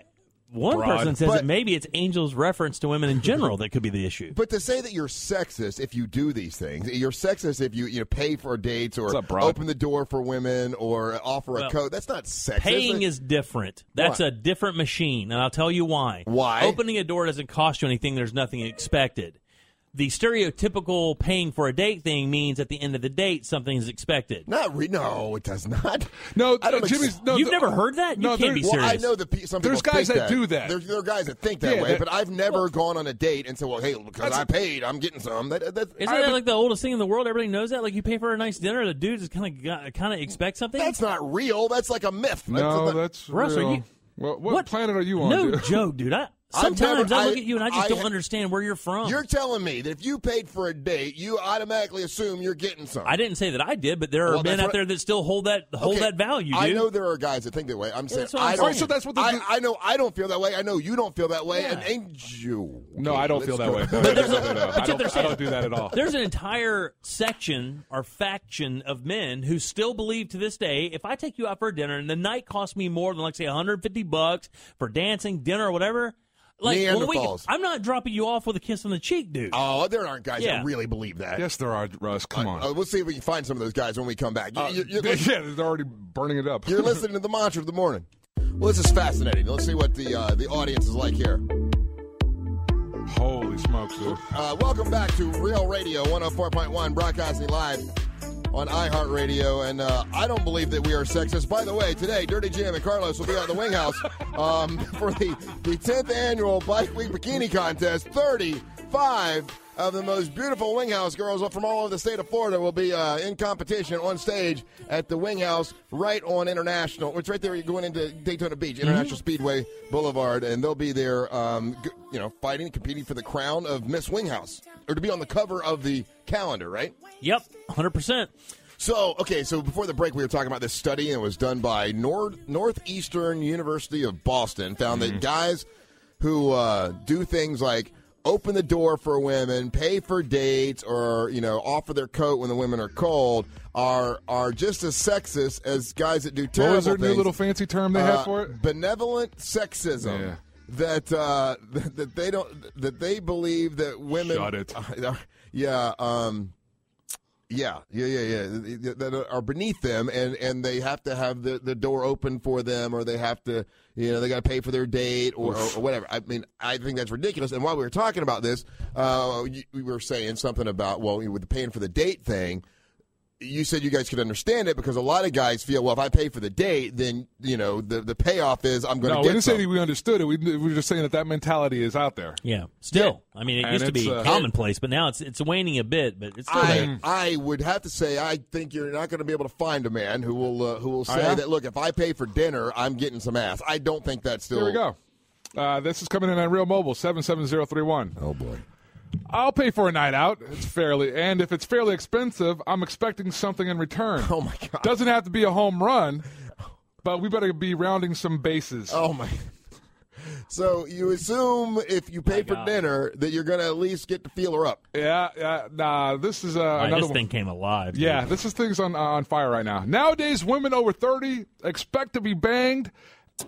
[SPEAKER 3] one
[SPEAKER 4] Broad.
[SPEAKER 3] person says
[SPEAKER 4] But-
[SPEAKER 3] that maybe it's Angel's reference to women in general that could be the issue.
[SPEAKER 2] But to say that you're sexist if you do these things, you're sexist if you you know, pay for dates or
[SPEAKER 3] What's up, broad?
[SPEAKER 2] open the door for women or offer a
[SPEAKER 3] Well,
[SPEAKER 2] coat. That's not sexist.
[SPEAKER 3] Paying is different. That's
[SPEAKER 2] Why?
[SPEAKER 3] a different machine, and I'll tell you why.
[SPEAKER 2] Why?
[SPEAKER 3] Opening a door doesn't cost you anything. There's nothing expected. The stereotypical paying for a date thing means at the end of the date something is expected.
[SPEAKER 2] Not re- no, it does not.
[SPEAKER 4] No,
[SPEAKER 2] *laughs* I don't
[SPEAKER 4] uh, Jimmy's.
[SPEAKER 2] ex-
[SPEAKER 4] No,
[SPEAKER 3] You've
[SPEAKER 4] the-
[SPEAKER 3] never heard that? You
[SPEAKER 4] No,
[SPEAKER 3] can't be
[SPEAKER 4] there-
[SPEAKER 2] Well, I know that pe- some people
[SPEAKER 4] There's guys
[SPEAKER 2] think
[SPEAKER 4] that do that.
[SPEAKER 2] There, there are guys that think that
[SPEAKER 4] Yeah,
[SPEAKER 2] way,
[SPEAKER 4] that-
[SPEAKER 2] but I've never gone on a date and said, "Well, hey, because
[SPEAKER 4] That's
[SPEAKER 2] I
[SPEAKER 4] a-
[SPEAKER 2] paid, I'm getting some." That, that,
[SPEAKER 3] Isn't that like the oldest thing in the world? Everybody knows that. Like you pay for a nice dinner, the dude just kind of kind of expects something.
[SPEAKER 2] that's not real. That's like a myth.
[SPEAKER 4] No, that's
[SPEAKER 3] Russ, are
[SPEAKER 4] real.
[SPEAKER 3] you-
[SPEAKER 4] Well, what, planet are you on?
[SPEAKER 3] No *laughs*
[SPEAKER 4] dude?
[SPEAKER 3] joke, dude. I,
[SPEAKER 2] I've
[SPEAKER 3] sometimes
[SPEAKER 2] never-
[SPEAKER 3] I look at you and I just
[SPEAKER 2] I-
[SPEAKER 3] don't understand where you're from.
[SPEAKER 2] You're telling me that if you paid for a date, you automatically assume you're getting some.
[SPEAKER 3] I didn't say that I did, but there are
[SPEAKER 2] Well,
[SPEAKER 3] men
[SPEAKER 2] that's
[SPEAKER 3] out
[SPEAKER 2] what-
[SPEAKER 3] there that still hold that hold
[SPEAKER 2] Okay,
[SPEAKER 3] that value. Dude.
[SPEAKER 2] I know there are guys that think that way. I'm saying
[SPEAKER 3] that's what
[SPEAKER 2] I
[SPEAKER 3] I'm
[SPEAKER 2] don't.
[SPEAKER 3] saying. So that's what the-
[SPEAKER 2] I, I know. I don't feel that way. I know you don't feel that way. And, and you.
[SPEAKER 4] No, I don't feel that way.
[SPEAKER 2] let's
[SPEAKER 4] No,
[SPEAKER 2] go.
[SPEAKER 4] no, no, no, no. I,
[SPEAKER 3] But
[SPEAKER 4] don't,
[SPEAKER 3] there's-
[SPEAKER 4] I don't do that
[SPEAKER 3] *laughs*
[SPEAKER 4] at all.
[SPEAKER 3] There's an entire section or faction of men who still believe to this day if I take you out for dinner and the night costs me more than like say 150 bucks for dancing, dinner or whatever, like when we-
[SPEAKER 2] Neanderthals.
[SPEAKER 3] I'm not dropping you off with a kiss on the cheek, dude.
[SPEAKER 2] Oh, there aren't guys
[SPEAKER 3] Yeah.
[SPEAKER 2] that really believe that.
[SPEAKER 4] Yes, there are, Russ. Come on.
[SPEAKER 2] Uh, we'll see if we can find some of those guys when we come back. You-
[SPEAKER 4] Uh,
[SPEAKER 2] you- you're,
[SPEAKER 4] *laughs* yeah, they're already burning it up.
[SPEAKER 2] you're listening to the Monster of the Morning. Well, this is fascinating. Let's see what the uh, the audience is like here.
[SPEAKER 4] Holy smokes, dude.
[SPEAKER 2] Uh, welcome back to Real Radio 104.1, broadcasting live on iHeartRadio. And uh, I don't believe that we are sexist. By the way, today, Dirty Jim and Carlos will be out in the Wing House *laughs* um, for the, the 10th annual Bike Week Bikini Contest. 35 of the most beautiful Wing House girls from all over the state of Florida will be uh, in competition on stage at the Wing House right on International. It's right there. You're going into Daytona Beach, International Speedway Boulevard, and they'll be there, um, g- you know, fighting, competing for the crown of Miss Winghouse, or to be on the cover of the calendar, right?
[SPEAKER 3] Yep, 100%.
[SPEAKER 2] So, okay, so before the break, we were talking about this study, and it was done by Nord- Northeastern University of Boston, found that guys who uh, do things like open the door for women, pay for dates, or, you know, offer their coat when the women are cold are are just as sexist as guys that do
[SPEAKER 4] What
[SPEAKER 2] terrible
[SPEAKER 4] was their new
[SPEAKER 2] things.
[SPEAKER 4] little fancy term they had
[SPEAKER 2] Uh,
[SPEAKER 4] for it?
[SPEAKER 2] Benevolent sexism.
[SPEAKER 4] Yeah.
[SPEAKER 2] That uh, that that they *laughs* don't that they believe that women.
[SPEAKER 4] Shut it.
[SPEAKER 2] yeah. Um, Yeah, yeah, yeah, yeah. th- th- That are beneath them, and and they have to have the, the door open for them, or they have to, you know, they got to pay for their date or, or,
[SPEAKER 17] Oof.
[SPEAKER 2] or whatever. I mean, I think that's ridiculous. And while we were talking about this, uh, you, we were saying something about well, with the paying for the date thing. You said you guys could understand it because a lot of guys feel well, if I pay for the date, then you know the the payoff is I'm going to
[SPEAKER 4] No, we
[SPEAKER 2] get
[SPEAKER 4] didn't say
[SPEAKER 2] something.
[SPEAKER 4] that we understood it. We, we were just saying that that mentality is out there.
[SPEAKER 3] Yeah, still. I mean, it
[SPEAKER 4] And
[SPEAKER 3] used to
[SPEAKER 4] it's,
[SPEAKER 3] be
[SPEAKER 4] uh, Mm,
[SPEAKER 3] commonplace, but now it's it's waning a bit, but it's still
[SPEAKER 2] I,
[SPEAKER 3] there.
[SPEAKER 2] I would have to say I think you're not going to be able to find a man who will uh, who will say
[SPEAKER 4] Oh, yeah?
[SPEAKER 2] that look if I pay for dinner I'm getting some ass. I don't think that's
[SPEAKER 4] Here
[SPEAKER 2] still
[SPEAKER 4] we go. Uh, this is coming in on Real Mobile seven seven zero three one.
[SPEAKER 2] Oh boy.
[SPEAKER 4] I'll pay for a night out. It's fairly, and if it's fairly expensive, I'm expecting something in return. Oh
[SPEAKER 2] my god!
[SPEAKER 4] Doesn't have to be a home run, but we better be rounding some bases.
[SPEAKER 2] Oh my! So you assume if you pay for
[SPEAKER 4] God.
[SPEAKER 2] dinner that you're going to at least get to feel her up.
[SPEAKER 4] Yeah, yeah, nah. This is uh, another one.
[SPEAKER 3] came alive.
[SPEAKER 4] Yeah, this is things on on fire right now. Nowadays, women over thirty expect to be banged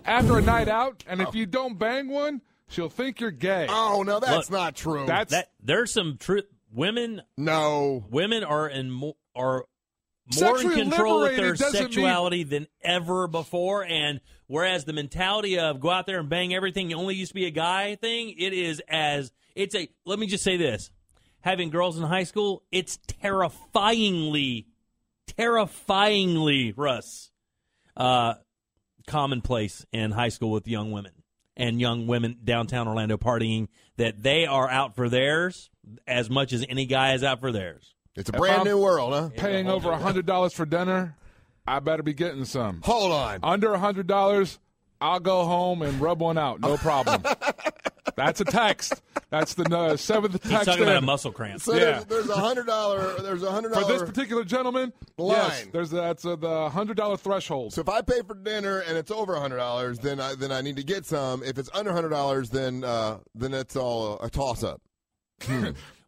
[SPEAKER 4] after a night out, and if you don't bang one, she'll think you're gay.
[SPEAKER 2] Oh no,
[SPEAKER 3] that's Look, not
[SPEAKER 2] true.
[SPEAKER 4] That's
[SPEAKER 3] that there's some truth. Women,
[SPEAKER 2] no,
[SPEAKER 3] women are in more are more in
[SPEAKER 4] Sexually
[SPEAKER 3] control of
[SPEAKER 4] liberated
[SPEAKER 3] their
[SPEAKER 4] doesn't mean-
[SPEAKER 3] sexuality than ever before. And whereas the mentality of go out there and bang everything you only used to be a guy thing, it is as it's a. Let me just say this: having girls in high school, it's terrifyingly, terrifyingly, Russ, uh, commonplace in high school with young women and young women downtown Orlando partying that they are out for theirs as much as any guy is out for theirs.
[SPEAKER 2] It's a
[SPEAKER 4] If I'm Paying over a hundred dollars for dinner, I better be getting some.
[SPEAKER 2] Hold on.
[SPEAKER 4] Under a hundred dollars, I'll go home and rub one out. No
[SPEAKER 2] *laughs*
[SPEAKER 4] problem. That's a text. That's the uh, seventh text.
[SPEAKER 3] He's talking about a
[SPEAKER 4] in.
[SPEAKER 3] muscle cramp.
[SPEAKER 2] So
[SPEAKER 4] yeah.
[SPEAKER 2] there's, there's a hundred dollar there's a hundred
[SPEAKER 4] For this
[SPEAKER 2] dollar.
[SPEAKER 4] particular gentleman, yes,
[SPEAKER 2] Line.
[SPEAKER 4] there's that's uh, the hundred dollar threshold.
[SPEAKER 2] So if I pay for dinner and it's over a hundred dollars, then I then I need to get some. If it's under a hundred dollars, then uh, then it's all a, a toss up.
[SPEAKER 3] *laughs*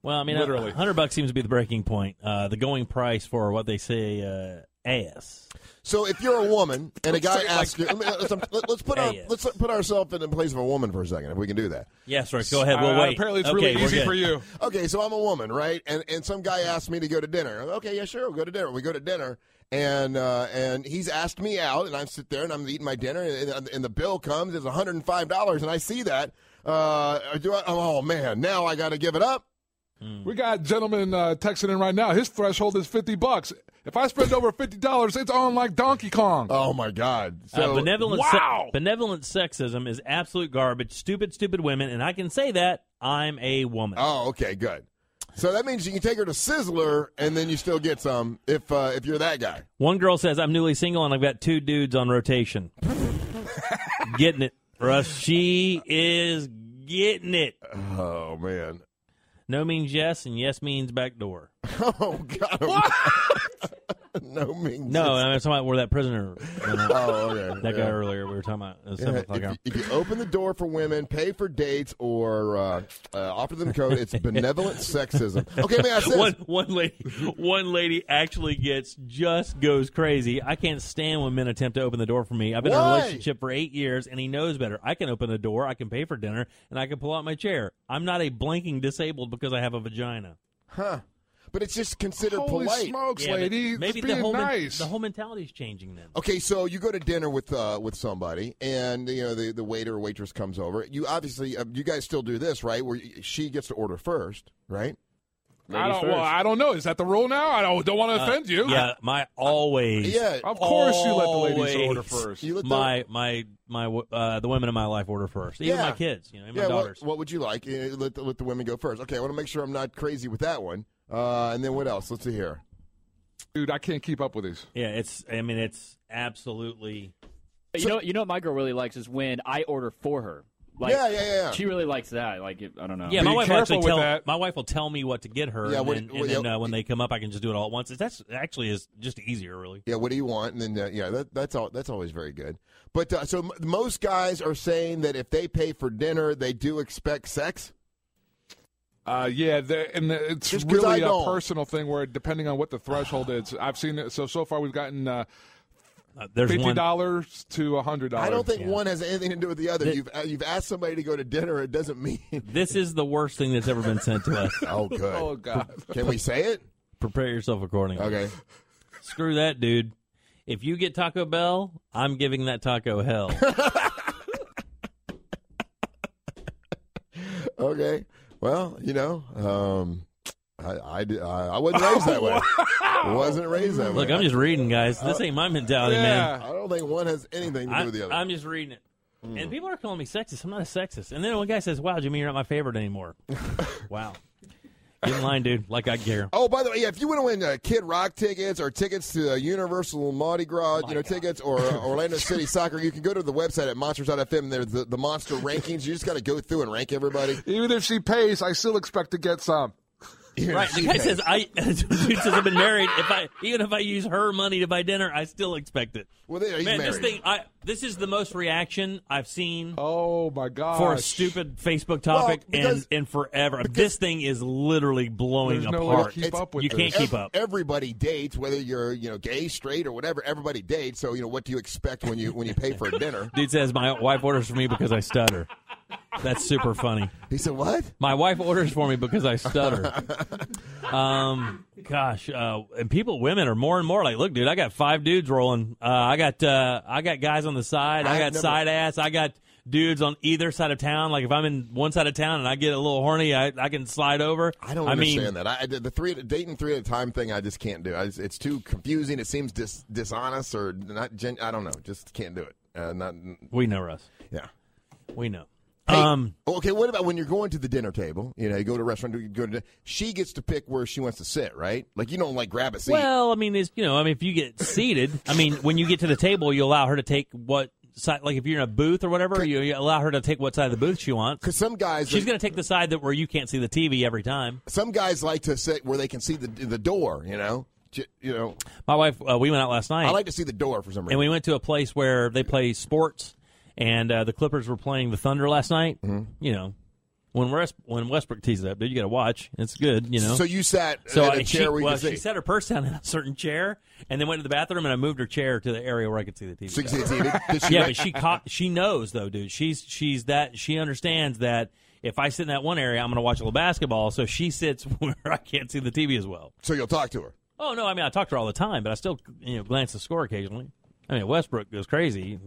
[SPEAKER 3] Well, I mean,
[SPEAKER 2] Hmm. Literally.
[SPEAKER 3] literally, hundred bucks seems to be the breaking point. Uh, the going price for what they say uh, ass.
[SPEAKER 2] So if you're a woman and a
[SPEAKER 3] Don't
[SPEAKER 2] guy
[SPEAKER 3] say it like
[SPEAKER 2] asks you, let me, let's,
[SPEAKER 3] *laughs*
[SPEAKER 2] let's put our, let's put ourselves in the place of a woman for a second, if we can do that.
[SPEAKER 3] Yes, Rick. Go ahead. We'll wait. Okay, we're good.
[SPEAKER 2] *laughs* Okay, so I'm a woman, right? And and some guy asked me to go to dinner. Okay, yeah, sure, we'll go to dinner. We go to dinner, and uh, and he's asked me out, and I'm sit there and I'm eating my dinner, and, and the bill comes. It's 105 dollars, and I see that. Uh, do I? Oh man, now I got to give it up.
[SPEAKER 4] We got gentlemen uh, texting in right now. His threshold is fifty bucks. If I spend over fifty dollars, it's on like Donkey Kong.
[SPEAKER 2] Oh my God!
[SPEAKER 3] uh, benevolent, se-
[SPEAKER 4] wow.
[SPEAKER 3] benevolent sexism is absolute garbage. Stupid, stupid women, and I can say that I'm a woman.
[SPEAKER 2] Oh, okay, good. So that means you can take her to Sizzler, and then you still get some if uh, if you're that guy. *laughs*
[SPEAKER 3] One girl says I'm newly single and I've got two dudes on
[SPEAKER 2] *laughs*
[SPEAKER 3] rotation. getting it, Russ. She is getting it.
[SPEAKER 2] Oh man.
[SPEAKER 3] No means yes, and yes means back door.
[SPEAKER 2] Oh God! no means.
[SPEAKER 3] No, I mean, I'm talking about where that prisoner.
[SPEAKER 2] *laughs* Oh, okay.
[SPEAKER 3] That
[SPEAKER 2] Yeah.
[SPEAKER 3] guy earlier we were talking about. Uh,
[SPEAKER 2] Yeah,
[SPEAKER 3] seven
[SPEAKER 2] if,
[SPEAKER 3] o'clock hour.
[SPEAKER 2] you, if you open the door for women, pay for dates, or uh, uh, offer them
[SPEAKER 3] *laughs*
[SPEAKER 2] code, it's benevolent sexism. Oh, Okay, may I ask this?
[SPEAKER 3] one one lady one lady actually gets just goes crazy. I can't stand when men attempt to open the door for me. I've been in a
[SPEAKER 2] Why?
[SPEAKER 3] relationship for eight years, and he knows better. I can open the door, I can pay for dinner, and I can pull out my chair. I'm not a blinking disabled because I have a vagina.
[SPEAKER 2] Huh? But it's just considered
[SPEAKER 4] Holy
[SPEAKER 2] polite.
[SPEAKER 4] smokes,
[SPEAKER 3] Yeah, but
[SPEAKER 4] lady!
[SPEAKER 3] maybe the
[SPEAKER 4] it's being
[SPEAKER 3] whole men-
[SPEAKER 4] nice.
[SPEAKER 3] the whole mentality's changing then.
[SPEAKER 2] Okay, so you go to dinner with uh, with somebody, and you know the, the waiter or waitress comes over. You obviously uh, you guys still do this, right? Where y- she gets to order first, right?
[SPEAKER 4] I don't. Well, I don't know. Is that the rule now? I don't, don't want to
[SPEAKER 3] Uh,
[SPEAKER 4] offend you.
[SPEAKER 3] Yeah, my always.
[SPEAKER 2] Yeah,
[SPEAKER 4] Of course you let the ladies order
[SPEAKER 3] always.
[SPEAKER 4] first.
[SPEAKER 2] You let the-
[SPEAKER 3] my my my uh, the women in my life order first. Even my kids, you know, even
[SPEAKER 2] yeah,
[SPEAKER 3] my
[SPEAKER 2] what-
[SPEAKER 3] daughters.
[SPEAKER 2] What, would you like? You know, Let the, let the women go first. Okay, I want to make sure I'm not crazy with that one. Uh, and then what else? Let's see here.
[SPEAKER 4] Dude, I can't keep up with these.
[SPEAKER 3] Yeah, it's. I mean, it's absolutely.
[SPEAKER 5] But you know, you know what my girl really likes is when I order for her. Like,
[SPEAKER 2] Yeah, yeah, yeah.
[SPEAKER 5] She really likes that. Like, it- I don't know.
[SPEAKER 3] Yeah, my wife will actually tell my wife will tell me what to get her,
[SPEAKER 2] Yeah,
[SPEAKER 3] and
[SPEAKER 2] what-
[SPEAKER 3] then, and
[SPEAKER 2] what-
[SPEAKER 3] then,
[SPEAKER 2] yeah.
[SPEAKER 3] uh, when they come up, I can just do it all at once. It's- That's actually is just easier, really.
[SPEAKER 2] Yeah, what do you want? And then uh, yeah, that, that's all. That's always very good. But uh, so m- most guys are saying that if they pay for dinner, they do expect sex.
[SPEAKER 4] Uh, yeah, the, and the, it's
[SPEAKER 2] Just 'cause I
[SPEAKER 4] really a
[SPEAKER 2] don't.
[SPEAKER 4] personal thing where depending on what the threshold is, I've seen it. So so far we've gotten uh,
[SPEAKER 3] there's
[SPEAKER 4] fifty
[SPEAKER 3] one-
[SPEAKER 4] dollars to hundred dollars.
[SPEAKER 2] I don't think one has anything to do with the other. you've uh, you've asked somebody to go to dinner. It
[SPEAKER 3] *laughs*
[SPEAKER 2] doesn't mean.
[SPEAKER 3] This is the worst thing that's ever been sent to us.
[SPEAKER 2] *laughs* oh, good.
[SPEAKER 4] Oh, God.
[SPEAKER 2] *laughs* Can we say it?
[SPEAKER 3] Prepare yourself accordingly.
[SPEAKER 2] Okay.
[SPEAKER 3] Screw that, dude. If you get Taco Bell, I'm giving that taco
[SPEAKER 2] *laughs*
[SPEAKER 3] hell.
[SPEAKER 2] Okay. Well, you know, um, I, I, di- I,
[SPEAKER 4] *laughs*
[SPEAKER 2] I wasn't raised that way. Wasn't raised that way.
[SPEAKER 3] Look, I'm just reading, guys. This ain't my mentality,
[SPEAKER 2] yeah.
[SPEAKER 3] man.
[SPEAKER 2] I don't think one has anything to do
[SPEAKER 3] I-
[SPEAKER 2] with the other.
[SPEAKER 3] I'm just reading it.
[SPEAKER 2] Hmm.
[SPEAKER 3] And people are calling me sexist. I'm not a sexist. And then one guy says, "Wow, Jimmy, you're not my favorite
[SPEAKER 2] *laughs*
[SPEAKER 3] anymore." wow. Get in line, dude. Like I care.
[SPEAKER 2] Oh, by the way, yeah, if you want to win uh, Kid Rock tickets or tickets to uh, Universal Mardi
[SPEAKER 3] Oh
[SPEAKER 2] Gras, you know, tickets or uh,
[SPEAKER 3] *laughs*
[SPEAKER 2] Orlando City Soccer, you can go to the website at monsters.fm. There's the, the monster rankings. You just got to go through and rank everybody.
[SPEAKER 4] Even if she pays, I still expect to get some.
[SPEAKER 3] Right. The guy says, "I." *laughs* dude says, "I've been married. If I even if I use her money to buy dinner, I still expect it."
[SPEAKER 2] Well, there, he's
[SPEAKER 3] man, this
[SPEAKER 2] married.
[SPEAKER 3] thing. I this is the most reaction I've seen.
[SPEAKER 4] Oh my god!
[SPEAKER 3] For a stupid Facebook topic
[SPEAKER 2] Ah, Well, because-
[SPEAKER 3] and, and forever. This thing is literally blowing apart.
[SPEAKER 2] It's-
[SPEAKER 3] you can't
[SPEAKER 2] ev-
[SPEAKER 3] keep up.
[SPEAKER 2] Everybody dates, whether you're you know gay, straight, or whatever. Everybody dates. So you know, what do you expect when you when you pay for a dinner?
[SPEAKER 3] Dude says my wife orders for me because I stutter. That's super funny.
[SPEAKER 2] He said what?
[SPEAKER 3] My wife orders for me because I stutter. um, gosh, uh, and people, women are more and more like, look, dude, I got five dudes rolling. Uh, I got uh, I got guys on the side. I,
[SPEAKER 2] I've
[SPEAKER 3] got
[SPEAKER 2] never-
[SPEAKER 3] side ass. I got dudes on either side of town. Like if I'm in one side of town and I get a little horny, I, I can slide over.
[SPEAKER 2] I don't
[SPEAKER 3] I mean,
[SPEAKER 2] understand that. I, I- the three dating three at a time thing, I just can't do. I just, it's too confusing. It seems dis, dishonest or not. Gen, I don't know. Just can't do it. Uh, not.
[SPEAKER 3] We know Russ.
[SPEAKER 2] Yeah.
[SPEAKER 3] We know.
[SPEAKER 2] Hey,
[SPEAKER 3] um,
[SPEAKER 2] okay. What about when you're going to the dinner table? You know, you go to a restaurant. You go to. She gets to pick where she wants to sit, right? Like you don't like grab a seat.
[SPEAKER 3] Well, I mean, it's you know, I mean, if you get seated, I mean, when you get to the table, you allow her to take what side, like if you're in a booth or whatever, you, you allow her to take what side of the booth she wants.
[SPEAKER 2] Because some guys,
[SPEAKER 3] she's going to take the side that where you can't see the TV every time.
[SPEAKER 2] Some guys like to sit where they can see the the door. You know. J- You know.
[SPEAKER 3] My wife, uh, we went out last night.
[SPEAKER 2] I like to see the door for some reason.
[SPEAKER 3] And we went to a place where they play sports, and uh, the Clippers were playing the Thunder last night.
[SPEAKER 2] Mm-hmm.
[SPEAKER 3] You know, when West, when Westbrook tees it up, dude, you got to watch. It's good, you know.
[SPEAKER 2] So you sat
[SPEAKER 3] So
[SPEAKER 2] at a
[SPEAKER 3] I-
[SPEAKER 2] chair
[SPEAKER 3] she,
[SPEAKER 2] where you
[SPEAKER 3] well,
[SPEAKER 2] could
[SPEAKER 3] she
[SPEAKER 2] see.
[SPEAKER 3] set her purse down in a certain chair, and then went to the bathroom, and I moved her chair to the area where I could see the TV.
[SPEAKER 2] So you could see the TV. Did she
[SPEAKER 3] yeah,
[SPEAKER 2] rec-
[SPEAKER 3] but she caught, she knows though, dude. She's she's that she understands that if I sit in that one area, I'm going to watch a little basketball. So she sits *laughs* where I can't see the TV as well.
[SPEAKER 2] So you'll talk to her.
[SPEAKER 3] Oh no, I mean I talk to her all the time, but I still you know glance the score occasionally. I mean Westbrook goes crazy.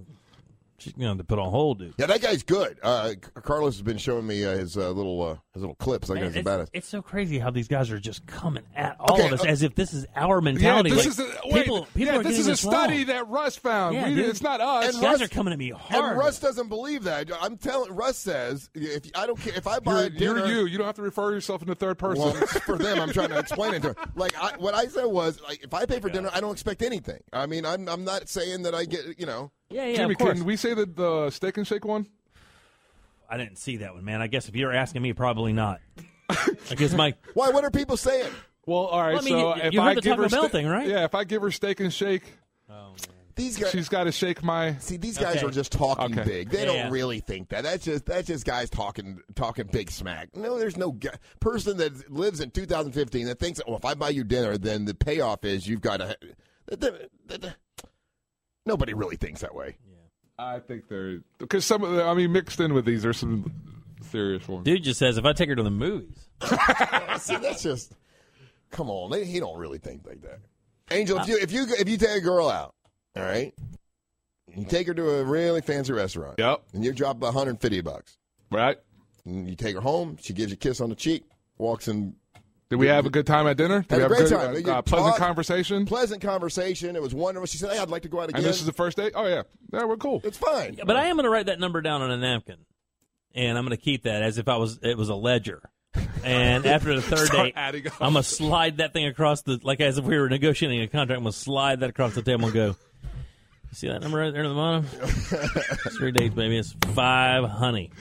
[SPEAKER 3] She's going to put on hold, dude.
[SPEAKER 2] Yeah, that guy's good. Uh, C- Carlos has been showing me uh, his uh, little uh, his little clips. I
[SPEAKER 3] Man,
[SPEAKER 2] guess
[SPEAKER 3] it's,
[SPEAKER 2] about it.
[SPEAKER 3] it's so crazy how these guys are just coming at all
[SPEAKER 2] Okay,
[SPEAKER 3] of us
[SPEAKER 2] uh,
[SPEAKER 3] as if this is our mentality.
[SPEAKER 4] Yeah, this
[SPEAKER 3] Like,
[SPEAKER 4] is a, wait,
[SPEAKER 3] people, people
[SPEAKER 4] yeah,
[SPEAKER 3] are
[SPEAKER 4] this
[SPEAKER 3] getting
[SPEAKER 4] is a
[SPEAKER 3] this wrong.
[SPEAKER 4] study that Russ found.
[SPEAKER 3] Yeah,
[SPEAKER 4] We-
[SPEAKER 3] dude.
[SPEAKER 4] it's not us.
[SPEAKER 3] You guys are coming at me hard.
[SPEAKER 2] And Russ doesn't believe that. I'm telling. Russ says if I don't care if I buy a
[SPEAKER 4] You're,
[SPEAKER 2] dinner.
[SPEAKER 4] you're you. You don't have to refer yourself in the third person. *laughs*
[SPEAKER 2] Well, for them, I'm trying to explain it to them. Like I, what I said was, like if I pay for dinner, I don't expect anything. I mean, I'm I'm not saying that I get you know.
[SPEAKER 3] Yeah, yeah,
[SPEAKER 4] Jimmy,
[SPEAKER 3] of course.
[SPEAKER 4] can we say the, the steak and shake one?
[SPEAKER 3] I didn't see that one, man. I guess if you're asking me, probably
[SPEAKER 2] *laughs*
[SPEAKER 3] not. I guess my
[SPEAKER 2] Why? What are people saying?
[SPEAKER 4] Well, all right.
[SPEAKER 3] Well, I mean,
[SPEAKER 4] so
[SPEAKER 3] you-
[SPEAKER 4] if
[SPEAKER 3] you heard
[SPEAKER 4] I
[SPEAKER 3] the
[SPEAKER 4] give
[SPEAKER 3] Taco
[SPEAKER 4] her
[SPEAKER 3] Bell
[SPEAKER 4] ste-
[SPEAKER 3] thing, right?
[SPEAKER 4] Yeah, if I give her steak and shake,
[SPEAKER 2] These guys.
[SPEAKER 4] she's got to shake my.
[SPEAKER 2] See, these guys
[SPEAKER 3] Okay.
[SPEAKER 2] are just talking
[SPEAKER 4] Okay.
[SPEAKER 2] big. They
[SPEAKER 3] Yeah,
[SPEAKER 2] don't
[SPEAKER 3] yeah.
[SPEAKER 2] really think that. That's just that's just guys talking talking big smack. No, there's no gu person that lives in 2015 that thinks, "Oh, if I buy you dinner, then the payoff is you've got to." Nobody really thinks that way.
[SPEAKER 4] I think they're because some of the, I mean mixed in with these are some serious ones.
[SPEAKER 3] dude just says if I take her to the movies,
[SPEAKER 2] *laughs* See, that's just come on. They, he don't really think like that.
[SPEAKER 4] Uh,
[SPEAKER 2] Angel, if you if you if you take a girl out, all right, you take her to a really fancy restaurant.
[SPEAKER 4] Yep.
[SPEAKER 2] and you drop 150 bucks.
[SPEAKER 4] Right?
[SPEAKER 2] And you take her home. She gives you a kiss on the cheek. Walks in
[SPEAKER 4] Did we have a good time at dinner? Did
[SPEAKER 2] Had
[SPEAKER 4] we
[SPEAKER 2] a
[SPEAKER 4] have
[SPEAKER 2] great
[SPEAKER 4] good,
[SPEAKER 2] time. You
[SPEAKER 4] Uh, pleasant
[SPEAKER 2] talked-
[SPEAKER 4] conversation.
[SPEAKER 2] pleasant conversation. It was wonderful. She said, "Hey, I'd like to go out again."
[SPEAKER 4] and this is the first date. Oh yeah, yeah, we're cool.
[SPEAKER 2] it's fine.
[SPEAKER 3] *laughs* but I am going to write that number down on a napkin, and I'm going to keep that as if I was it was a ledger.
[SPEAKER 2] *laughs*
[SPEAKER 3] And after the third
[SPEAKER 4] Start
[SPEAKER 3] date,
[SPEAKER 4] adding up.
[SPEAKER 3] I'm going to slide that thing across the like as if we were negotiating a contract. I'm going to slide that across the table and go. "You See that number right there at the
[SPEAKER 2] *laughs*
[SPEAKER 3] bottom? It's three dates, baby. It's five honey.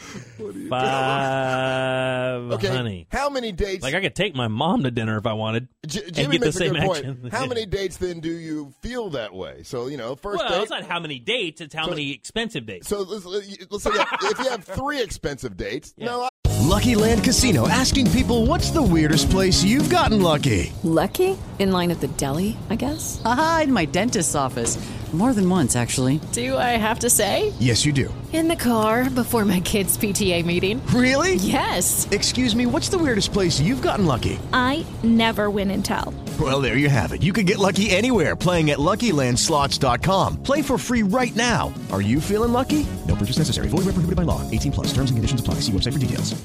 [SPEAKER 3] Five
[SPEAKER 2] okay.
[SPEAKER 3] honey.
[SPEAKER 2] How many dates?
[SPEAKER 3] Like I could take my mom to dinner if I wanted.
[SPEAKER 2] J-
[SPEAKER 3] and
[SPEAKER 2] Jimmy
[SPEAKER 3] get
[SPEAKER 2] makes
[SPEAKER 3] the same
[SPEAKER 2] a good
[SPEAKER 3] action.
[SPEAKER 2] point. How
[SPEAKER 3] *laughs* Yeah.
[SPEAKER 2] many dates then do you feel that way? So you know, first
[SPEAKER 3] Well,
[SPEAKER 2] date.
[SPEAKER 3] it's not how many dates; it's how
[SPEAKER 2] So-
[SPEAKER 3] many expensive dates.
[SPEAKER 2] so let's, let's say that if you have three expensive dates, no, I,
[SPEAKER 8] Lucky Land Casino asking people what's the weirdest place you've gotten lucky?
[SPEAKER 9] Lucky? In line at the deli, I guess?
[SPEAKER 10] Aha, in my dentist's office. More than once, actually.
[SPEAKER 18] Do I have to say?
[SPEAKER 8] Yes, you do.
[SPEAKER 18] In the car before my kids' PTA meeting.
[SPEAKER 8] Really?
[SPEAKER 18] Yes.
[SPEAKER 8] Excuse me, what's the weirdest place you've gotten lucky?
[SPEAKER 19] I never win and tell.
[SPEAKER 8] Well, there you have it. You can get lucky anywhere playing at LuckyLandSlots.com. Play for free right now. Are you feeling lucky? No purchase necessary. Void where prohibited by law. 18 plus. Terms and conditions apply. See website for details.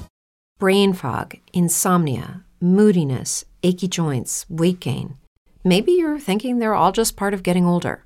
[SPEAKER 7] Brain fog, insomnia, moodiness, achy joints, weight gain. Maybe you're thinking they're all just part of getting older.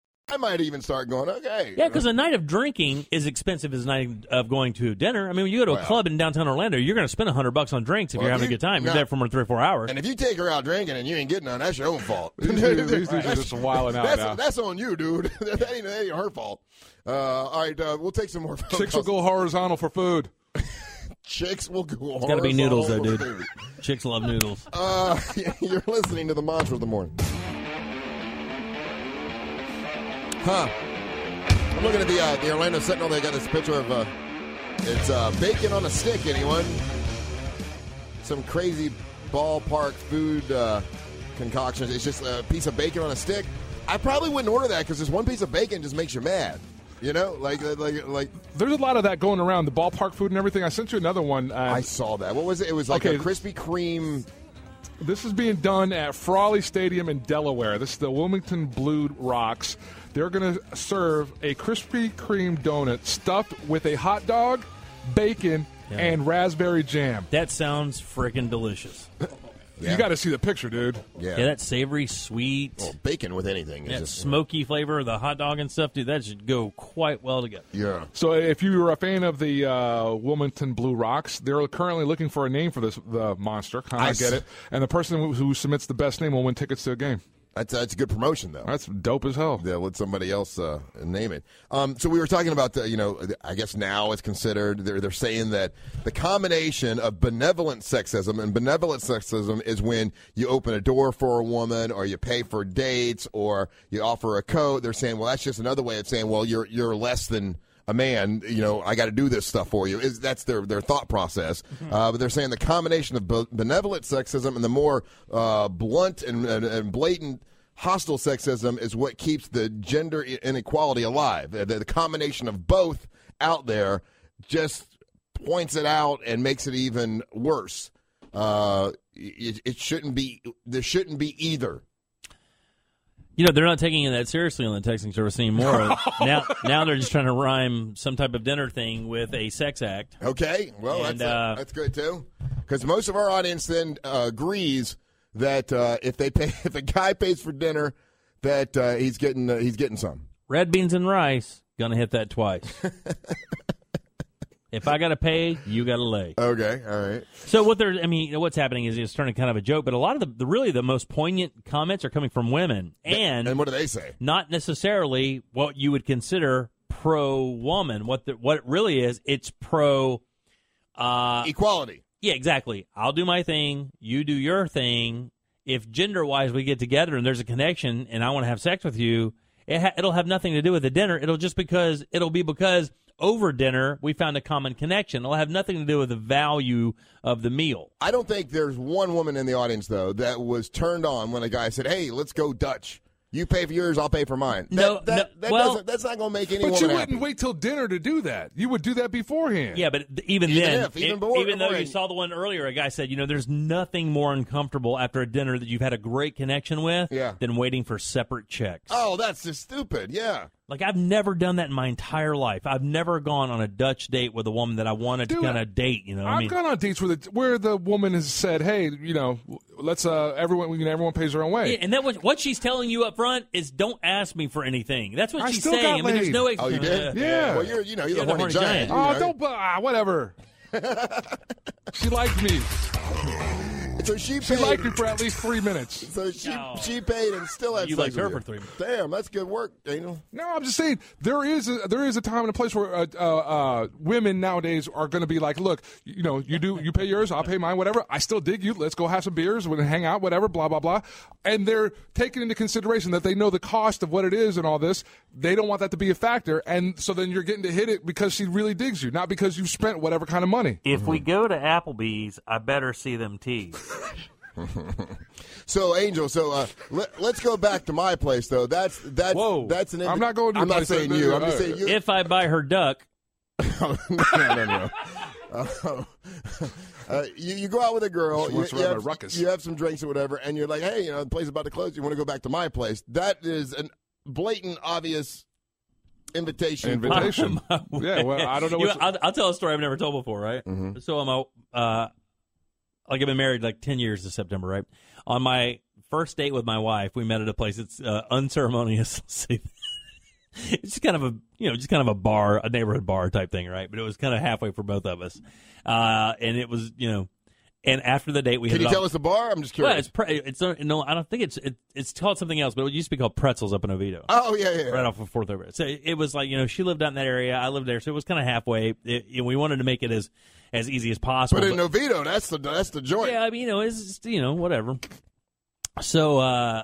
[SPEAKER 2] I might even start going, "Uh, okay.
[SPEAKER 3] Yeah, because a night of drinking is expensive as a night of going to dinner. I mean, when you go to a club in downtown Orlando, you're going to spend hundred bucks on drinks if
[SPEAKER 2] Well,
[SPEAKER 3] you're having
[SPEAKER 2] you-
[SPEAKER 3] a good time. You're
[SPEAKER 2] no.
[SPEAKER 3] there for more than three or four hours.
[SPEAKER 2] And if you take her out drinking and you ain't getting none, that's your own fault.
[SPEAKER 4] These dudes- these dudes are just wilding out
[SPEAKER 2] that's,
[SPEAKER 4] now.
[SPEAKER 2] that's on you, dude. *laughs* that, ain't, that ain't her fault. Uh, all right, uh, we'll take some more. Phone
[SPEAKER 4] Chicks will
[SPEAKER 2] calls.
[SPEAKER 4] go horizontal for food.
[SPEAKER 2] *laughs* Chicks will go.
[SPEAKER 3] It's got to be noodles though,
[SPEAKER 2] horizontal.
[SPEAKER 3] dude. *laughs* Chicks love noodles.
[SPEAKER 2] Uh, *laughs* you're listening to the Monster of the Morning. Huh. I'm looking at the uh, the Orlando Sentinel. They got this picture of uh, it's uh, bacon on a stick. Anyone? Some crazy ballpark food uh, concoctions. It's just a piece of bacon on a stick. I probably wouldn't order that because just one piece of bacon just makes you mad. You know, like like like.
[SPEAKER 4] There's a lot of that going around the ballpark food and everything. I sent you another one. uh,
[SPEAKER 2] I saw that. What was it? It was like a Krispy Kreme.
[SPEAKER 4] This is being done at Frawley Stadium in Delaware. This is the Wilmington Blue Rocks. They're going to serve a Krispy Kreme donut stuffed with a hot dog, bacon, and raspberry jam.
[SPEAKER 3] That sounds freaking
[SPEAKER 2] *laughs*
[SPEAKER 3] delicious.
[SPEAKER 4] You got to see the picture, dude.
[SPEAKER 3] Yeah. that savory, sweet.
[SPEAKER 2] bacon with anything.
[SPEAKER 3] That smoky flavor of the hot dog and stuff, dude, that should go quite well together.
[SPEAKER 2] Yeah.
[SPEAKER 4] So, if you were a fan of the uh, Wilmington Blue Rocks, they're currently looking for a name for this the monster. Huh, I,
[SPEAKER 2] I
[SPEAKER 4] get
[SPEAKER 2] s-
[SPEAKER 4] it. And the person who, who submits the best name will win tickets to a game.
[SPEAKER 2] That's that's good promotion though.
[SPEAKER 4] That's dope as hell.
[SPEAKER 2] Yeah, let somebody else uh, name it. Um, so we were talking about the, you know, I guess now it's considered they're they're saying that the combination of benevolent sexism and benevolent sexism is when you open a door for a woman or you pay for dates or you offer a coat. They're saying, well, that's just another way of saying, well, you're you're less than a man, you know, I got to do this stuff for you. Is that's their their thought process? Uh, but they're saying the combination of be- benevolent sexism and the more uh, blunt and, and, and blatant hostile sexism is what keeps the gender i- inequality alive. Uh, The, the combination of both out there just points it out and makes it even worse. Uh, it, it shouldn't be. There shouldn't be either.
[SPEAKER 3] You know, they're not taking it that seriously on the texting service
[SPEAKER 2] *laughs*
[SPEAKER 3] anymore. now, now they're just trying to rhyme some type of dinner thing with a sex act.
[SPEAKER 2] Okay, well
[SPEAKER 3] And,
[SPEAKER 2] that's
[SPEAKER 3] uh,
[SPEAKER 2] that's good too, because most of our audience then uh, agrees that uh, if they pay, *laughs* if a guy pays for dinner, that uh, he's getting uh, he's getting some.
[SPEAKER 3] Red beans and rice, gonna hit that twice. if I gotta pay, you gotta lay.
[SPEAKER 2] Okay, all right.
[SPEAKER 3] So what they're, I mean, you know, what's happening is it's turning kind of a joke, but a lot of the, the really the most poignant comments are coming from women, and
[SPEAKER 2] and what do they say?
[SPEAKER 3] Not necessarily what you would consider pro woman. What the, what it really is, it's pro uh,
[SPEAKER 2] equality.
[SPEAKER 3] Yeah, exactly. I'll do my thing, you do your thing. If gender wise we get together and there's a connection, and I want to have sex with you, it ha- it'll have nothing to do with the dinner. It'll just because it'll be because over dinner we found a common connection. It'll have nothing to do with the value of the meal.
[SPEAKER 2] I don't think there's one woman in the audience though that was turned on when a guy said, "Hey, let's go Dutch." You pay for yours, I'll pay for mine. That,
[SPEAKER 3] No,
[SPEAKER 2] that,
[SPEAKER 3] no,
[SPEAKER 2] that
[SPEAKER 3] well-
[SPEAKER 2] doesn't, that's not going to make any
[SPEAKER 4] But you
[SPEAKER 2] woman
[SPEAKER 4] wouldn't
[SPEAKER 2] happy.
[SPEAKER 4] wait till dinner to do that. You would do that beforehand.
[SPEAKER 3] Yeah, but th- even,
[SPEAKER 4] Even
[SPEAKER 3] then,
[SPEAKER 4] if, even
[SPEAKER 3] it-
[SPEAKER 4] before-
[SPEAKER 3] even though you
[SPEAKER 4] beforehand.
[SPEAKER 3] saw the one earlier, a guy said, you know, there's nothing more uncomfortable after a dinner that you've had a great connection with than waiting for separate checks.
[SPEAKER 2] Oh, that's just stupid. Yeah.
[SPEAKER 3] Like I've never done that in my entire life. I've never gone on a Dutch date with a woman that I wanted to
[SPEAKER 4] Dude,
[SPEAKER 3] kind of date. You know, what I
[SPEAKER 4] I've
[SPEAKER 3] mean,
[SPEAKER 4] gone on dates where the where the woman has said, "Hey, you know, let's uh everyone you know, everyone pays their own way."
[SPEAKER 3] Yeah, and that was what she's telling you up front is don't ask me for anything. That's what
[SPEAKER 4] I
[SPEAKER 3] she's
[SPEAKER 4] still
[SPEAKER 3] saying.
[SPEAKER 4] got
[SPEAKER 3] I mean, there's
[SPEAKER 4] laid.
[SPEAKER 3] no. Ex-
[SPEAKER 4] Oh, you did?
[SPEAKER 3] Yeah.
[SPEAKER 4] Yeah. Well, you're-
[SPEAKER 2] you know, you're
[SPEAKER 3] the horny giant.
[SPEAKER 4] Oh, don't bu- ah, whatever. she liked me.
[SPEAKER 2] So she
[SPEAKER 4] She
[SPEAKER 2] paid.
[SPEAKER 4] liked me for at least three minutes.
[SPEAKER 2] So she she paid and still had
[SPEAKER 4] You liked
[SPEAKER 2] sex with
[SPEAKER 4] her
[SPEAKER 2] you.
[SPEAKER 4] for three minutes.
[SPEAKER 2] Damn, that's good work, Angel.
[SPEAKER 4] No, I'm just saying there is a, there is a time and a place where uh, uh, uh, women nowadays are going to be like, look, you know, you do you pay yours, I'll pay mine, whatever. I still dig you. Let's go have some beers, we hang out, whatever, blah blah blah. And they're taking into consideration that they know the cost of what it is and all this. They don't want that to be a factor, and so then you're getting to hit it because she really digs you, not because you spent whatever kind of money.
[SPEAKER 3] If we go to Applebee's, I better see them
[SPEAKER 4] *laughs*
[SPEAKER 3] tease.
[SPEAKER 2] So Angel, so uh, let, let's go back to my place though. That's that's that's an.
[SPEAKER 3] I'm not
[SPEAKER 4] going to
[SPEAKER 2] I'm
[SPEAKER 4] your
[SPEAKER 2] not
[SPEAKER 4] place. uh,
[SPEAKER 2] saying
[SPEAKER 4] No,
[SPEAKER 2] you.
[SPEAKER 4] no,
[SPEAKER 2] I'm just
[SPEAKER 4] no.
[SPEAKER 2] saying you.
[SPEAKER 3] If I buy her
[SPEAKER 4] *laughs*
[SPEAKER 3] duck,
[SPEAKER 2] no, no, no. *laughs* Uh, uh, you, you go out with a girl,
[SPEAKER 4] Just
[SPEAKER 2] you,
[SPEAKER 4] wants to
[SPEAKER 2] you
[SPEAKER 4] have
[SPEAKER 2] have,
[SPEAKER 4] a ruckus.
[SPEAKER 2] you have some drinks or whatever, and you're like, hey, you know, the place is about to close. You want to go back to my place? That is an blatant, obvious invitation.
[SPEAKER 4] Invitation.
[SPEAKER 3] *laughs*
[SPEAKER 4] yeah, well, I don't know.
[SPEAKER 3] You
[SPEAKER 4] What's,
[SPEAKER 3] know, I'll, I'll tell a story I've never told before, right?
[SPEAKER 2] Mm-hmm.
[SPEAKER 3] So I'm out, uh, like I've been married like ten years this September, right? On my first date with my wife, we met at a place. It's uh, unceremonious. *laughs* See, it's just kind of a you know just kind of a bar, a neighborhood bar type thing, right? But it was kind of halfway for both of us, uh, and it was you know. And after the date, we
[SPEAKER 2] Can
[SPEAKER 3] hit
[SPEAKER 2] you
[SPEAKER 3] it
[SPEAKER 2] tell
[SPEAKER 3] off-
[SPEAKER 2] us the bar? I'm just
[SPEAKER 3] Well, it's
[SPEAKER 2] curious.
[SPEAKER 3] pre- it's uh, no, I don't think it's it, it's called something else, but it used to be called Pretzels up in Oviedo.
[SPEAKER 2] Oh, yeah, yeah, yeah.
[SPEAKER 3] right off of Fourth Over. So it was like you know she lived out in that area, I lived there, so it was kind of halfway. It, you know, we wanted to make it as as easy as possible.
[SPEAKER 2] but in Novito, that's the that's the joint.
[SPEAKER 3] Yeah, I mean, you know, it's just, you know, whatever. So uh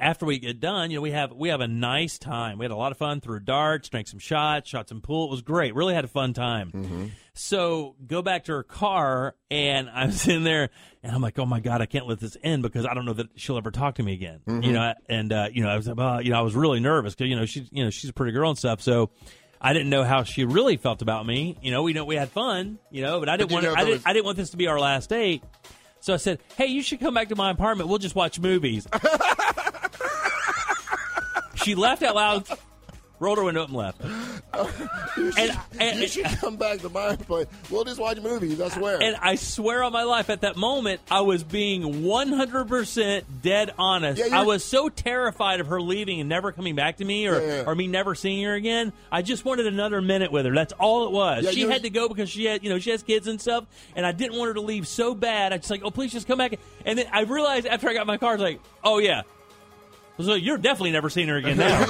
[SPEAKER 3] after we get done, you know, we have we have a nice time. We had a lot of fun, threw darts, drank some shots, shot some pool. It was great. Really had a fun time.
[SPEAKER 2] Mm-hmm.
[SPEAKER 3] So go back to her car, and *laughs* I'm sitting there, and I'm like, oh my god, I can't let this end because I don't know that she'll ever talk to me again.
[SPEAKER 17] Mhm.
[SPEAKER 2] Mm-hmm.
[SPEAKER 3] You know, and uh, you know, I was like, oh, you know, I was really nervous because you know she's you know she's a pretty girl and stuff. So. I didn't know how she really felt about me. You know, we know we had fun, you know, but I didn't
[SPEAKER 17] But you
[SPEAKER 3] want
[SPEAKER 17] know if
[SPEAKER 3] I
[SPEAKER 17] it
[SPEAKER 3] didn't,
[SPEAKER 17] was-
[SPEAKER 3] I didn't want this to be our last date. So I said, "Hey, you should come back to my apartment. We'll just watch
[SPEAKER 17] *laughs*
[SPEAKER 3] movies." she laughed out loud, rolled her window up, and left. and,
[SPEAKER 2] you should come back to my place. We'll just watch movies. I swear.
[SPEAKER 3] And I swear on my life, at that moment, I was being 100% dead honest.
[SPEAKER 2] Yeah, you're-
[SPEAKER 3] I was so terrified of her leaving and never coming back to me or,
[SPEAKER 2] Yeah, yeah.
[SPEAKER 3] or me never seeing her again. I just wanted another minute with her. That's all it was.
[SPEAKER 17] Yeah,
[SPEAKER 3] she
[SPEAKER 17] you're-
[SPEAKER 3] had to go because she had, you know, she has kids and stuff, and I didn't want her to leave so bad. I just like, oh, please just come back. And then I realized after I got in my car, I was like, oh, yeah. So you're definitely never seeing her again now.
[SPEAKER 2] *laughs*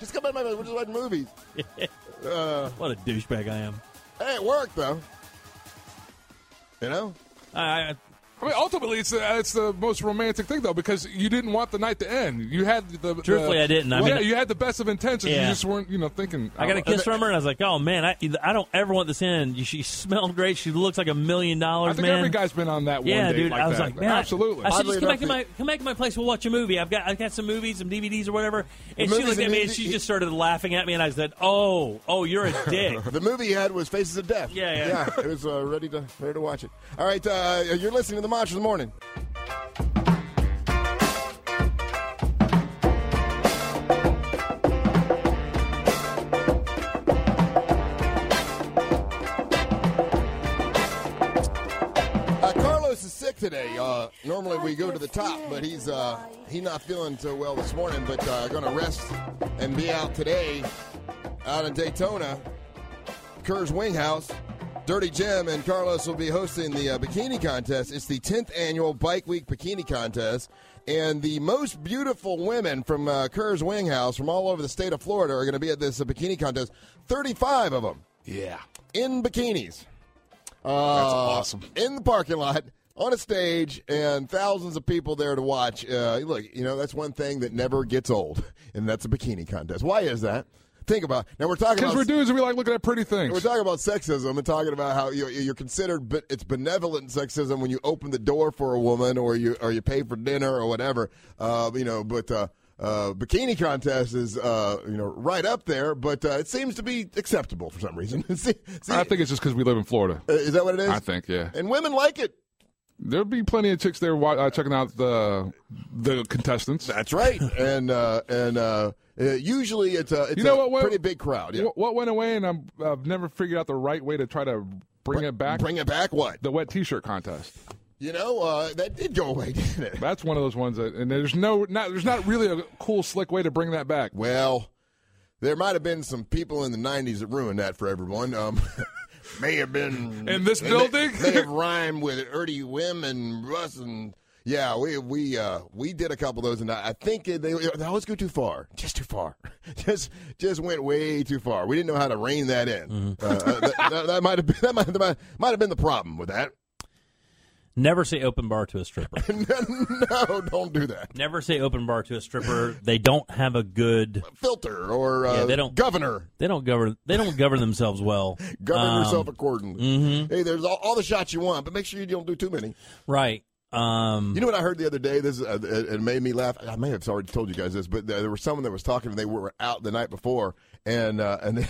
[SPEAKER 2] just come back to my place. We'll just
[SPEAKER 3] *laughs*
[SPEAKER 2] watch movies. uh,
[SPEAKER 3] what a douchebag I am.
[SPEAKER 2] hey, it worked though. You know.
[SPEAKER 3] I,
[SPEAKER 4] mean, ultimately, it's the, it's the most romantic thing though, because you didn't want the night to end. You had the
[SPEAKER 3] Truthfully,
[SPEAKER 4] the-
[SPEAKER 3] I didn't. I
[SPEAKER 4] yeah,
[SPEAKER 3] mean-
[SPEAKER 4] you had the best of intentions.
[SPEAKER 3] Yeah.
[SPEAKER 4] You just weren't, you know, thinking.
[SPEAKER 3] I got a kiss from her, and I was like, "Oh man, I, I don't ever want this end." She smelled great. She looks like a million
[SPEAKER 4] I
[SPEAKER 3] dollars,
[SPEAKER 4] think
[SPEAKER 3] man.
[SPEAKER 4] every guy's been on that one
[SPEAKER 3] yeah,
[SPEAKER 4] date
[SPEAKER 3] dude.
[SPEAKER 4] like
[SPEAKER 3] I was
[SPEAKER 4] that.
[SPEAKER 3] like, man,
[SPEAKER 4] absolutely.
[SPEAKER 3] I, said, just come back to my come back to my place. We'll watch a movie. I've got I've got some movies, some DVDs or whatever. And
[SPEAKER 2] The
[SPEAKER 3] she
[SPEAKER 2] movies
[SPEAKER 3] looked at
[SPEAKER 2] and
[SPEAKER 3] me, and
[SPEAKER 2] DVDs
[SPEAKER 3] she just started laughing at me, and I said, "Oh, oh, you're a
[SPEAKER 4] *laughs*
[SPEAKER 2] *laughs*
[SPEAKER 3] dick."
[SPEAKER 2] The movie you had was Faces of Death.
[SPEAKER 3] Yeah, yeah.
[SPEAKER 2] yeah it was uh, ready to ready to watch it. All right, uh, you're listening to the Monsters in the Morning. Uh, Carlos is sick today. Uh, normally we go to the top, but he's uh, he not feeling so well this morning. But uh, going to rest and be out today, out in Daytona. Kerr's Wing House. Dirty Jim and Carlos will be hosting the uh, bikini contest. It's the 10th annual Bike Week Bikini Contest. And the most beautiful women from uh, Kerr's Wing House from all over the state of Florida are going to be at this uh, bikini contest. 35 of them.
[SPEAKER 4] Yeah.
[SPEAKER 2] In bikinis. Uh,
[SPEAKER 4] That's awesome.
[SPEAKER 2] In the parking lot, on a stage, and thousands of people there to watch. Uh, look, you know, that's one thing that never gets old, and that's a bikini contest. Why is that? Think about Now, we're talking
[SPEAKER 4] Because
[SPEAKER 2] about.
[SPEAKER 4] we're dudes and we like looking at pretty things.
[SPEAKER 2] We're talking about sexism and talking about how you, you're considered, but it's benevolent sexism when you open the door for a woman or you or you pay for dinner or whatever. Uh, you know, but uh, uh, bikini contest is uh, you know right up there, but uh, it seems to be acceptable for some reason. *laughs* see, see,
[SPEAKER 4] I think it's just because we live in Florida.
[SPEAKER 2] uh, is that what it is?
[SPEAKER 4] I think, yeah.
[SPEAKER 2] And women like it.
[SPEAKER 4] There'll be plenty of chicks there wa- uh, checking out the the contestants. *laughs*
[SPEAKER 2] That's right. and uh, and uh, uh, usually it's a, it's
[SPEAKER 4] You know
[SPEAKER 2] a
[SPEAKER 4] what, what-
[SPEAKER 2] pretty big crowd. Yeah.
[SPEAKER 4] What, what went away, and I'm, I've never figured out the right way to try to bring it back.
[SPEAKER 2] Bring it back? What
[SPEAKER 4] the wet T-shirt contest?
[SPEAKER 2] You know uh, that did go away, *laughs* didn't it?
[SPEAKER 4] That's one of those ones that, and there's no, not, there's not really a cool, slick way to bring that back.
[SPEAKER 2] Well, there might have been some people in the '90s that ruined that for everyone. Um, *laughs* may have been
[SPEAKER 4] In this
[SPEAKER 2] they-
[SPEAKER 4] building?
[SPEAKER 2] *laughs* May, have rhymed with Erty Wim and Russ and yeah, we we uh, we did a couple of those, and I, I think they, they always go too far, just too far, *laughs* just just went way too far. We didn't know how to rein that in. Uh, uh, that- that- that might have been that might, that might, might have been the problem with that.
[SPEAKER 3] Never say open bar to a stripper.
[SPEAKER 2] *laughs* no, don't do that.
[SPEAKER 3] Never say open bar to a stripper. They don't have a good
[SPEAKER 2] Filter or uh,
[SPEAKER 3] yeah, they don't
[SPEAKER 2] governor.
[SPEAKER 3] They don't govern. They don't govern themselves well.
[SPEAKER 2] Govern
[SPEAKER 3] Um,
[SPEAKER 2] yourself accordingly.
[SPEAKER 3] mhm.
[SPEAKER 2] Hey, there's all, all the shots you want, but make sure you don't do too many.
[SPEAKER 3] Right. Um,
[SPEAKER 2] You know what I heard the other day? This is- uh, it, it made me laugh. I may have already told you guys this, but there, there was someone that was talking, and they were out the night before, and uh, and *laughs* they,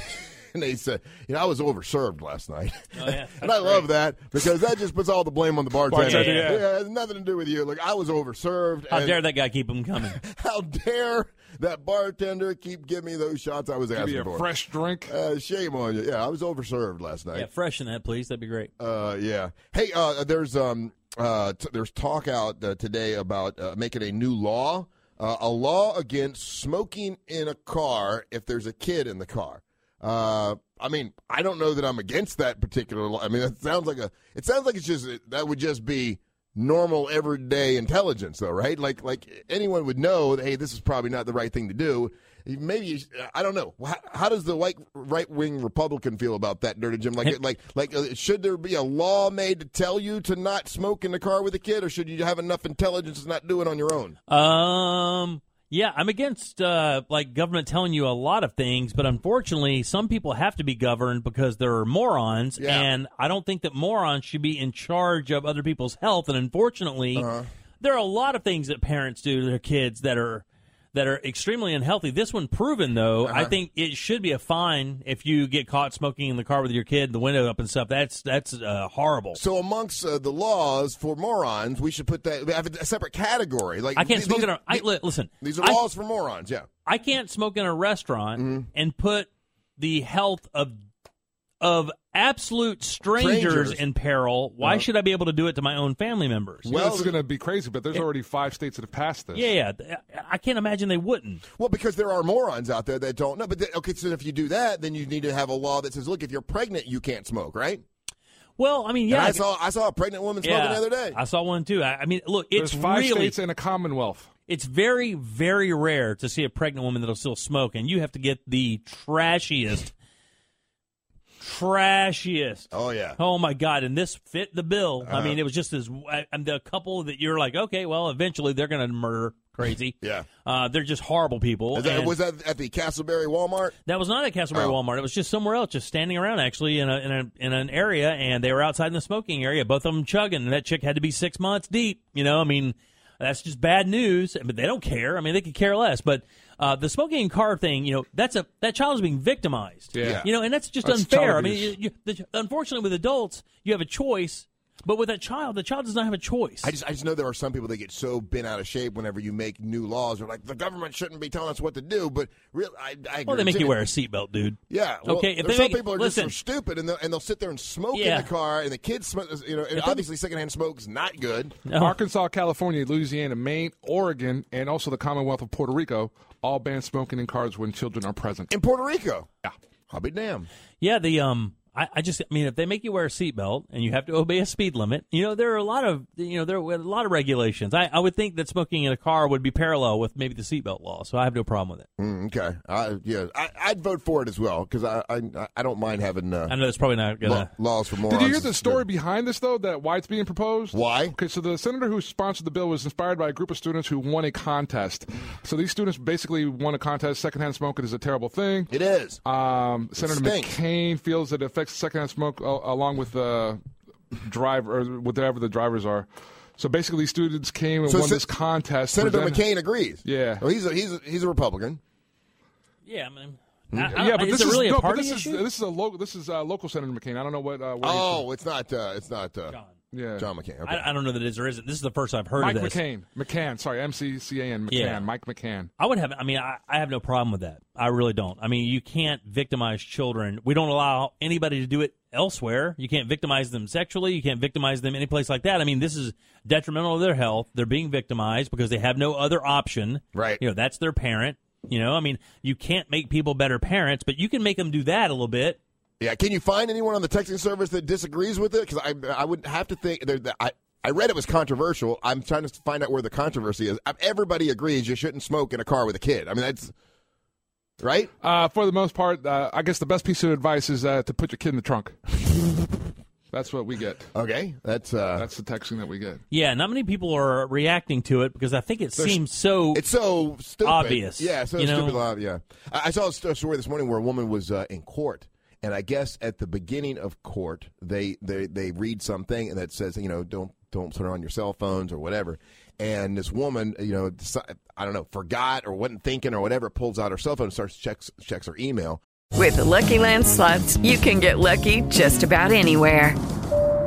[SPEAKER 2] and they said, you know, I was overserved last night, *laughs*
[SPEAKER 3] *laughs*
[SPEAKER 2] and I love that because that just puts all the blame on the bartender.
[SPEAKER 3] Bartender, yeah.
[SPEAKER 2] it has nothing to do with you. Like I was overserved.
[SPEAKER 3] how
[SPEAKER 2] and
[SPEAKER 3] dare that guy keep them coming?
[SPEAKER 2] *laughs* How dare that bartender keep giving me those shots I was
[SPEAKER 4] Give me
[SPEAKER 2] asking
[SPEAKER 4] a
[SPEAKER 2] for?
[SPEAKER 4] fresh drink.
[SPEAKER 2] Uh, shame on you. Yeah, I was overserved last night.
[SPEAKER 3] Yeah, freshen that, please. That'd be great.
[SPEAKER 2] Uh, yeah. Hey, uh, there's um, uh, t- there's talk out uh, today about uh, making a new law, uh, a law against smoking in a car if there's a kid in the car. Uh, I mean, I don't know that I'm against that particular law. I mean, that sounds like a. It sounds like it's just that would just be normal everyday intelligence though right like like anyone would know that, hey this is probably not the right thing to do maybe you, sh- i don't know how, how does the white right-wing republican feel about that dirty jim like like like uh, should there be a law made to tell you to not smoke in the car with a kid or should you have enough intelligence to not do it on your own
[SPEAKER 3] Um, yeah, I'm against uh, like government telling you a lot of things, but unfortunately, some people have to be governed because there are morons, and I don't think that morons should be in charge of other people's health. And unfortunately,
[SPEAKER 2] Uh-huh.
[SPEAKER 3] there are a lot of things that parents do to their kids that are that are extremely unhealthy. This one proven though,
[SPEAKER 2] Uh-huh.
[SPEAKER 3] I think it should be a fine if you get caught smoking in the car with your kid, the window up and stuff. That's that's uh, horrible.
[SPEAKER 2] so amongst uh, the laws for morons we should put that we have a separate category like
[SPEAKER 3] I can't
[SPEAKER 2] th-
[SPEAKER 3] smoke
[SPEAKER 2] these,
[SPEAKER 3] in a. I, li- listen,
[SPEAKER 2] these are
[SPEAKER 3] I-
[SPEAKER 2] laws for morons yeah
[SPEAKER 3] I can't smoke in a restaurant and put the health of of absolute strangers,
[SPEAKER 4] Strangers.
[SPEAKER 3] in peril. Why should I be able to do it to my own family members?
[SPEAKER 4] well, it's going to be crazy, but there's already five states that have passed this.
[SPEAKER 3] yeah, yeah. I- I can't imagine they wouldn't.
[SPEAKER 2] Well, because there are morons out there that don't know. But th- okay, so if you do that, then you need to have a law that says, look, if you're pregnant, you can't smoke, right?
[SPEAKER 3] Well, I mean,
[SPEAKER 2] And
[SPEAKER 3] yeah,
[SPEAKER 2] I saw I saw a pregnant woman smoking
[SPEAKER 3] yeah,
[SPEAKER 2] the other day.
[SPEAKER 3] I saw one too. I, I mean, look,
[SPEAKER 4] There's
[SPEAKER 3] it's
[SPEAKER 4] five
[SPEAKER 3] really
[SPEAKER 4] states and a commonwealth.
[SPEAKER 3] it's very very rare to see a pregnant woman that'll still smoke, and you have to get the trashiest. Trashiest.
[SPEAKER 2] Oh yeah. Uh-huh.
[SPEAKER 3] Oh my God! And this fit the bill. I mean, it was just this. I- I'm the couple that you're like, okay, well, eventually they're going to murder crazy.
[SPEAKER 2] *laughs* yeah.
[SPEAKER 3] Uh, they're just horrible people.
[SPEAKER 2] Is that,
[SPEAKER 3] and
[SPEAKER 2] was that at the Castleberry Walmart?
[SPEAKER 3] that was not at Castleberry
[SPEAKER 2] Oh.
[SPEAKER 3] Walmart. It was just somewhere else, just standing around actually in a, in a in an area, and they were outside in the smoking area. Both of them chugging, and that chick had to be six months deep. You know, I mean, that's just bad news. But they don't care. I mean, they could care less. But uh, the smoking in car thing, you know, that's a that child is being victimized.
[SPEAKER 4] Yeah.
[SPEAKER 3] You know, and that's just
[SPEAKER 4] That's
[SPEAKER 3] unfair.
[SPEAKER 4] child
[SPEAKER 3] I mean,
[SPEAKER 4] abuse.
[SPEAKER 3] you, you, the, unfortunately, with adults, you have a choice, but with a child, the child does not have a choice.
[SPEAKER 2] I just I just know there are some people that get so bent out of shape whenever you make new laws. They're like, the government shouldn't be telling us what to do. But real, I, I agree
[SPEAKER 3] well, they
[SPEAKER 2] with
[SPEAKER 3] make you
[SPEAKER 2] Jimmy.
[SPEAKER 3] wear a seatbelt, dude.
[SPEAKER 2] Yeah. Well,
[SPEAKER 3] okay. If
[SPEAKER 2] there's
[SPEAKER 3] they
[SPEAKER 2] some
[SPEAKER 3] make,
[SPEAKER 2] people are
[SPEAKER 3] listen,
[SPEAKER 2] just so stupid, and they'll, and they'll sit there and smoke
[SPEAKER 3] Yeah.
[SPEAKER 2] in the car, and the kids smoke. You know, and
[SPEAKER 4] If I'm-
[SPEAKER 2] obviously secondhand smoke's not good.
[SPEAKER 4] Arkansas, California, Louisiana, Maine, Oregon, and also the Commonwealth of Puerto Rico all ban smoking in cars when children are present.
[SPEAKER 2] In Puerto Rico, yeah, I'll be damned.
[SPEAKER 3] Yeah, the um, I, I just, I mean, if they make you wear a seatbelt and you have to obey a speed limit, you know, there are a lot of, you know, there are a lot of regulations. I, I would think that smoking in a car would be parallel with maybe the seatbelt law, so I have no problem with it.
[SPEAKER 2] Mm, okay. I, yeah, I, I'd vote for it as well because I, I I don't mind having uh,
[SPEAKER 3] I know that's probably not
[SPEAKER 2] law,
[SPEAKER 3] gonna.
[SPEAKER 2] laws for morons.
[SPEAKER 4] Did you hear the story behind this though? That why it's being proposed?
[SPEAKER 2] Why?
[SPEAKER 4] Okay, so the senator who sponsored the bill was inspired by a group of students who won a contest. So these students basically won a contest. Secondhand smoking is a terrible thing.
[SPEAKER 2] It is.
[SPEAKER 4] Um, Senator
[SPEAKER 2] stinks.
[SPEAKER 4] McCain feels uh, that it affects secondhand smoke uh, along with the driver or whatever the drivers are. So basically, these students came and
[SPEAKER 2] So
[SPEAKER 4] won
[SPEAKER 2] Sen-
[SPEAKER 4] this contest.
[SPEAKER 2] Senator
[SPEAKER 4] presented-
[SPEAKER 2] McCain agrees.
[SPEAKER 4] Yeah.
[SPEAKER 2] Well, he's a, he's a, he's a Republican.
[SPEAKER 3] Yeah, I mean,
[SPEAKER 4] yeah, but this
[SPEAKER 3] Uh, is it really
[SPEAKER 4] is, no,
[SPEAKER 3] a
[SPEAKER 4] but
[SPEAKER 3] party
[SPEAKER 4] this
[SPEAKER 3] issue?
[SPEAKER 4] Is, this is a local. This is uh, local Senator McCain. I don't know what. Uh, where he's
[SPEAKER 2] Oh,
[SPEAKER 4] from.
[SPEAKER 2] it's not uh, it's not uh, John.
[SPEAKER 4] Yeah,
[SPEAKER 2] John McCain. Okay.
[SPEAKER 3] I, I don't know that it is or isn't. This is the first I've heard
[SPEAKER 4] Mike
[SPEAKER 3] of this.
[SPEAKER 4] McCain. McCann. Sorry, M C C A N. McCann.
[SPEAKER 3] Yeah.
[SPEAKER 4] Mike McCann.
[SPEAKER 3] I would have. I mean, I, I have no problem with that. I really don't. I mean, you can't victimize children. We don't allow anybody to do it elsewhere. You can't victimize them sexually. You can't victimize them any place like that. I mean, this is detrimental to their health. They're being victimized because they have no other option. Right. You know, that's their parent. You know, I mean, you can't make people better parents, but you can make them do that a little bit.
[SPEAKER 2] Yeah. Can you find anyone on the texting service that disagrees with it? Because I I would have to think there, that I. I read it was controversial. I'm trying to find out where the controversy is. Uh, Everybody agrees you shouldn't smoke in a car with a kid. I mean, that's right.
[SPEAKER 4] Uh, for the most part, uh, I guess the best piece of advice is uh, to put your kid in the trunk. That's what we get.
[SPEAKER 2] Okay, that's uh,
[SPEAKER 4] that's the texting that we get.
[SPEAKER 3] Yeah, not many people are reacting to it because I think it
[SPEAKER 2] There's-
[SPEAKER 3] seems so.
[SPEAKER 2] It's so stupid.
[SPEAKER 3] obvious.
[SPEAKER 2] Yeah, so
[SPEAKER 3] you know?
[SPEAKER 2] stupid. Love, yeah. I, I saw a st- story this morning where a woman was uh, in court, and I guess at the beginning of court, they they they read something and that says, you know, don't don't turn on your cell phones or whatever. And this woman, you know, deci- I don't know, forgot or wasn't thinking or whatever, pulls out her cell phone and starts checks checks her email.
[SPEAKER 17] With the Lucky Land slots, you can get lucky just about anywhere.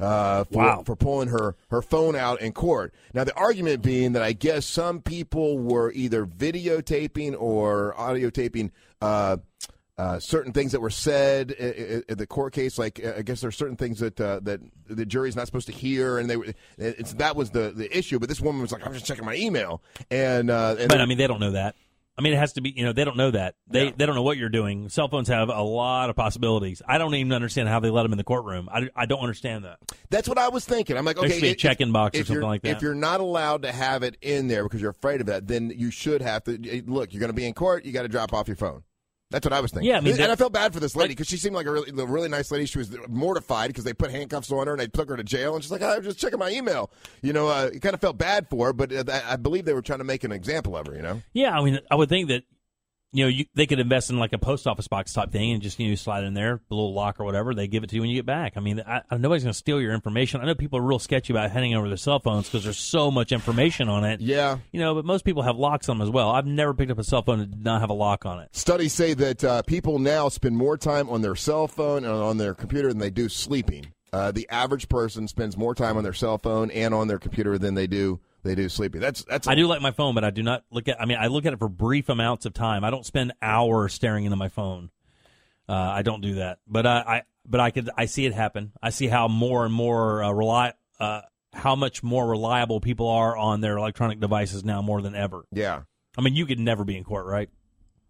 [SPEAKER 2] Uh, for,
[SPEAKER 3] Wow.
[SPEAKER 2] for pulling her her phone out in court. Now the argument being that I guess some people were either videotaping or audiotaping uh, uh, certain things that were said i- i- in the court case. Like uh, I guess there's certain things that uh, that the jury's not supposed to hear, and they were it's, that was the the issue. But this woman was like, I'm just checking my email, and, uh, and
[SPEAKER 3] but I mean, they don't know that. I mean, it has to be. You know, they don't know that. They they don't know what you're doing. Cell phones have a lot of possibilities. I don't even understand how they let them in the courtroom. I, I don't understand that.
[SPEAKER 2] That's what I was thinking. I'm like,
[SPEAKER 3] There
[SPEAKER 2] okay,
[SPEAKER 3] should be a
[SPEAKER 2] if-
[SPEAKER 3] check-in box or
[SPEAKER 2] if you're-
[SPEAKER 3] something like that.
[SPEAKER 2] If you're not allowed to have it in there because you're afraid of that, then you should have to eh, look. You're going to be in court. You got to drop off your phone. That's what I was thinking.
[SPEAKER 3] Yeah, I mean,
[SPEAKER 2] and,
[SPEAKER 3] that-
[SPEAKER 2] I felt bad for this lady because she seemed like a really, a really nice lady. She was mortified because they put handcuffs on her and they took her to jail. And she's like, "I'm just checking my email." You know, uh, it kind of felt bad for her, but uh, I I believe they were trying to make an example of her. You know,
[SPEAKER 3] Yeah, I mean, I would think that you know you, they could invest in like a post office box type thing and just you know, slide in there, a little lock or whatever. They give it to you when you get back. I mean, I, I- nobody's going to steal your information. I know people are real sketchy about handing over their cell phones because there's so much information on it.
[SPEAKER 2] Yeah,
[SPEAKER 3] you know, but most people have locks on them as well. I've never picked up a cell phone that did not have a lock on it.
[SPEAKER 2] studies say that uh, people now spend more time on their cell phone and on their computer than they do sleeping. Uh, the average person spends more time on their cell phone and on their computer than they do they do sleeping. That's that's.
[SPEAKER 3] I do like my phone, but I do not look at. I mean, I look at it for brief amounts of time. I don't spend hours staring into my phone. Uh, I don't do that, but I, I, but I could. I see it happen. I see how more and more uh, rely, uh, how much more reliable people are on their electronic devices now more than ever.
[SPEAKER 2] Yeah.
[SPEAKER 3] I mean, you could never be in court, right?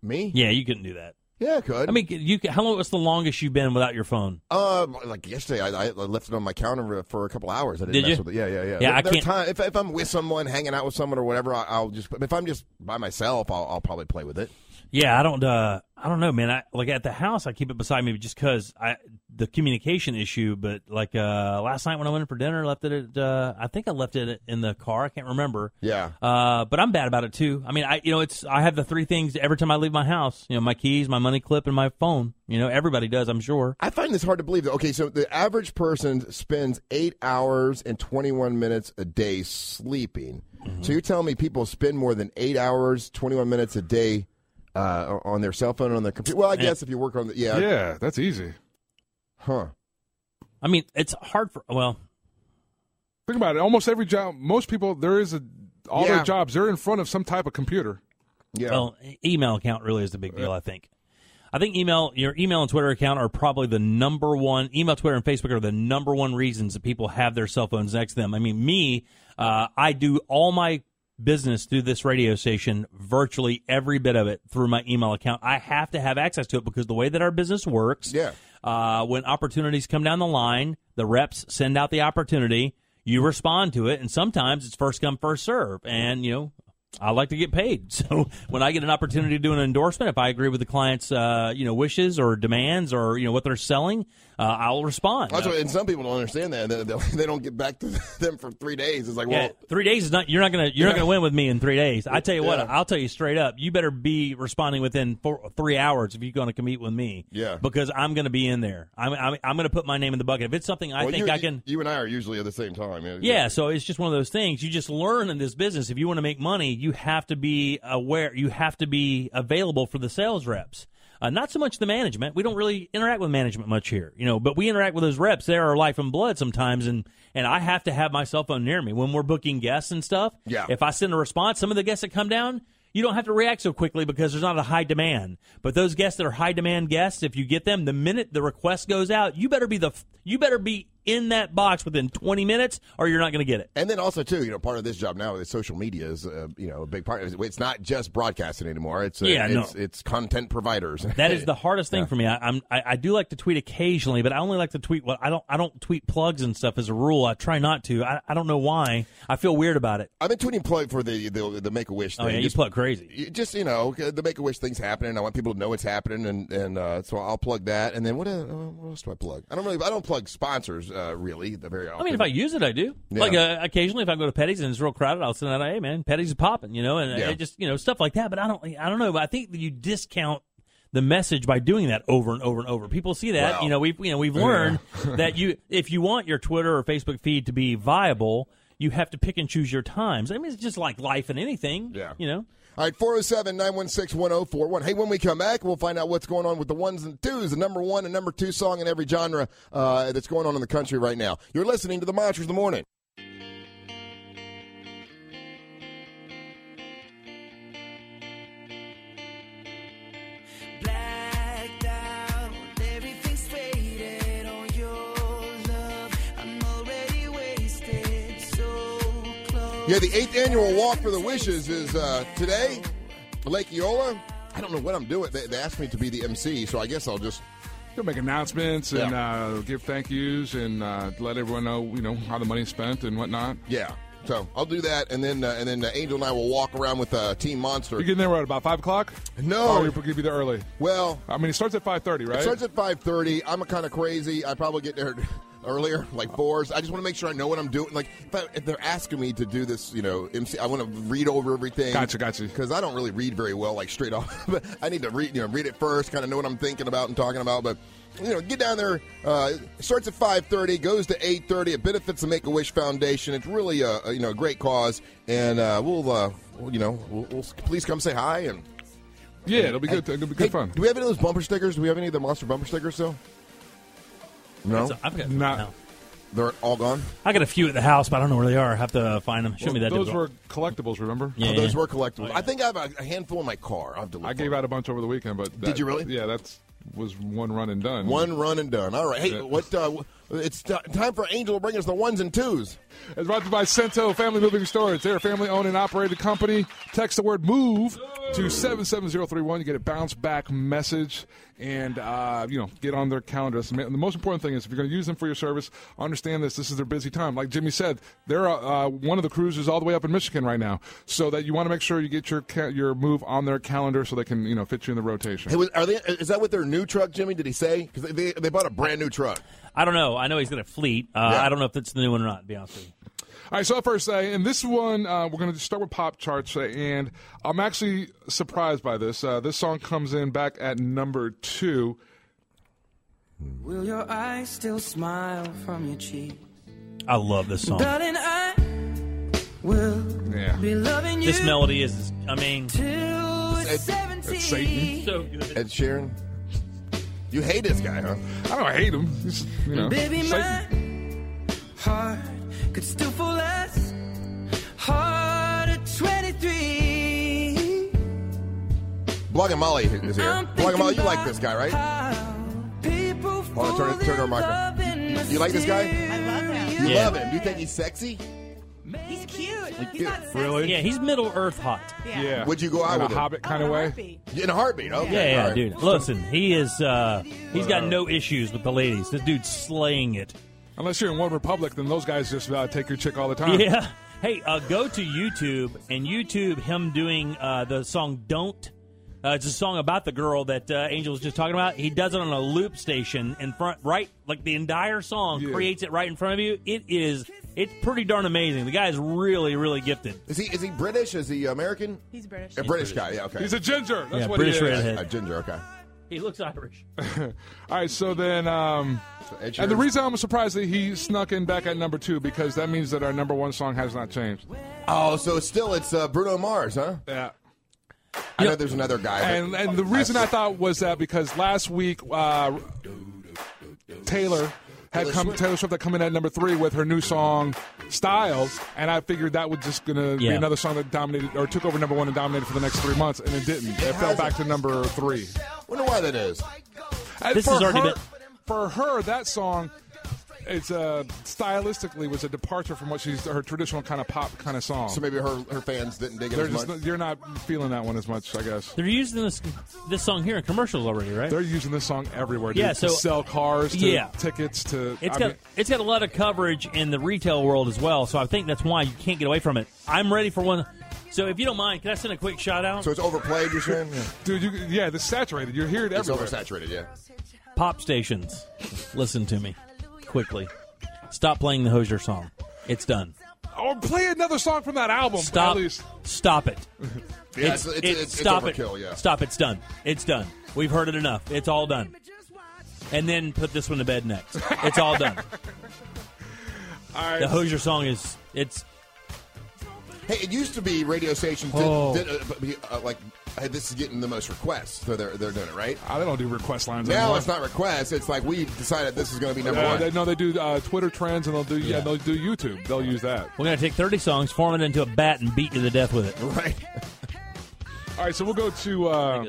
[SPEAKER 2] Me?
[SPEAKER 3] Yeah, you couldn't do that.
[SPEAKER 2] Yeah, I could.
[SPEAKER 3] I mean, you. could- How long? What's the longest you've been without your phone?
[SPEAKER 2] Um, like yesterday, I, I left it on my counter for a couple hours. I didn't
[SPEAKER 3] Did
[SPEAKER 2] mess
[SPEAKER 3] you?
[SPEAKER 2] with it. Yeah, yeah, yeah.
[SPEAKER 3] Yeah,
[SPEAKER 2] There-
[SPEAKER 3] I
[SPEAKER 2] there are
[SPEAKER 3] can't-
[SPEAKER 2] Time, if, if I'm with someone, hanging out with someone or whatever, I, I'll just. If I'm just by myself, I'll, I'll probably play with it.
[SPEAKER 3] Yeah, I don't. Uh, I don't know, man. I like at the house, I keep it beside me just because I the communication issue. But like uh, last night when I went in for dinner, left it. At, uh, I think I left it in the car. I can't remember.
[SPEAKER 2] Yeah.
[SPEAKER 3] Uh, but I'm bad about it too. I mean, I you know, it's I have the three things every time I leave my house. You know, my keys, my money clip, and my phone. You know, everybody does. I'm sure.
[SPEAKER 2] I find this hard to believe. Though. Okay, so the average person spends eight hours and 21 minutes a day sleeping. So you're telling me people spend more than eight hours, 21 minutes a day uh, on their cell phone and on their computer? Well, I guess if you work on the. Yeah.
[SPEAKER 4] Yeah, that's easy.
[SPEAKER 2] Huh.
[SPEAKER 3] I mean, it's hard for. Well,
[SPEAKER 4] Think about it. Almost every job, most people, there is a all
[SPEAKER 3] Yeah.
[SPEAKER 4] their jobs. They're in front of some type of computer.
[SPEAKER 2] Yeah.
[SPEAKER 3] Well, e- email account really is the big deal. I think. I think email, your email and Twitter account are probably the number one. Email, Twitter, and Facebook are the number one reasons that people have their cell phones next to them. I mean, me, uh, I do all my business through this radio station, virtually every bit of it through my email account. I have to have access to it because the way that our business works, yeah. Uh, when opportunities come down the line, the reps send out the opportunity. you respond to it, and sometimes it's first come first serve. And you know, I like to get paid, *laughs* so when I get an opportunity to do an endorsement, if I agree with the client's uh, you know wishes or demands or you know what they're selling, uh, I'll respond.
[SPEAKER 2] That's what, and some people don't understand that. They, they- they don't get back to *laughs* them for three days. It's like,
[SPEAKER 3] Yeah,
[SPEAKER 2] well,
[SPEAKER 3] three days is not. You're not gonna. You're not
[SPEAKER 2] Yeah.
[SPEAKER 3] gonna win with me in three days. I tell you what.
[SPEAKER 2] Yeah.
[SPEAKER 3] I'll tell you straight up. You better be responding within four, three hours if you're gonna compete with me.
[SPEAKER 2] Yeah.
[SPEAKER 3] Because I'm gonna be in there. I'm. I'm, I'm gonna put my name in the bucket. If it's something I
[SPEAKER 2] well,
[SPEAKER 3] think
[SPEAKER 2] you,
[SPEAKER 3] I can.
[SPEAKER 2] You and I are usually at the same time.
[SPEAKER 3] Yeah, so it's just one of those things. You just learn in this business. If you want to make money, you have to be aware. You have to be available for the sales reps. Uh, not so much the management. We don't really interact with management much here, you know. But we interact with those reps. They are life and blood sometimes, and and I have to have my cell phone near me when we're booking guests and stuff.
[SPEAKER 6] Yeah.
[SPEAKER 3] If I send a response, some of the guests that come down, you don't have to react so quickly because there's not a high demand. But those guests that are high demand guests, if you get them, the minute the request goes out, you better be the f- you better be in that box within 20 minutes, or you're not going to get it.
[SPEAKER 2] And then also too, you know, part of this job now is social media is uh, you know a big part. It's not just broadcasting anymore. It's uh,
[SPEAKER 3] Yeah, no.
[SPEAKER 2] it's, it's content providers.
[SPEAKER 3] That
[SPEAKER 2] *laughs*
[SPEAKER 3] is the hardest thing for me. I, I'm I, I do like to tweet occasionally, but I only like to tweet what I don't I don't tweet plugs and stuff as a rule. I try not to. I, I don't know why. I feel weird about it.
[SPEAKER 2] I've been tweeting plug for the the, the Make a Wish.
[SPEAKER 3] Oh,
[SPEAKER 2] thing.
[SPEAKER 3] yeah, you plug crazy.
[SPEAKER 2] you- Just you know, the Make a Wish thing's happening. I want people to know it's happening, and and uh, so I'll plug that. And then what, uh, what else do I plug? I don't really. I don't plug sponsors uh, really the very often.
[SPEAKER 3] I mean, if I use it, I do.
[SPEAKER 2] Yeah.
[SPEAKER 3] Like uh, occasionally, if I go to Petty's and it's real crowded, I'll send out, "Hey, man, Petty's is popping," you know, and uh,
[SPEAKER 2] Yeah.
[SPEAKER 3] it just you know stuff like that. But I don't, I don't know. But I think that you discount the message by doing that over and over and over. People see that,
[SPEAKER 20] Well.
[SPEAKER 3] you know, we've you know we've
[SPEAKER 20] Yeah.
[SPEAKER 3] learned that you if you want your Twitter or Facebook feed to be viable, you have to pick and choose your times. I mean, it's just like life and anything. Yeah, you know.
[SPEAKER 2] All right, 407 916 1041. Hey, when we come back, we'll find out what's going on with the ones and twos, the number one and number two song in every genre uh, that's going on in the country right now. You're listening to The Monsters in the Morning.
[SPEAKER 21] Blacked out, everything's faded on your love. I'm already wasted, so close.
[SPEAKER 2] Yeah, the eighth annual Walk for the Wishes is uh, today, Lake Eola. I don't know what I'm doing. They, they asked me to be the MC, so I guess I'll just.
[SPEAKER 4] You'll make announcements and uh, give thank yous and uh, let everyone know you know how the money's spent and whatnot.
[SPEAKER 2] Yeah, so I'll do that, and then uh, and then uh, Angel and I will walk around with uh, Team Monster.
[SPEAKER 4] You getting there what about five o'clock?
[SPEAKER 2] No.
[SPEAKER 4] or we could be there early.
[SPEAKER 2] Well,
[SPEAKER 4] I mean, it starts at five thirty, right?
[SPEAKER 2] It starts at five thirty. I'm kind of crazy. I probably get there *laughs* earlier, like fours. I just want to make sure I know what I'm doing. Like if, I, if they're asking me to do this, you know, MC, I want to read over everything.
[SPEAKER 4] Gotcha, gotcha.
[SPEAKER 2] Because I don't really read very well, like straight off. *laughs* but I need to read, you know, read it first, kind of know what I'm thinking about and talking about. But you know, get down there. Uh, it starts at five thirty, goes to eight thirty. It benefits the Make a Wish Foundation. It's really a, a, you know a great cause, and uh, we'll uh, we'll, you know we'll, we'll please come say hi and.
[SPEAKER 4] Yeah, it'll be good. It'll be good
[SPEAKER 2] Hey,
[SPEAKER 4] fun.
[SPEAKER 2] Do we have any of those bumper stickers? Do we have any of the monster bumper stickers still? No,
[SPEAKER 3] That's- I've got
[SPEAKER 4] not.
[SPEAKER 2] they're all gone.
[SPEAKER 3] I got a few at the house, but I don't know where they are. I have to uh, find them. Show me that.
[SPEAKER 4] Those
[SPEAKER 3] difficult.
[SPEAKER 4] were collectibles, remember?
[SPEAKER 3] Yeah,
[SPEAKER 2] Oh, those
[SPEAKER 3] yeah.
[SPEAKER 2] were collectibles. I think I have a, a handful in my car. I have to look.
[SPEAKER 4] I gave out a bunch over the weekend, but that-
[SPEAKER 2] you really?
[SPEAKER 4] Yeah, that's was one run and done.
[SPEAKER 2] One run and done. All right. Hey, what? Uh, w- it's t- time for Angel to bring us the ones and twos.
[SPEAKER 4] It's brought to you by Cento Family Moving Storage. They're a family owned and operated company. Text the word MOVE to 77031. You get a bounce back message and, uh, you know, get on their calendar. That's the ma- the most important thing is if you're going to use them for your service, understand this. This is their busy time. Like Jimmy said, they're uh, one of the cruisers all the way up in Michigan right now. So that you want to make sure you get your ca- your move on their calendar so they can, you know, fit you in the rotation.
[SPEAKER 2] Hey, was, are they? Is that what their new truck, Jimmy? Did he say? Because they, they bought a brand new truck.
[SPEAKER 3] I don't know. I know he's got a fleet. Uh, I don't know if that's the new one or not. To be honest with you.
[SPEAKER 4] All right, so first, uh, in this one, uh, we're going to start with pop charts, uh, and I'm actually surprised by this. Uh, this song comes in back at number two.
[SPEAKER 21] Will your eyes still smile from your cheek?
[SPEAKER 3] I love this song.
[SPEAKER 21] Darling, I will
[SPEAKER 4] Yeah.
[SPEAKER 21] be loving you.
[SPEAKER 3] This melody is. I mean,
[SPEAKER 21] till
[SPEAKER 2] It's-
[SPEAKER 21] seventy.
[SPEAKER 2] it's Satan.
[SPEAKER 3] So good.
[SPEAKER 2] Ed Sheeran. You hate this guy, huh?
[SPEAKER 4] I don't hate him. He's, you know,
[SPEAKER 21] Baby,
[SPEAKER 4] Satan.
[SPEAKER 21] my heart could still fall less hard at 23.
[SPEAKER 2] Guacamole is here.
[SPEAKER 21] I'm
[SPEAKER 2] Guacamole, you like this guy, right?
[SPEAKER 21] People
[SPEAKER 2] Hold on, turn, turn her
[SPEAKER 21] fall in
[SPEAKER 2] microphone. You like this guy?
[SPEAKER 21] I love him.
[SPEAKER 2] You
[SPEAKER 3] Yeah.
[SPEAKER 2] love him. Do you think he's sexy?
[SPEAKER 21] He's cute.
[SPEAKER 3] really? Yeah, he's Middle Earth hot.
[SPEAKER 21] Yeah.
[SPEAKER 2] Would you go out
[SPEAKER 4] in
[SPEAKER 2] with
[SPEAKER 4] a
[SPEAKER 2] him?
[SPEAKER 4] Hobbit
[SPEAKER 21] Oh,
[SPEAKER 4] kind of way?
[SPEAKER 2] In a heartbeat. Okay.
[SPEAKER 3] yeah, yeah,
[SPEAKER 2] all right.
[SPEAKER 3] dude. Listen, he is. uh He's got no issues with the ladies. This dude's slaying it.
[SPEAKER 4] Unless you're in one republic, then those guys just uh, take your chick all the time.
[SPEAKER 3] Yeah. Hey, uh, go to YouTube and YouTube him doing uh, the song "Don't." Uh, it's a song about the girl that uh, Angel was just talking about. He does it on a loop station in front, right? Like the entire song
[SPEAKER 2] Yeah.
[SPEAKER 3] creates it right in front of you. It is. It's pretty darn amazing. The guy is really, really gifted.
[SPEAKER 2] Is he is he British? Is he American? He's British. A British, guy. Yeah. Okay.
[SPEAKER 4] He's a ginger. That's
[SPEAKER 3] Yeah,
[SPEAKER 4] what
[SPEAKER 3] British
[SPEAKER 4] he is.
[SPEAKER 3] redhead.
[SPEAKER 2] A ginger. Okay.
[SPEAKER 3] He looks Irish.
[SPEAKER 4] *laughs* All right, so then, um,
[SPEAKER 2] Ed
[SPEAKER 4] and the
[SPEAKER 2] Sheeran-
[SPEAKER 4] reason I'm surprised that he snuck in back at number two because that means that our number one song has not changed.
[SPEAKER 2] Oh, so still it's uh, Bruno Mars, huh?
[SPEAKER 4] Yeah.
[SPEAKER 2] I know there's another guy. but-
[SPEAKER 4] And and the reason I thought was that because last week uh, Taylor had
[SPEAKER 2] Taylor
[SPEAKER 4] come
[SPEAKER 2] Swift.
[SPEAKER 4] Taylor Swift had come in at number three with her new song Styles, and I figured that was just gonna be
[SPEAKER 3] Yeah.
[SPEAKER 4] another song that dominated or took over number one and dominated for the next three months, and it didn't. It, fell back to number three.
[SPEAKER 2] Wonder why that is.
[SPEAKER 4] And
[SPEAKER 3] This
[SPEAKER 4] for
[SPEAKER 3] has already
[SPEAKER 4] her,
[SPEAKER 3] been-
[SPEAKER 4] for her that song. It's uh, stylistically was a departure from what she's her traditional kind of pop kind of song.
[SPEAKER 2] So maybe her her fans didn't dig it
[SPEAKER 4] They're
[SPEAKER 2] as
[SPEAKER 4] just
[SPEAKER 2] much.
[SPEAKER 4] not- you're not feeling that one as much, I guess.
[SPEAKER 3] They're using this this song here in commercials already, right?
[SPEAKER 4] They're using this song everywhere. Dude,
[SPEAKER 3] Yeah, so-
[SPEAKER 4] to sell cars, to
[SPEAKER 3] Yeah.
[SPEAKER 4] tickets, to
[SPEAKER 3] It's
[SPEAKER 4] I
[SPEAKER 3] got
[SPEAKER 4] mean,
[SPEAKER 3] it's got a lot of coverage in the retail world as well, so I think that's why you can't get away from it. I'm ready for one. So if you don't mind, can I send a quick shout out?
[SPEAKER 2] So it's overplayed, you're saying? Yeah.
[SPEAKER 4] *laughs* dude. You, yeah, it's saturated. You hear it
[SPEAKER 2] It's
[SPEAKER 4] everywhere.
[SPEAKER 2] oversaturated, yeah.
[SPEAKER 3] Pop stations, listen to me quickly. Stop playing the Hosier song. It's done.
[SPEAKER 4] Or Oh, play another song from that album.
[SPEAKER 3] Stop.
[SPEAKER 4] At least.
[SPEAKER 3] Stop it.
[SPEAKER 2] *laughs* Yeah, it's- it's-
[SPEAKER 3] it-
[SPEAKER 2] it's- it's
[SPEAKER 3] stop
[SPEAKER 2] overkill,
[SPEAKER 3] it.
[SPEAKER 2] yeah.
[SPEAKER 3] Stop. It's done. It's done. We've heard it enough. It's all done. And then put this one to bed next. It's all
[SPEAKER 2] *laughs*
[SPEAKER 3] done.
[SPEAKER 4] All right.
[SPEAKER 3] the Hosier song is it's
[SPEAKER 2] Hey, it used to be radio stations did,
[SPEAKER 3] Oh.
[SPEAKER 2] did, uh, b- uh, like, hey, this is getting the most requests, so they're, they're doing it, right?
[SPEAKER 4] I Ah, don't do request lines.
[SPEAKER 2] Now
[SPEAKER 4] anymore.
[SPEAKER 2] it's not requests, it's like we've decided this is going to be number
[SPEAKER 4] Yeah,
[SPEAKER 2] one.
[SPEAKER 4] they, no, they do uh, Twitter trends, and they'll do yeah. they'll do YouTube. They'll use that.
[SPEAKER 3] We're gonna take 30 songs, form it into a bat, and beat you to death with it.
[SPEAKER 2] Right.
[SPEAKER 4] All right, so we'll go to uh,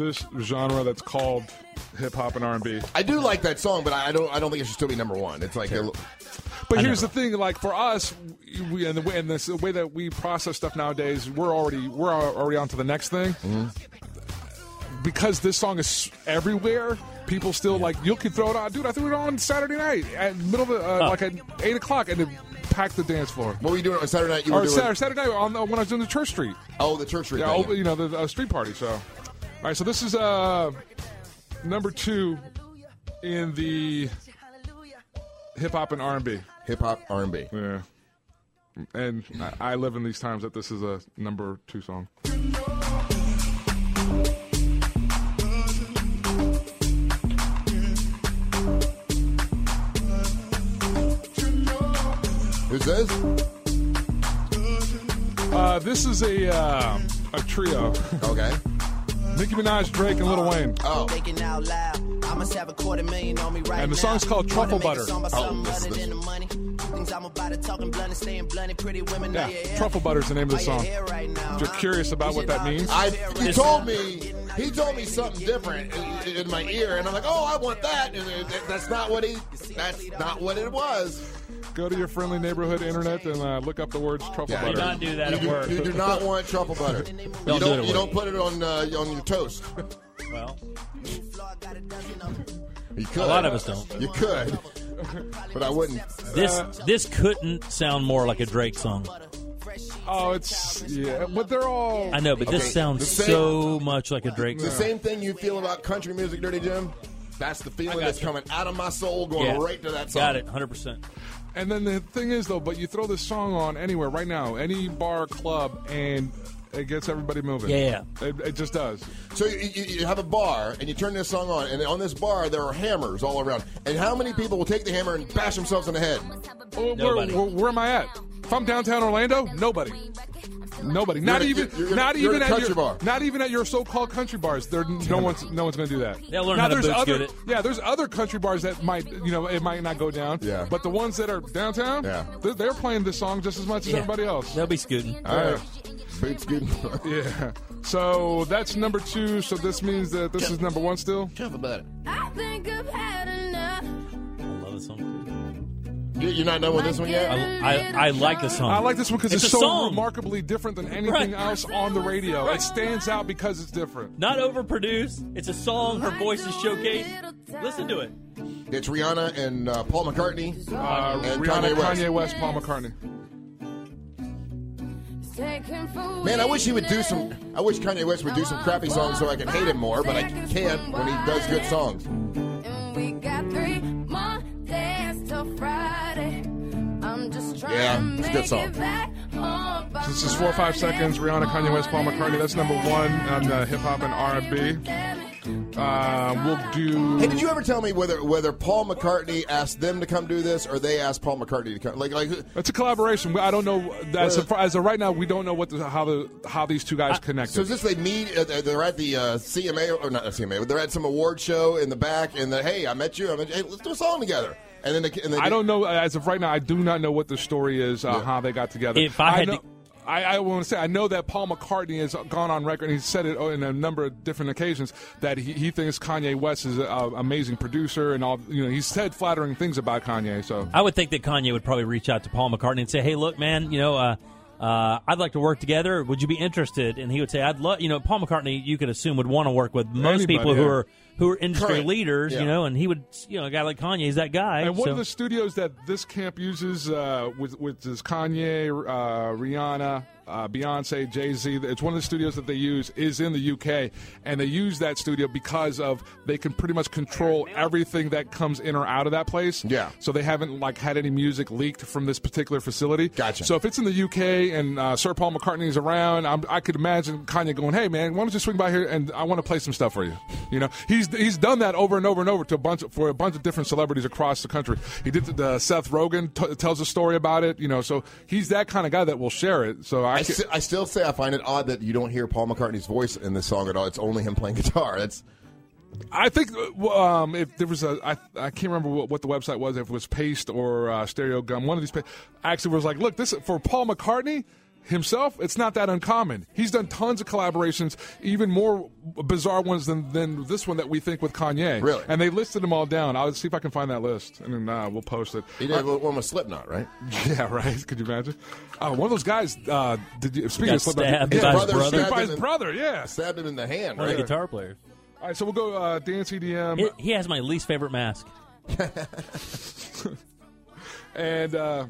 [SPEAKER 4] this genre that's called hip hop and R and B.
[SPEAKER 2] I do like that song, but I I don't. I don't think it should still be number one. It's like, a l-
[SPEAKER 4] But here's the thing, like for us, we, and, the way, and this, the way that we process stuff nowadays, we're already we're al- already on to the next thing.
[SPEAKER 2] Mm-hmm.
[SPEAKER 4] Because this song is everywhere, people still like you could throw it on, dude. I threw it on Saturday night at middle of the, uh,
[SPEAKER 3] Oh.
[SPEAKER 4] like at eight o'clock, and it packed the dance floor.
[SPEAKER 2] what were you doing on Saturday night? You were
[SPEAKER 4] or
[SPEAKER 2] doing
[SPEAKER 4] Saturday, Saturday night on the, when I was doing the church street,
[SPEAKER 2] oh the church street
[SPEAKER 4] yeah,
[SPEAKER 2] thing.
[SPEAKER 4] oh, you know the uh, street party. So, all right, so this is uh number two in the hip hop and R and B.
[SPEAKER 2] hip hop R and B.
[SPEAKER 4] Yeah. And I, I live in these times that this is a number two song.
[SPEAKER 2] Who's this?
[SPEAKER 4] Uh, this is a uh, a trio:
[SPEAKER 2] Okay.
[SPEAKER 4] *laughs* Nicki Minaj, Drake, and Lil Wayne.
[SPEAKER 2] Oh.
[SPEAKER 6] Thinking out loud. I must have a quarter million on me right
[SPEAKER 4] And the song's
[SPEAKER 6] now.
[SPEAKER 4] called
[SPEAKER 6] Wanna
[SPEAKER 4] Truffle
[SPEAKER 6] make a
[SPEAKER 4] Butter.
[SPEAKER 6] song about
[SPEAKER 4] Oh,
[SPEAKER 6] something
[SPEAKER 4] this-
[SPEAKER 6] other
[SPEAKER 4] this-
[SPEAKER 6] than the money. Things I'm about to talk and blunt and staying blunt and pretty women know
[SPEAKER 4] Yeah,
[SPEAKER 6] your hair.
[SPEAKER 4] Truffle Butter is the name of the
[SPEAKER 6] Are you
[SPEAKER 4] song.
[SPEAKER 6] here right now,
[SPEAKER 4] If you're
[SPEAKER 6] huh?
[SPEAKER 4] curious about what that means,
[SPEAKER 2] I he told me he told me something different in, in my ear, and I'm like, oh, I want that, and it- it- that's not what he. That's not what it was.
[SPEAKER 4] go to your friendly neighborhood internet and uh, look up the words Truffle
[SPEAKER 2] Yeah,
[SPEAKER 4] Butter.
[SPEAKER 2] do not
[SPEAKER 3] do that at
[SPEAKER 2] you,
[SPEAKER 3] work.
[SPEAKER 2] Do, you do not want truffle butter. you
[SPEAKER 3] do
[SPEAKER 2] don't.
[SPEAKER 3] it at
[SPEAKER 2] you
[SPEAKER 3] work.
[SPEAKER 2] don't put it on uh, on your toast.
[SPEAKER 3] Well,
[SPEAKER 2] You could.
[SPEAKER 3] A lot of us don't.
[SPEAKER 2] You could, but I wouldn't.
[SPEAKER 3] this
[SPEAKER 4] Uh,
[SPEAKER 3] this couldn't sound more like a Drake song.
[SPEAKER 4] Oh, it's yeah, but they're all.
[SPEAKER 3] I know, but this
[SPEAKER 2] Okay,
[SPEAKER 3] sounds
[SPEAKER 2] the same-
[SPEAKER 3] so much like a Drake
[SPEAKER 2] It's the
[SPEAKER 3] song.
[SPEAKER 2] same thing you feel about country music, Dirty Jim. That's the feeling
[SPEAKER 3] got
[SPEAKER 2] that's
[SPEAKER 3] you.
[SPEAKER 2] coming out of my soul, going
[SPEAKER 3] Yeah.
[SPEAKER 2] right to that song.
[SPEAKER 3] Got it, 100%.
[SPEAKER 4] And then the thing is, though, but you throw this song on anywhere right now, any bar, club, and it gets everybody moving.
[SPEAKER 3] Yeah,
[SPEAKER 4] it, it just uh, does.
[SPEAKER 2] So you, you, you have a bar, and you turn this song on, and on this bar there are hammers all around. And how many people will take the hammer and bash themselves in the head?
[SPEAKER 4] Well, where,
[SPEAKER 3] Nobody.
[SPEAKER 4] where, where am I at? If I'm downtown Orlando, nobody, nobody, not
[SPEAKER 2] You're-
[SPEAKER 4] even,
[SPEAKER 2] you're- you're-
[SPEAKER 4] not
[SPEAKER 2] you're
[SPEAKER 4] even
[SPEAKER 2] a
[SPEAKER 4] at
[SPEAKER 2] country
[SPEAKER 4] your,
[SPEAKER 2] bar.
[SPEAKER 4] not even at your so-called country bars. There, no one's, no one's going to do that.
[SPEAKER 3] They'll learn
[SPEAKER 4] now,
[SPEAKER 3] how to
[SPEAKER 4] there's
[SPEAKER 3] boots
[SPEAKER 4] other,
[SPEAKER 3] get it.
[SPEAKER 4] Yeah, there's other country bars that might, you know, it might not go down.
[SPEAKER 2] Yeah.
[SPEAKER 4] But the ones that are downtown,
[SPEAKER 2] Yeah.
[SPEAKER 4] they're, they're playing this song just as much as
[SPEAKER 3] Yeah.
[SPEAKER 4] everybody else.
[SPEAKER 3] They'll be scooting.
[SPEAKER 2] All right, boots good. *laughs*
[SPEAKER 4] Yeah. So that's number two. So this means that this is number one still.
[SPEAKER 2] Tell about it.
[SPEAKER 22] I think I've had enough.
[SPEAKER 3] I love this song.
[SPEAKER 2] You, you're not done with this one yet.
[SPEAKER 3] I, I, I like this song.
[SPEAKER 4] I like this one because
[SPEAKER 3] It's
[SPEAKER 4] it's,
[SPEAKER 3] a
[SPEAKER 4] so
[SPEAKER 3] song.
[SPEAKER 4] remarkably different than anything
[SPEAKER 3] Right.
[SPEAKER 4] else on the radio. It stands out because it's different.
[SPEAKER 3] Not overproduced. It's a song. Her voice is showcased. Listen to it.
[SPEAKER 2] It's Rihanna and uh, Paul McCartney.
[SPEAKER 4] Uh,
[SPEAKER 2] and
[SPEAKER 4] Rihanna,
[SPEAKER 2] Kanye West.
[SPEAKER 4] Kanye West, Paul McCartney.
[SPEAKER 2] Man, I wish he would do some. I wish Kanye West would do some crappy songs so I could hate him more, but I can't when he does good songs.
[SPEAKER 22] We got three more days till Friday. I'm just trying
[SPEAKER 4] Yeah,
[SPEAKER 22] to
[SPEAKER 4] it's a
[SPEAKER 22] make
[SPEAKER 4] good song.
[SPEAKER 22] it back home. by
[SPEAKER 4] So this is four or five seconds. Rihanna, Kanye West, Paul McCartney. That's number one on uh, hip hop and R and B. Uh, we'll do.
[SPEAKER 2] Hey, did you ever tell me whether whether Paul McCartney asked them to come do this or they asked Paul McCartney to come? Like, like Uh,
[SPEAKER 4] It's a collaboration. We- I don't know. As of, as of right now, we don't know what the, how the how these two guys connected.
[SPEAKER 2] so is this they meet? Uh, they're- they're at the uh, CMA or not the CMA, but they're at some award show in the back, and the hey, I met you. I met you. Hey, let's do a song together. And then, the, and then
[SPEAKER 4] I don't know. As of right now, I do not know what the story is, uh, how they got together.
[SPEAKER 3] If I had
[SPEAKER 4] know,
[SPEAKER 3] to-
[SPEAKER 4] I, I want to say I know that Paul McCartney has gone on record. and He said it on a number of different occasions that he, he thinks Kanye West is an amazing producer and all. You know, he said flattering things about Kanye. So
[SPEAKER 3] I would think that Kanye would probably reach out to Paul McCartney and say, "Hey, look, man, you know, uh, uh, I'd like to work together. Would you be interested?" And he would say, "I'd love." You know, Paul McCartney, you could assume would want to work with most
[SPEAKER 4] Anybody,
[SPEAKER 3] people who
[SPEAKER 4] yeah.
[SPEAKER 3] are who are industry
[SPEAKER 4] Correct.
[SPEAKER 3] leaders.
[SPEAKER 4] Yeah.
[SPEAKER 3] You know, and he would, you know, a guy like Kanye is that guy.
[SPEAKER 4] And one
[SPEAKER 3] so-
[SPEAKER 4] of the studios that this camp uses, uh, with with is Kanye, uh, Rihanna, uh, Beyonce, Jay Z. It's one of the studios that they use is in the UK, and they use that studio because of they can pretty much control everything that comes in or out of that place. Yeah. So they haven't like had any music leaked from this particular facility. Gotcha. So if it's in the UK and uh, Sir Paul McCartney's around, I'm, I could imagine Kanye going, "Hey man, why don't you swing by here and I want to play some stuff for you." You know, he's he's done that over and over and over to a bunch of, for a bunch of different celebrities across the country. He did the, the Seth Rogen t- tells a story about it. You know, so he's that kind of guy that will share it. So I,
[SPEAKER 2] I,
[SPEAKER 4] can-
[SPEAKER 2] s- I still say I find it odd that you don't hear Paul McCartney's voice in this song at all. It's only him playing *laughs* guitar. That's
[SPEAKER 4] I think uh, um, if there was a, I, I can't remember what, what the website was, if it was Paste or uh, Stereo Gum, one of these, pa- actually was like, look, this for Paul McCartney himself, it's not that uncommon. He's done tons of collaborations, even more bizarre ones than, than this one that we think with Kanye.
[SPEAKER 2] Really?
[SPEAKER 4] And they listed them all down. I'll see if I can find that list, and then uh, we'll post it.
[SPEAKER 2] he
[SPEAKER 4] Uh,
[SPEAKER 2] did one with Slipknot, right?
[SPEAKER 4] *laughs* yeah, right. Could you imagine? Uh, one of those guys. Uh, did you, speaking
[SPEAKER 2] Got
[SPEAKER 4] of Slipknot,
[SPEAKER 2] stabbed
[SPEAKER 4] his
[SPEAKER 2] by his brother.
[SPEAKER 4] stabbed by
[SPEAKER 2] Stabbed
[SPEAKER 4] his
[SPEAKER 2] in-
[SPEAKER 4] brother. Yeah,
[SPEAKER 2] stabbed him in the hand.
[SPEAKER 3] One of the
[SPEAKER 4] right?
[SPEAKER 3] guitar players.
[SPEAKER 4] All right, so we'll go uh, dance EDM.
[SPEAKER 3] He, he has my least favorite mask.
[SPEAKER 4] *laughs* and uh,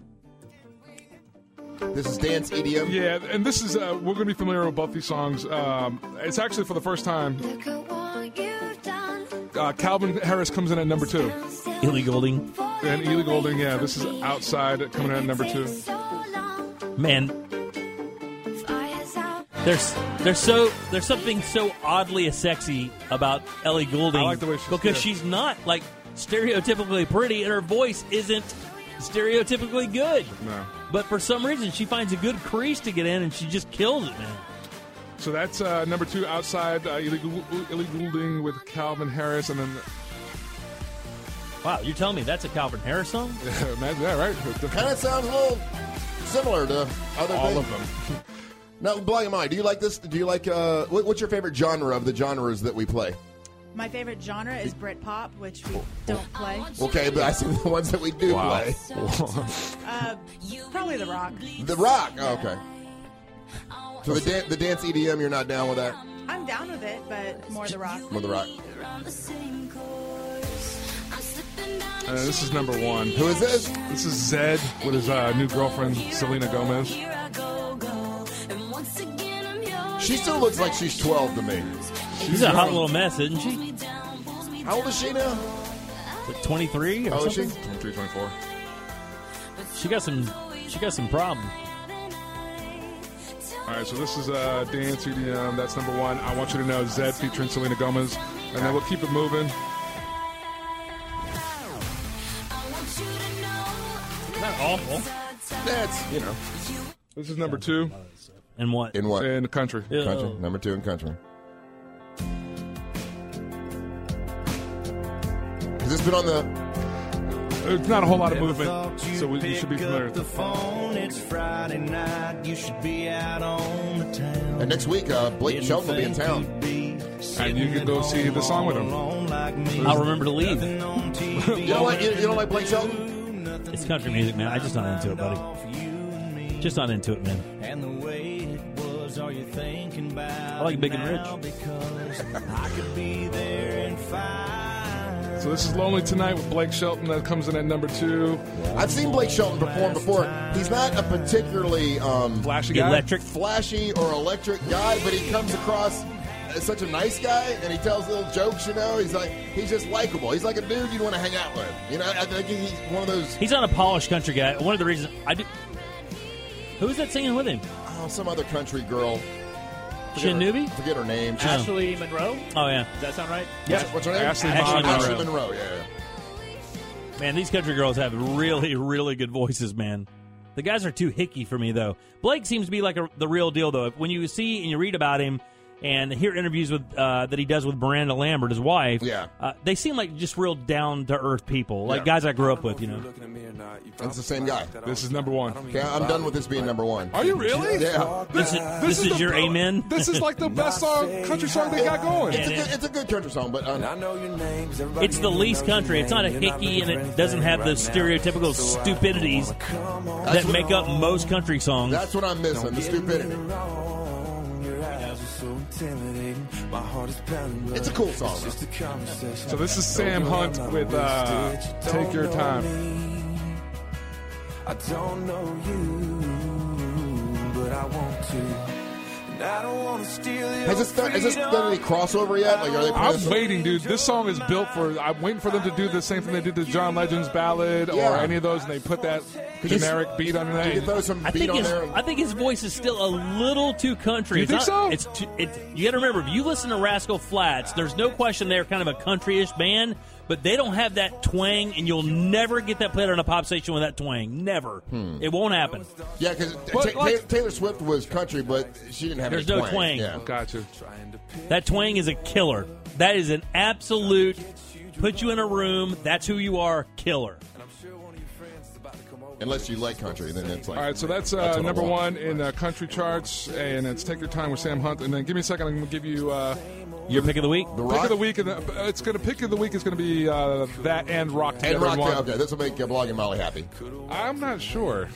[SPEAKER 2] this is dance EDM.
[SPEAKER 4] Yeah, and this is uh, we're going to be familiar with both these songs. Um, it's actually for the first time. Uh, Calvin Harris comes in at number two.
[SPEAKER 3] Ellie Golding.
[SPEAKER 4] And Ellie Golding, yeah, this is outside coming in at number two.
[SPEAKER 3] Man, there's there's so there's something so oddly sexy about Ellie Goulding. because she's not like stereotypically pretty, and her voice isn't stereotypically good.
[SPEAKER 4] No.
[SPEAKER 3] But for some reason, she finds a good crease to get in, and she just kills it, man.
[SPEAKER 4] So that's uh, number two outside uh, Ellie Goul- Ellie Goulding with Calvin Harris, and then
[SPEAKER 3] Wow, you're telling me that's a Calvin Harris song?
[SPEAKER 4] *laughs* imagine that, right?
[SPEAKER 2] Kind of sounds a little similar to other
[SPEAKER 4] All
[SPEAKER 2] things.
[SPEAKER 4] of them.
[SPEAKER 2] *laughs* now, blind mind. Do you like this? Do you like? Uh, what, what's your favorite genre of the genres that we play?
[SPEAKER 1] My favorite genre is Britpop, which we don't play.
[SPEAKER 2] Okay, but I see the ones that we do
[SPEAKER 4] Wow.
[SPEAKER 2] play.
[SPEAKER 1] Uh, probably The Rock.
[SPEAKER 2] the Rock. Oh, okay. So the, dan- the dance EDM, you're not down with that?
[SPEAKER 1] I'm down with it, but more The Rock.
[SPEAKER 2] With the Rock.
[SPEAKER 4] Uh, this is number one.
[SPEAKER 2] Who is this?
[SPEAKER 4] This is Zed with his uh, new girlfriend Selena Gomez.
[SPEAKER 2] She still looks like she's 12 to me.
[SPEAKER 3] She's a hot little mess, isn't she?
[SPEAKER 2] How old is she now?
[SPEAKER 3] Like 23 or
[SPEAKER 2] How old Oh, is she?
[SPEAKER 3] something?
[SPEAKER 4] 23, 24.
[SPEAKER 3] She got some. She got some problems.
[SPEAKER 4] All right, so this is uh, Dance EDM. That's number one. I want you to know Zed featuring Selena Gomez, and then we'll keep it moving.
[SPEAKER 3] Not awful.
[SPEAKER 2] That's you know.
[SPEAKER 4] This is number two.
[SPEAKER 3] And what?
[SPEAKER 2] In what?
[SPEAKER 4] In the country.
[SPEAKER 3] Yeah.
[SPEAKER 2] Country. Number two in country. Has this been on the?
[SPEAKER 4] It's not a whole lot of movement, so we, we should be familiar. with it.
[SPEAKER 11] It's Friday night. You should be out on the town.
[SPEAKER 2] And next week, uh, Blake Shelton will be in town.
[SPEAKER 4] And you can go see the song with him.
[SPEAKER 3] I'll remember to leave.
[SPEAKER 4] *laughs*
[SPEAKER 2] You don't like you, you don't like Blake Shelton?
[SPEAKER 3] It's country music, man. I just not into it, buddy. Just not into it, man.
[SPEAKER 11] And the way it was, are you thinking about
[SPEAKER 3] I like Big and
[SPEAKER 11] now? Because I could be there in five
[SPEAKER 4] So this is Lonely Tonight with Blake Shelton that comes in at number two.
[SPEAKER 2] I've seen Blake Shelton perform before. He's not a particularly um,
[SPEAKER 4] flashy guy.
[SPEAKER 2] flashy or electric guy, but he comes across as such a nice guy, and he tells little jokes. You know, he's like he's just likable. He's like a dude you'd want to hang out with. You know, I think he's one of those.
[SPEAKER 3] He's not a polished country guy. One of the reasons I do. Who's that singing with him?
[SPEAKER 2] Oh, some other country girl. Forget her-
[SPEAKER 3] Shinoobi?
[SPEAKER 2] Forget her name. She's-
[SPEAKER 5] Ashley Monroe?
[SPEAKER 3] Oh yeah.
[SPEAKER 5] Does that sound right?
[SPEAKER 2] Yeah. What's her name?
[SPEAKER 3] Ashley Ashley Monroe. Monroe.
[SPEAKER 2] Ashley Monroe. Yeah. yeah.
[SPEAKER 3] Man, these country girls have really, really good voices, man. The guys are too hicky for me, though. Blake seems to be like a, the real deal, though. When you see and you read about him and hear interviews with uh, that he does with Miranda Lambert, his wife,
[SPEAKER 2] Yeah.
[SPEAKER 3] uh, they seem like just real down to earth people, like
[SPEAKER 2] Yeah.
[SPEAKER 3] guys I grew up with, you know.
[SPEAKER 2] It's the same guy.
[SPEAKER 4] This is number one.
[SPEAKER 2] Okay, I'm done with this being number one.
[SPEAKER 4] Are you really?
[SPEAKER 2] Yeah.
[SPEAKER 3] This is, this is
[SPEAKER 4] the
[SPEAKER 3] your
[SPEAKER 4] bro-
[SPEAKER 3] amen.
[SPEAKER 4] This is
[SPEAKER 3] *laughs*
[SPEAKER 4] like
[SPEAKER 2] *laughs*
[SPEAKER 4] the best song, country song they got going.
[SPEAKER 2] It's a good, it's a good country song, but um,
[SPEAKER 3] It's the least country. It's not a hickey, and it doesn't have the stereotypical
[SPEAKER 4] uh,
[SPEAKER 3] stupidities that
[SPEAKER 2] what-
[SPEAKER 3] make up most country songs.
[SPEAKER 2] that's what I'm missing. The stupidity. It's a cool song.
[SPEAKER 4] So this is Sam Hunt with uh, Take Your Time.
[SPEAKER 11] I don't know you, but I want to. And I don't want to steal your
[SPEAKER 2] Has this done, has this done any crossover yet? Like, are they? playing
[SPEAKER 4] I'm
[SPEAKER 2] this-
[SPEAKER 4] waiting, dude. This song is built for. I'm waiting for them to do the same thing they did to John Legend's ballad or
[SPEAKER 2] Yeah.
[SPEAKER 4] any of those, and they put that
[SPEAKER 2] Could you-
[SPEAKER 4] generic beat on
[SPEAKER 2] Could you
[SPEAKER 4] it.
[SPEAKER 2] throw some
[SPEAKER 3] I
[SPEAKER 2] beat
[SPEAKER 3] think,
[SPEAKER 2] on
[SPEAKER 3] his,
[SPEAKER 2] there?
[SPEAKER 3] I think his voice is still a little too country.
[SPEAKER 4] You
[SPEAKER 3] it's
[SPEAKER 4] think
[SPEAKER 3] not,
[SPEAKER 4] so?
[SPEAKER 3] It's too, it, you got to remember, if you listen to Rascal Flats, there's no question they're kind of a countryish band, but they don't have that twang, and you'll never get that played on a pop station with that twang. Never.
[SPEAKER 2] Hmm.
[SPEAKER 3] It won't happen.
[SPEAKER 2] Yeah, because
[SPEAKER 4] But,
[SPEAKER 2] Taylor,
[SPEAKER 4] like-
[SPEAKER 2] Swift was country, but she didn't have
[SPEAKER 3] There's
[SPEAKER 2] any
[SPEAKER 3] no twang.
[SPEAKER 2] Yeah.
[SPEAKER 4] Gotcha.
[SPEAKER 3] That twang is a killer. That is an absolute put you in a room. That's who you are. Killer.
[SPEAKER 2] Unless you like country, then it's like.
[SPEAKER 4] All right, so that's, uh,
[SPEAKER 2] what I
[SPEAKER 4] number
[SPEAKER 2] want.
[SPEAKER 4] one in uh, country charts, and it's Take Your Time with Sam Hunt. And then give me a second, I'm going to give you uh,
[SPEAKER 3] Your pick of the week.
[SPEAKER 2] The
[SPEAKER 4] pick
[SPEAKER 2] Rock
[SPEAKER 4] of the week. And the, uh, it's going to pick of the week is going to be uh, that and Rock together.
[SPEAKER 2] and
[SPEAKER 4] in
[SPEAKER 2] rock.
[SPEAKER 4] one.
[SPEAKER 2] Okay, this will make uh, Blog and Molly happy.
[SPEAKER 4] I'm not sure.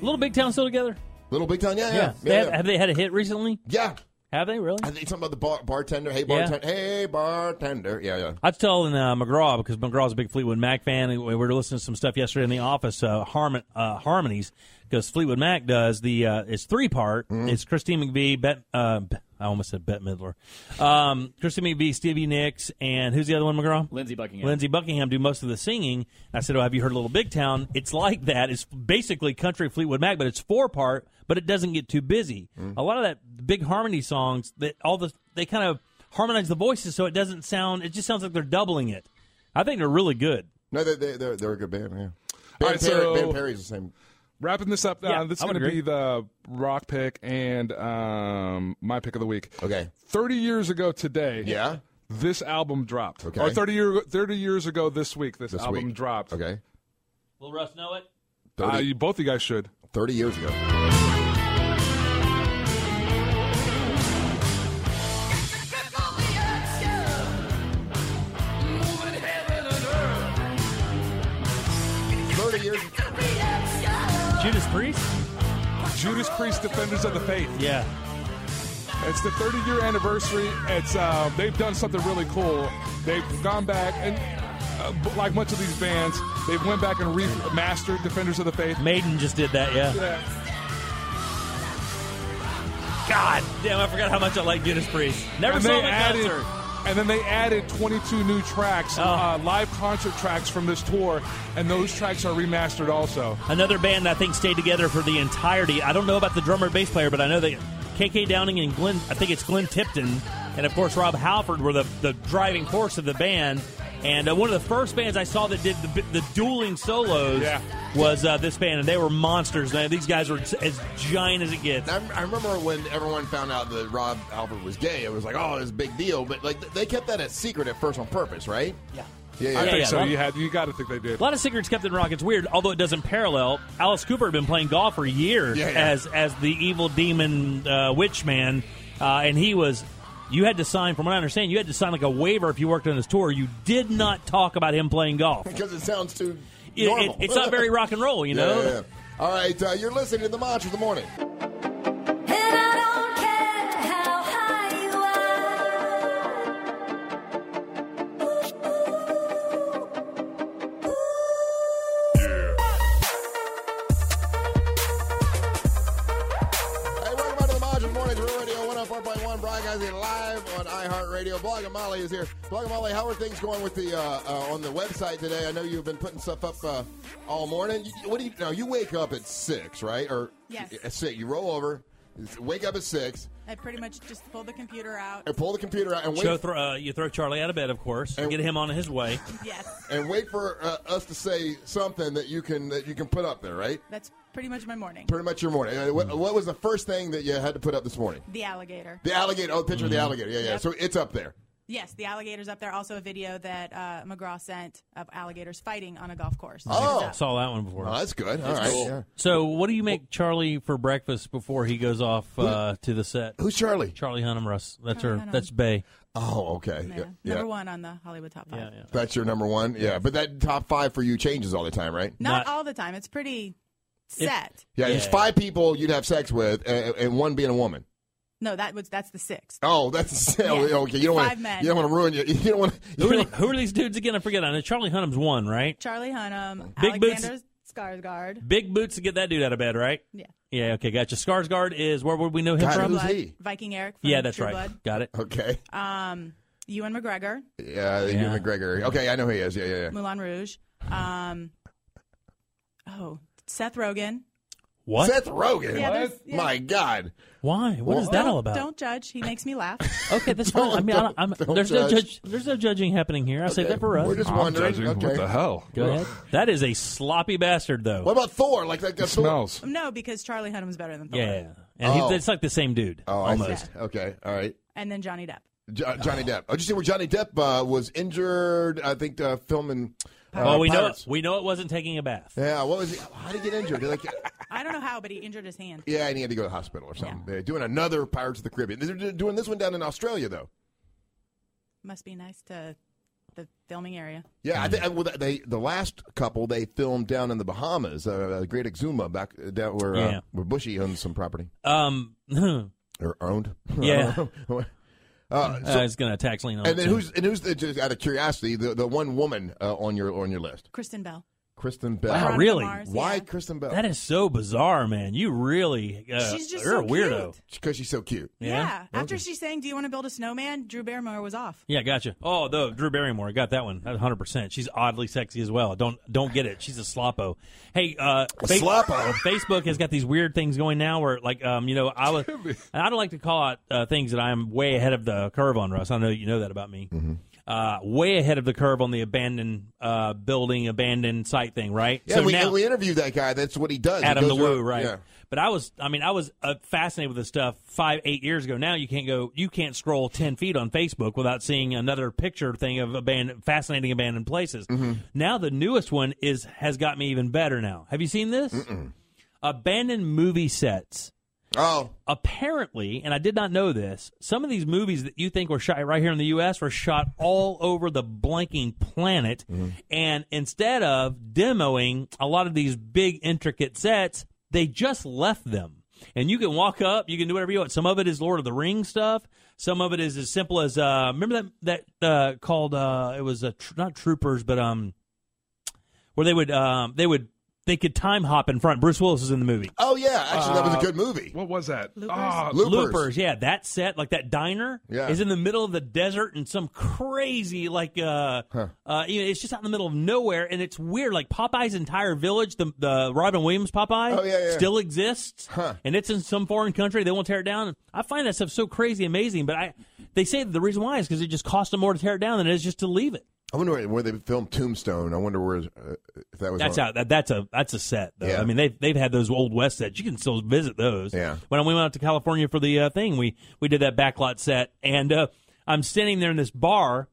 [SPEAKER 3] Little Big Town still together?
[SPEAKER 2] Little Big Town, yeah, yeah, yeah.
[SPEAKER 3] They
[SPEAKER 2] yeah,
[SPEAKER 3] have, have they had a hit recently?
[SPEAKER 2] Yeah.
[SPEAKER 3] Have they really?
[SPEAKER 2] I think something about the bar- bartender. Hey
[SPEAKER 3] Yeah.
[SPEAKER 2] bartender. Hey bartender. Yeah, yeah.
[SPEAKER 3] I was telling uh, McGraw because McGraw's a big Fleetwood Mac fan. And we were listening to some stuff yesterday in the office, uh, Harmon, uh, harmonies, because Fleetwood Mac does the uh, it's three part. It's Christine McVie, Bet, uh, B- I almost said Bette Midler, um, Christine McVie, Stevie Nicks, and who's the other one? McGraw,
[SPEAKER 5] Lindsey Buckingham.
[SPEAKER 3] Lindsey Buckingham do most of the singing. I said, "Oh, have you heard Little Big Town?" It's like that. It's basically country Fleetwood Mac, but it's four part, but it doesn't get too busy. A lot of that big harmony songs that all the they kind of harmonize the voices, so it doesn't sound. It just sounds like they're doubling it. I think they're really good.
[SPEAKER 2] No, they they they're, they're a good band. Yeah. Ben,
[SPEAKER 4] All right,
[SPEAKER 2] Perry,
[SPEAKER 4] so-
[SPEAKER 2] ben Perry's the same.
[SPEAKER 4] Wrapping this up,
[SPEAKER 3] Yeah,
[SPEAKER 4] uh, this
[SPEAKER 3] I
[SPEAKER 4] is
[SPEAKER 3] would
[SPEAKER 4] going to
[SPEAKER 3] agree.
[SPEAKER 4] be the rock pick and um, my pick of the week.
[SPEAKER 2] Okay.
[SPEAKER 4] 30 years ago today.
[SPEAKER 2] Yeah.
[SPEAKER 4] This album dropped.
[SPEAKER 2] Okay.
[SPEAKER 4] Or 30, year, 30 years ago this week, this,
[SPEAKER 2] This
[SPEAKER 4] album
[SPEAKER 2] week.
[SPEAKER 4] dropped.
[SPEAKER 2] Okay.
[SPEAKER 3] Will Russ know it?
[SPEAKER 4] Uh,
[SPEAKER 2] 30,
[SPEAKER 4] you, both of you guys should.
[SPEAKER 2] 30 years ago. Thirty years.
[SPEAKER 3] Judas Priest?
[SPEAKER 4] Judas Priest, Defenders of the Faith.
[SPEAKER 3] Yeah.
[SPEAKER 4] It's the 30 year anniversary. It's uh, they've done something really cool. They've gone back and uh, b- like much of these bands, they've went back and remastered Defenders of the Faith.
[SPEAKER 3] Maiden just did that. Yeah.
[SPEAKER 4] Yeah.
[SPEAKER 3] God damn! I forgot how much I like Judas Priest. Never
[SPEAKER 4] And
[SPEAKER 3] saw
[SPEAKER 4] they
[SPEAKER 3] them in
[SPEAKER 4] added,
[SPEAKER 3] concert. Oh.
[SPEAKER 4] and then they added 22 new tracks, uh, live concert tracks from this tour, and those tracks are remastered also.
[SPEAKER 3] Another band I think stayed together for the entirety. I don't know about the drummer and bass player, but I know that KK Downing and Glenn, I think it's Glenn Tipton, and of course Rob Halford were the, the driving force of the band. And uh, one of the first bands I saw that did the, the dueling solos
[SPEAKER 4] Yeah.
[SPEAKER 3] was uh, this band, and they were monsters. Man, these guys were as giant as it gets.
[SPEAKER 2] I, I remember when everyone found out that Rob Albert was gay. It was like, oh, it's a big deal. But like, they kept that a secret at first on purpose, right?
[SPEAKER 3] Yeah.
[SPEAKER 2] Yeah,
[SPEAKER 4] I
[SPEAKER 2] yeah.
[SPEAKER 4] think
[SPEAKER 3] yeah,
[SPEAKER 4] so.
[SPEAKER 3] well-
[SPEAKER 4] you had you got to think they did.
[SPEAKER 3] A lot of secrets kept in rock. It's weird, although it doesn't parallel. Alice Cooper had been playing golf for years
[SPEAKER 2] Yeah, yeah.
[SPEAKER 3] as as the evil demon uh, witch man, uh, and he was. You had to sign, from what I understand, you had to sign like a waiver if you worked on his tour. You did not talk about him playing golf. It-
[SPEAKER 2] Because it sounds too
[SPEAKER 3] it-
[SPEAKER 2] normal.
[SPEAKER 3] it's not
[SPEAKER 2] *laughs*
[SPEAKER 3] very rock and roll, you
[SPEAKER 2] Yeah,
[SPEAKER 3] know.
[SPEAKER 2] yeah, yeah. All right, uh, you're listening to the Monster of the Morning.
[SPEAKER 22] And I don't care how high you are.
[SPEAKER 2] Rogers Mornings, Real Radio 104.1, broadcasting live on iHeartRadio. Blog and Molly is here. Blog and Molly, how are things going with the uh, uh, on the website today? I know you've been putting stuff up uh, all morning. You, what do you? Now you wake up at six, right? Or
[SPEAKER 1] Yes.
[SPEAKER 2] at six. You roll over, wake up at six,
[SPEAKER 1] I pretty much just pulled the computer out.
[SPEAKER 2] and pull the computer out and wait.
[SPEAKER 3] Show thro- uh, you throw Charlie out of bed, of course, and get him on his way.
[SPEAKER 1] Yes,
[SPEAKER 2] and wait for uh, us to say something that you can that you can put up there, right?
[SPEAKER 1] that's pretty much my morning.
[SPEAKER 2] Pretty much your morning. Uh, What, what was the first thing that you had to put up this morning?
[SPEAKER 1] The alligator.
[SPEAKER 2] The alligator. Oh, the picture of the
[SPEAKER 3] Mm-hmm.
[SPEAKER 2] alligator. Yeah, yeah.
[SPEAKER 1] Yep.
[SPEAKER 2] So it's up there.
[SPEAKER 1] Yes, the alligator's up there. Also, a video that uh, McGraw sent of alligators fighting on a golf course.
[SPEAKER 3] Oh, saw that one before.
[SPEAKER 2] Oh, that's good. All
[SPEAKER 3] That's
[SPEAKER 2] right.
[SPEAKER 3] cool.
[SPEAKER 2] Yeah.
[SPEAKER 3] So, what do you make Charlie for breakfast before he goes off uh, to the set?
[SPEAKER 2] Who's Charlie?
[SPEAKER 3] Charlie Hunnam Russ. That's
[SPEAKER 1] Charlie
[SPEAKER 3] her.
[SPEAKER 1] Hunnam.
[SPEAKER 3] That's Bay.
[SPEAKER 2] Oh, okay.
[SPEAKER 1] Yeah. Number one on the Hollywood top five.
[SPEAKER 2] That's your number one. Yeah, but that top five for you changes all the time, right?
[SPEAKER 1] Not, all the time. It's pretty set.
[SPEAKER 2] Yeah, there's five people you'd have sex with, and, and one being a woman.
[SPEAKER 1] no, that was that's the sixth.
[SPEAKER 2] Oh, that's
[SPEAKER 1] Yeah.
[SPEAKER 2] *laughs* okay. You don't
[SPEAKER 1] Five
[SPEAKER 2] want
[SPEAKER 1] men.
[SPEAKER 2] you don't want to ruin your. *laughs* You don't want
[SPEAKER 3] Who are, the- who are these dudes again? I forget. I know Charlie Hunnam's one, right?
[SPEAKER 1] Charlie Hunnam,
[SPEAKER 3] Big Boots-
[SPEAKER 1] Alexander Skarsgård.
[SPEAKER 3] Big boots to get that dude out of bed, right?
[SPEAKER 1] Yeah.
[SPEAKER 3] Yeah. Okay. Gotcha. Skarsgård is where would we know him
[SPEAKER 2] God,
[SPEAKER 3] from?
[SPEAKER 2] who's he?
[SPEAKER 1] Viking Eric. From
[SPEAKER 3] Yeah, that's
[SPEAKER 1] True
[SPEAKER 3] right.
[SPEAKER 1] Blood.
[SPEAKER 3] Got it.
[SPEAKER 2] Okay.
[SPEAKER 1] Um, Ewan McGregor,
[SPEAKER 2] Yeah, Ewan McGregor. Okay, I know who he is. Yeah, yeah, yeah.
[SPEAKER 1] Moulin Rouge. Um, oh, Seth Rogen.
[SPEAKER 3] What?
[SPEAKER 2] Seth Rogen.
[SPEAKER 1] Yeah, there's- yeah.
[SPEAKER 2] My God.
[SPEAKER 3] Why? What is that all about?
[SPEAKER 1] Don't judge. He makes me laugh.
[SPEAKER 3] *laughs* Okay, that's fine. I mean,
[SPEAKER 2] *laughs*
[SPEAKER 3] I, I'm,
[SPEAKER 1] don't
[SPEAKER 3] there's no
[SPEAKER 1] judge.
[SPEAKER 3] judge. There's no judging happening here. I saved that for us.
[SPEAKER 2] We're just I'm wondering. judging. Okay. What the hell?
[SPEAKER 3] Go ahead. That is a sloppy bastard, though.
[SPEAKER 2] What about Thor? Like that guy. Thor-
[SPEAKER 1] no, because Charlie Hunnam's better than Thor.
[SPEAKER 3] Yeah, and
[SPEAKER 2] Oh.
[SPEAKER 3] he, it's like the same dude.
[SPEAKER 2] Oh, I see.
[SPEAKER 3] almost.
[SPEAKER 2] Okay, all right.
[SPEAKER 1] And then Johnny Depp.
[SPEAKER 2] Jo- Johnny Depp. Oh, did you see where Johnny Depp uh, was injured? I think uh, filming. Uh,
[SPEAKER 3] well, Oh, we know
[SPEAKER 2] Pirates.
[SPEAKER 3] it, we know it wasn't taking a bath.
[SPEAKER 2] Yeah, what was he? How did he get injured? Like,
[SPEAKER 1] I don't know how, but he injured his hand.
[SPEAKER 2] yeah, and he had to go to the hospital or something. They're doing another Pirates of the Caribbean. They're doing this one down in Australia though.
[SPEAKER 1] Must be nice to the filming area.
[SPEAKER 3] Mm.
[SPEAKER 2] Yeah, I think I- well, they the last couple they filmed down in the Bahamas, uh, Great Exuma, back uh, down where uh,
[SPEAKER 3] Yeah.
[SPEAKER 2] where Bushy owns some property
[SPEAKER 3] Um, *laughs*
[SPEAKER 2] or owned. *laughs*
[SPEAKER 3] Yeah.
[SPEAKER 2] uh,
[SPEAKER 3] uh, he's gonna tax lien on.
[SPEAKER 2] and
[SPEAKER 3] it
[SPEAKER 2] then
[SPEAKER 3] soon.
[SPEAKER 2] who's and who's the, just out of curiosity the, the one woman uh, on your on your list?
[SPEAKER 1] Kristen Bell.
[SPEAKER 2] Kristen Bell.
[SPEAKER 3] Wow, really?
[SPEAKER 2] Why Kristen Bell?
[SPEAKER 3] That is so bizarre, man. You really. Uh,
[SPEAKER 1] She's just
[SPEAKER 3] you're
[SPEAKER 1] so
[SPEAKER 3] a weirdo.
[SPEAKER 2] Because she's so cute.
[SPEAKER 3] Yeah.
[SPEAKER 1] Yeah. After
[SPEAKER 3] Okay.
[SPEAKER 1] she sang "Do You Want to Build a Snowman," Drew Barrymore was off.
[SPEAKER 3] Yeah, gotcha. Oh, the Drew Barrymore, I got that one. That's 100. percent She's oddly sexy as well. Don't don't get it. She's a sloppo. Hey, uh, Fa-
[SPEAKER 2] sloppo?
[SPEAKER 3] *laughs* Facebook has got these weird things going now where, like, um, you know, I was, and I don't like to call out uh, things that I'm way ahead of the curve on, Russ. I know you know that about me. Uh, way ahead of the curve on the abandoned uh, building, abandoned site thing, right?
[SPEAKER 2] Yeah, we, we interviewed that guy. That's what he does. He
[SPEAKER 3] Adam the
[SPEAKER 2] goes
[SPEAKER 3] Woo,
[SPEAKER 2] around-
[SPEAKER 3] right?
[SPEAKER 2] yeah.
[SPEAKER 3] But I was, I mean, I was uh, fascinated with this stuff five, eight years ago. Now you can't go, you can't scroll ten feet on Facebook without seeing another picture thing of abandoned, fascinating abandoned places. Now the newest one is has got me even better. Now, have you seen this? Abandoned movie sets.
[SPEAKER 2] Oh,
[SPEAKER 3] apparently, and I did not know this. Some of these movies that you think were shot right here in the U.S. were shot all over the blanking planet. And instead of demoing a lot of these big, intricate sets, they just left them. And you can walk up, you can do whatever you want. Some of it is Lord of the Rings stuff. Some of it is as simple as uh, remember that that uh, called uh, it was uh, tr- not Troopers, but um, where they would um, they would they could time hop in front. Bruce Willis is in the movie.
[SPEAKER 2] Oh yeah, actually, that was a good movie.
[SPEAKER 4] Uh, What was that? Ah, Loopers.
[SPEAKER 3] Uh, Loopers. yeah, that set, like that diner,
[SPEAKER 4] Yeah.
[SPEAKER 3] is in the middle of the desert and some crazy, like, uh, uh, you know, it's just out in the middle of nowhere, and it's weird. Like Popeye's entire village, the the Robin Williams Popeye,
[SPEAKER 2] Oh, yeah, yeah.
[SPEAKER 3] still exists, and it's in some foreign country. They won't tear it down. I find that stuff so crazy, amazing. But I, they say that the reason why is because it just costs them more to tear it down than it is just to leave it.
[SPEAKER 2] I wonder where, where they filmed Tombstone. I wonder where uh, if that was.
[SPEAKER 3] That's
[SPEAKER 2] on-
[SPEAKER 3] out. That, that's a that's a set. Though.
[SPEAKER 2] Yeah.
[SPEAKER 3] I mean, they've they've had those old west sets. You can still visit those.
[SPEAKER 2] Yeah.
[SPEAKER 3] When we went out to California for the uh, thing, we we did that backlot set, and uh, I'm standing there in this bar.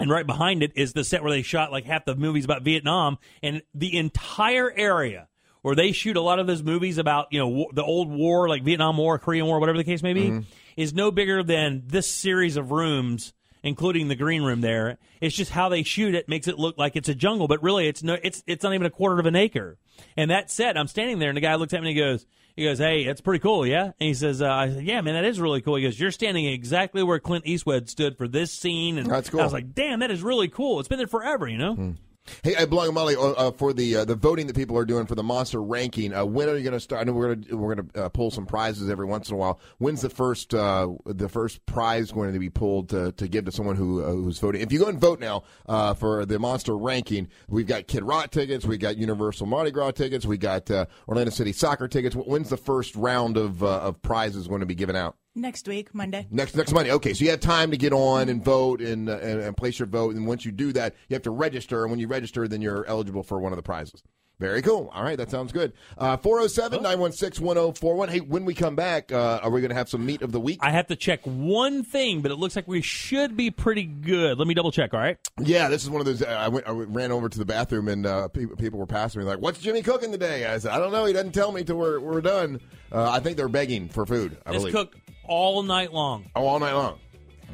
[SPEAKER 3] And right behind it is the set where they shot like half the movies about Vietnam, and the entire area where they shoot a lot of those movies about you know wa- the old war, like Vietnam War, Korean War, whatever the case may be, is no bigger than this series of rooms, including the green room. There, it's just how they shoot it makes it look like it's a jungle, but really it's no, it's it's not even a quarter of an acre. And that set, I'm standing there, and the guy looks at me and he goes. He goes, hey, that's pretty cool, yeah. And he says, uh, I said, yeah, man, that is really cool. He goes, you're standing exactly where Clint Eastwood stood for this scene, and
[SPEAKER 2] That's cool.
[SPEAKER 3] I was like, damn, that is really cool. It's been there forever, you know.
[SPEAKER 2] Hey, uh, Blanca Molly, uh, uh, for the uh, the voting that people are doing for the monster ranking, uh, when are you going to start? I know we're going to we're going to uh, pull some prizes every once in a while. When's the first uh, the first prize going to be pulled to, to give to someone who uh, who's voting? If you go and vote now uh, for the monster ranking, we've got Kid Rock tickets, we got Universal Mardi Gras tickets, we got uh, Orlando City soccer tickets. Wh- When's the first round of uh, of prizes going to be given out?
[SPEAKER 1] Next week, Monday.
[SPEAKER 2] Next next Monday. Okay, so you have time to get on and vote and, uh, and and place your vote. And once you do that, you have to register. And when you register, then you're eligible for one of the prizes. Very cool. All right, that sounds good. Uh, 407 916 1041. Hey, when we come back, uh, are we going to have some meat of the week?
[SPEAKER 3] I have to check one thing, but it looks like we should be pretty good. Let me double check. All right.
[SPEAKER 2] Yeah, this is one of those. I went, I ran over to the bathroom and uh, pe- people were passing me like, "What's Jimmy cooking today?" I said, "I don't know. He doesn't tell me till we're we're done." Uh, I think they're begging for food. I
[SPEAKER 3] It's
[SPEAKER 2] believe.
[SPEAKER 3] cooked all night long.
[SPEAKER 2] Oh, all night long.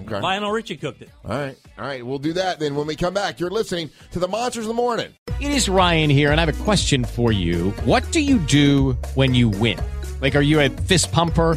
[SPEAKER 2] Okay.
[SPEAKER 3] Lionel Richie cooked it.
[SPEAKER 2] All right, all right. We'll do that then. When we come back, you're listening to the Monsters of the Morning.
[SPEAKER 12] It is Ryan here, and I have a question for you. What do you do when you win? Like, are you a fist pumper?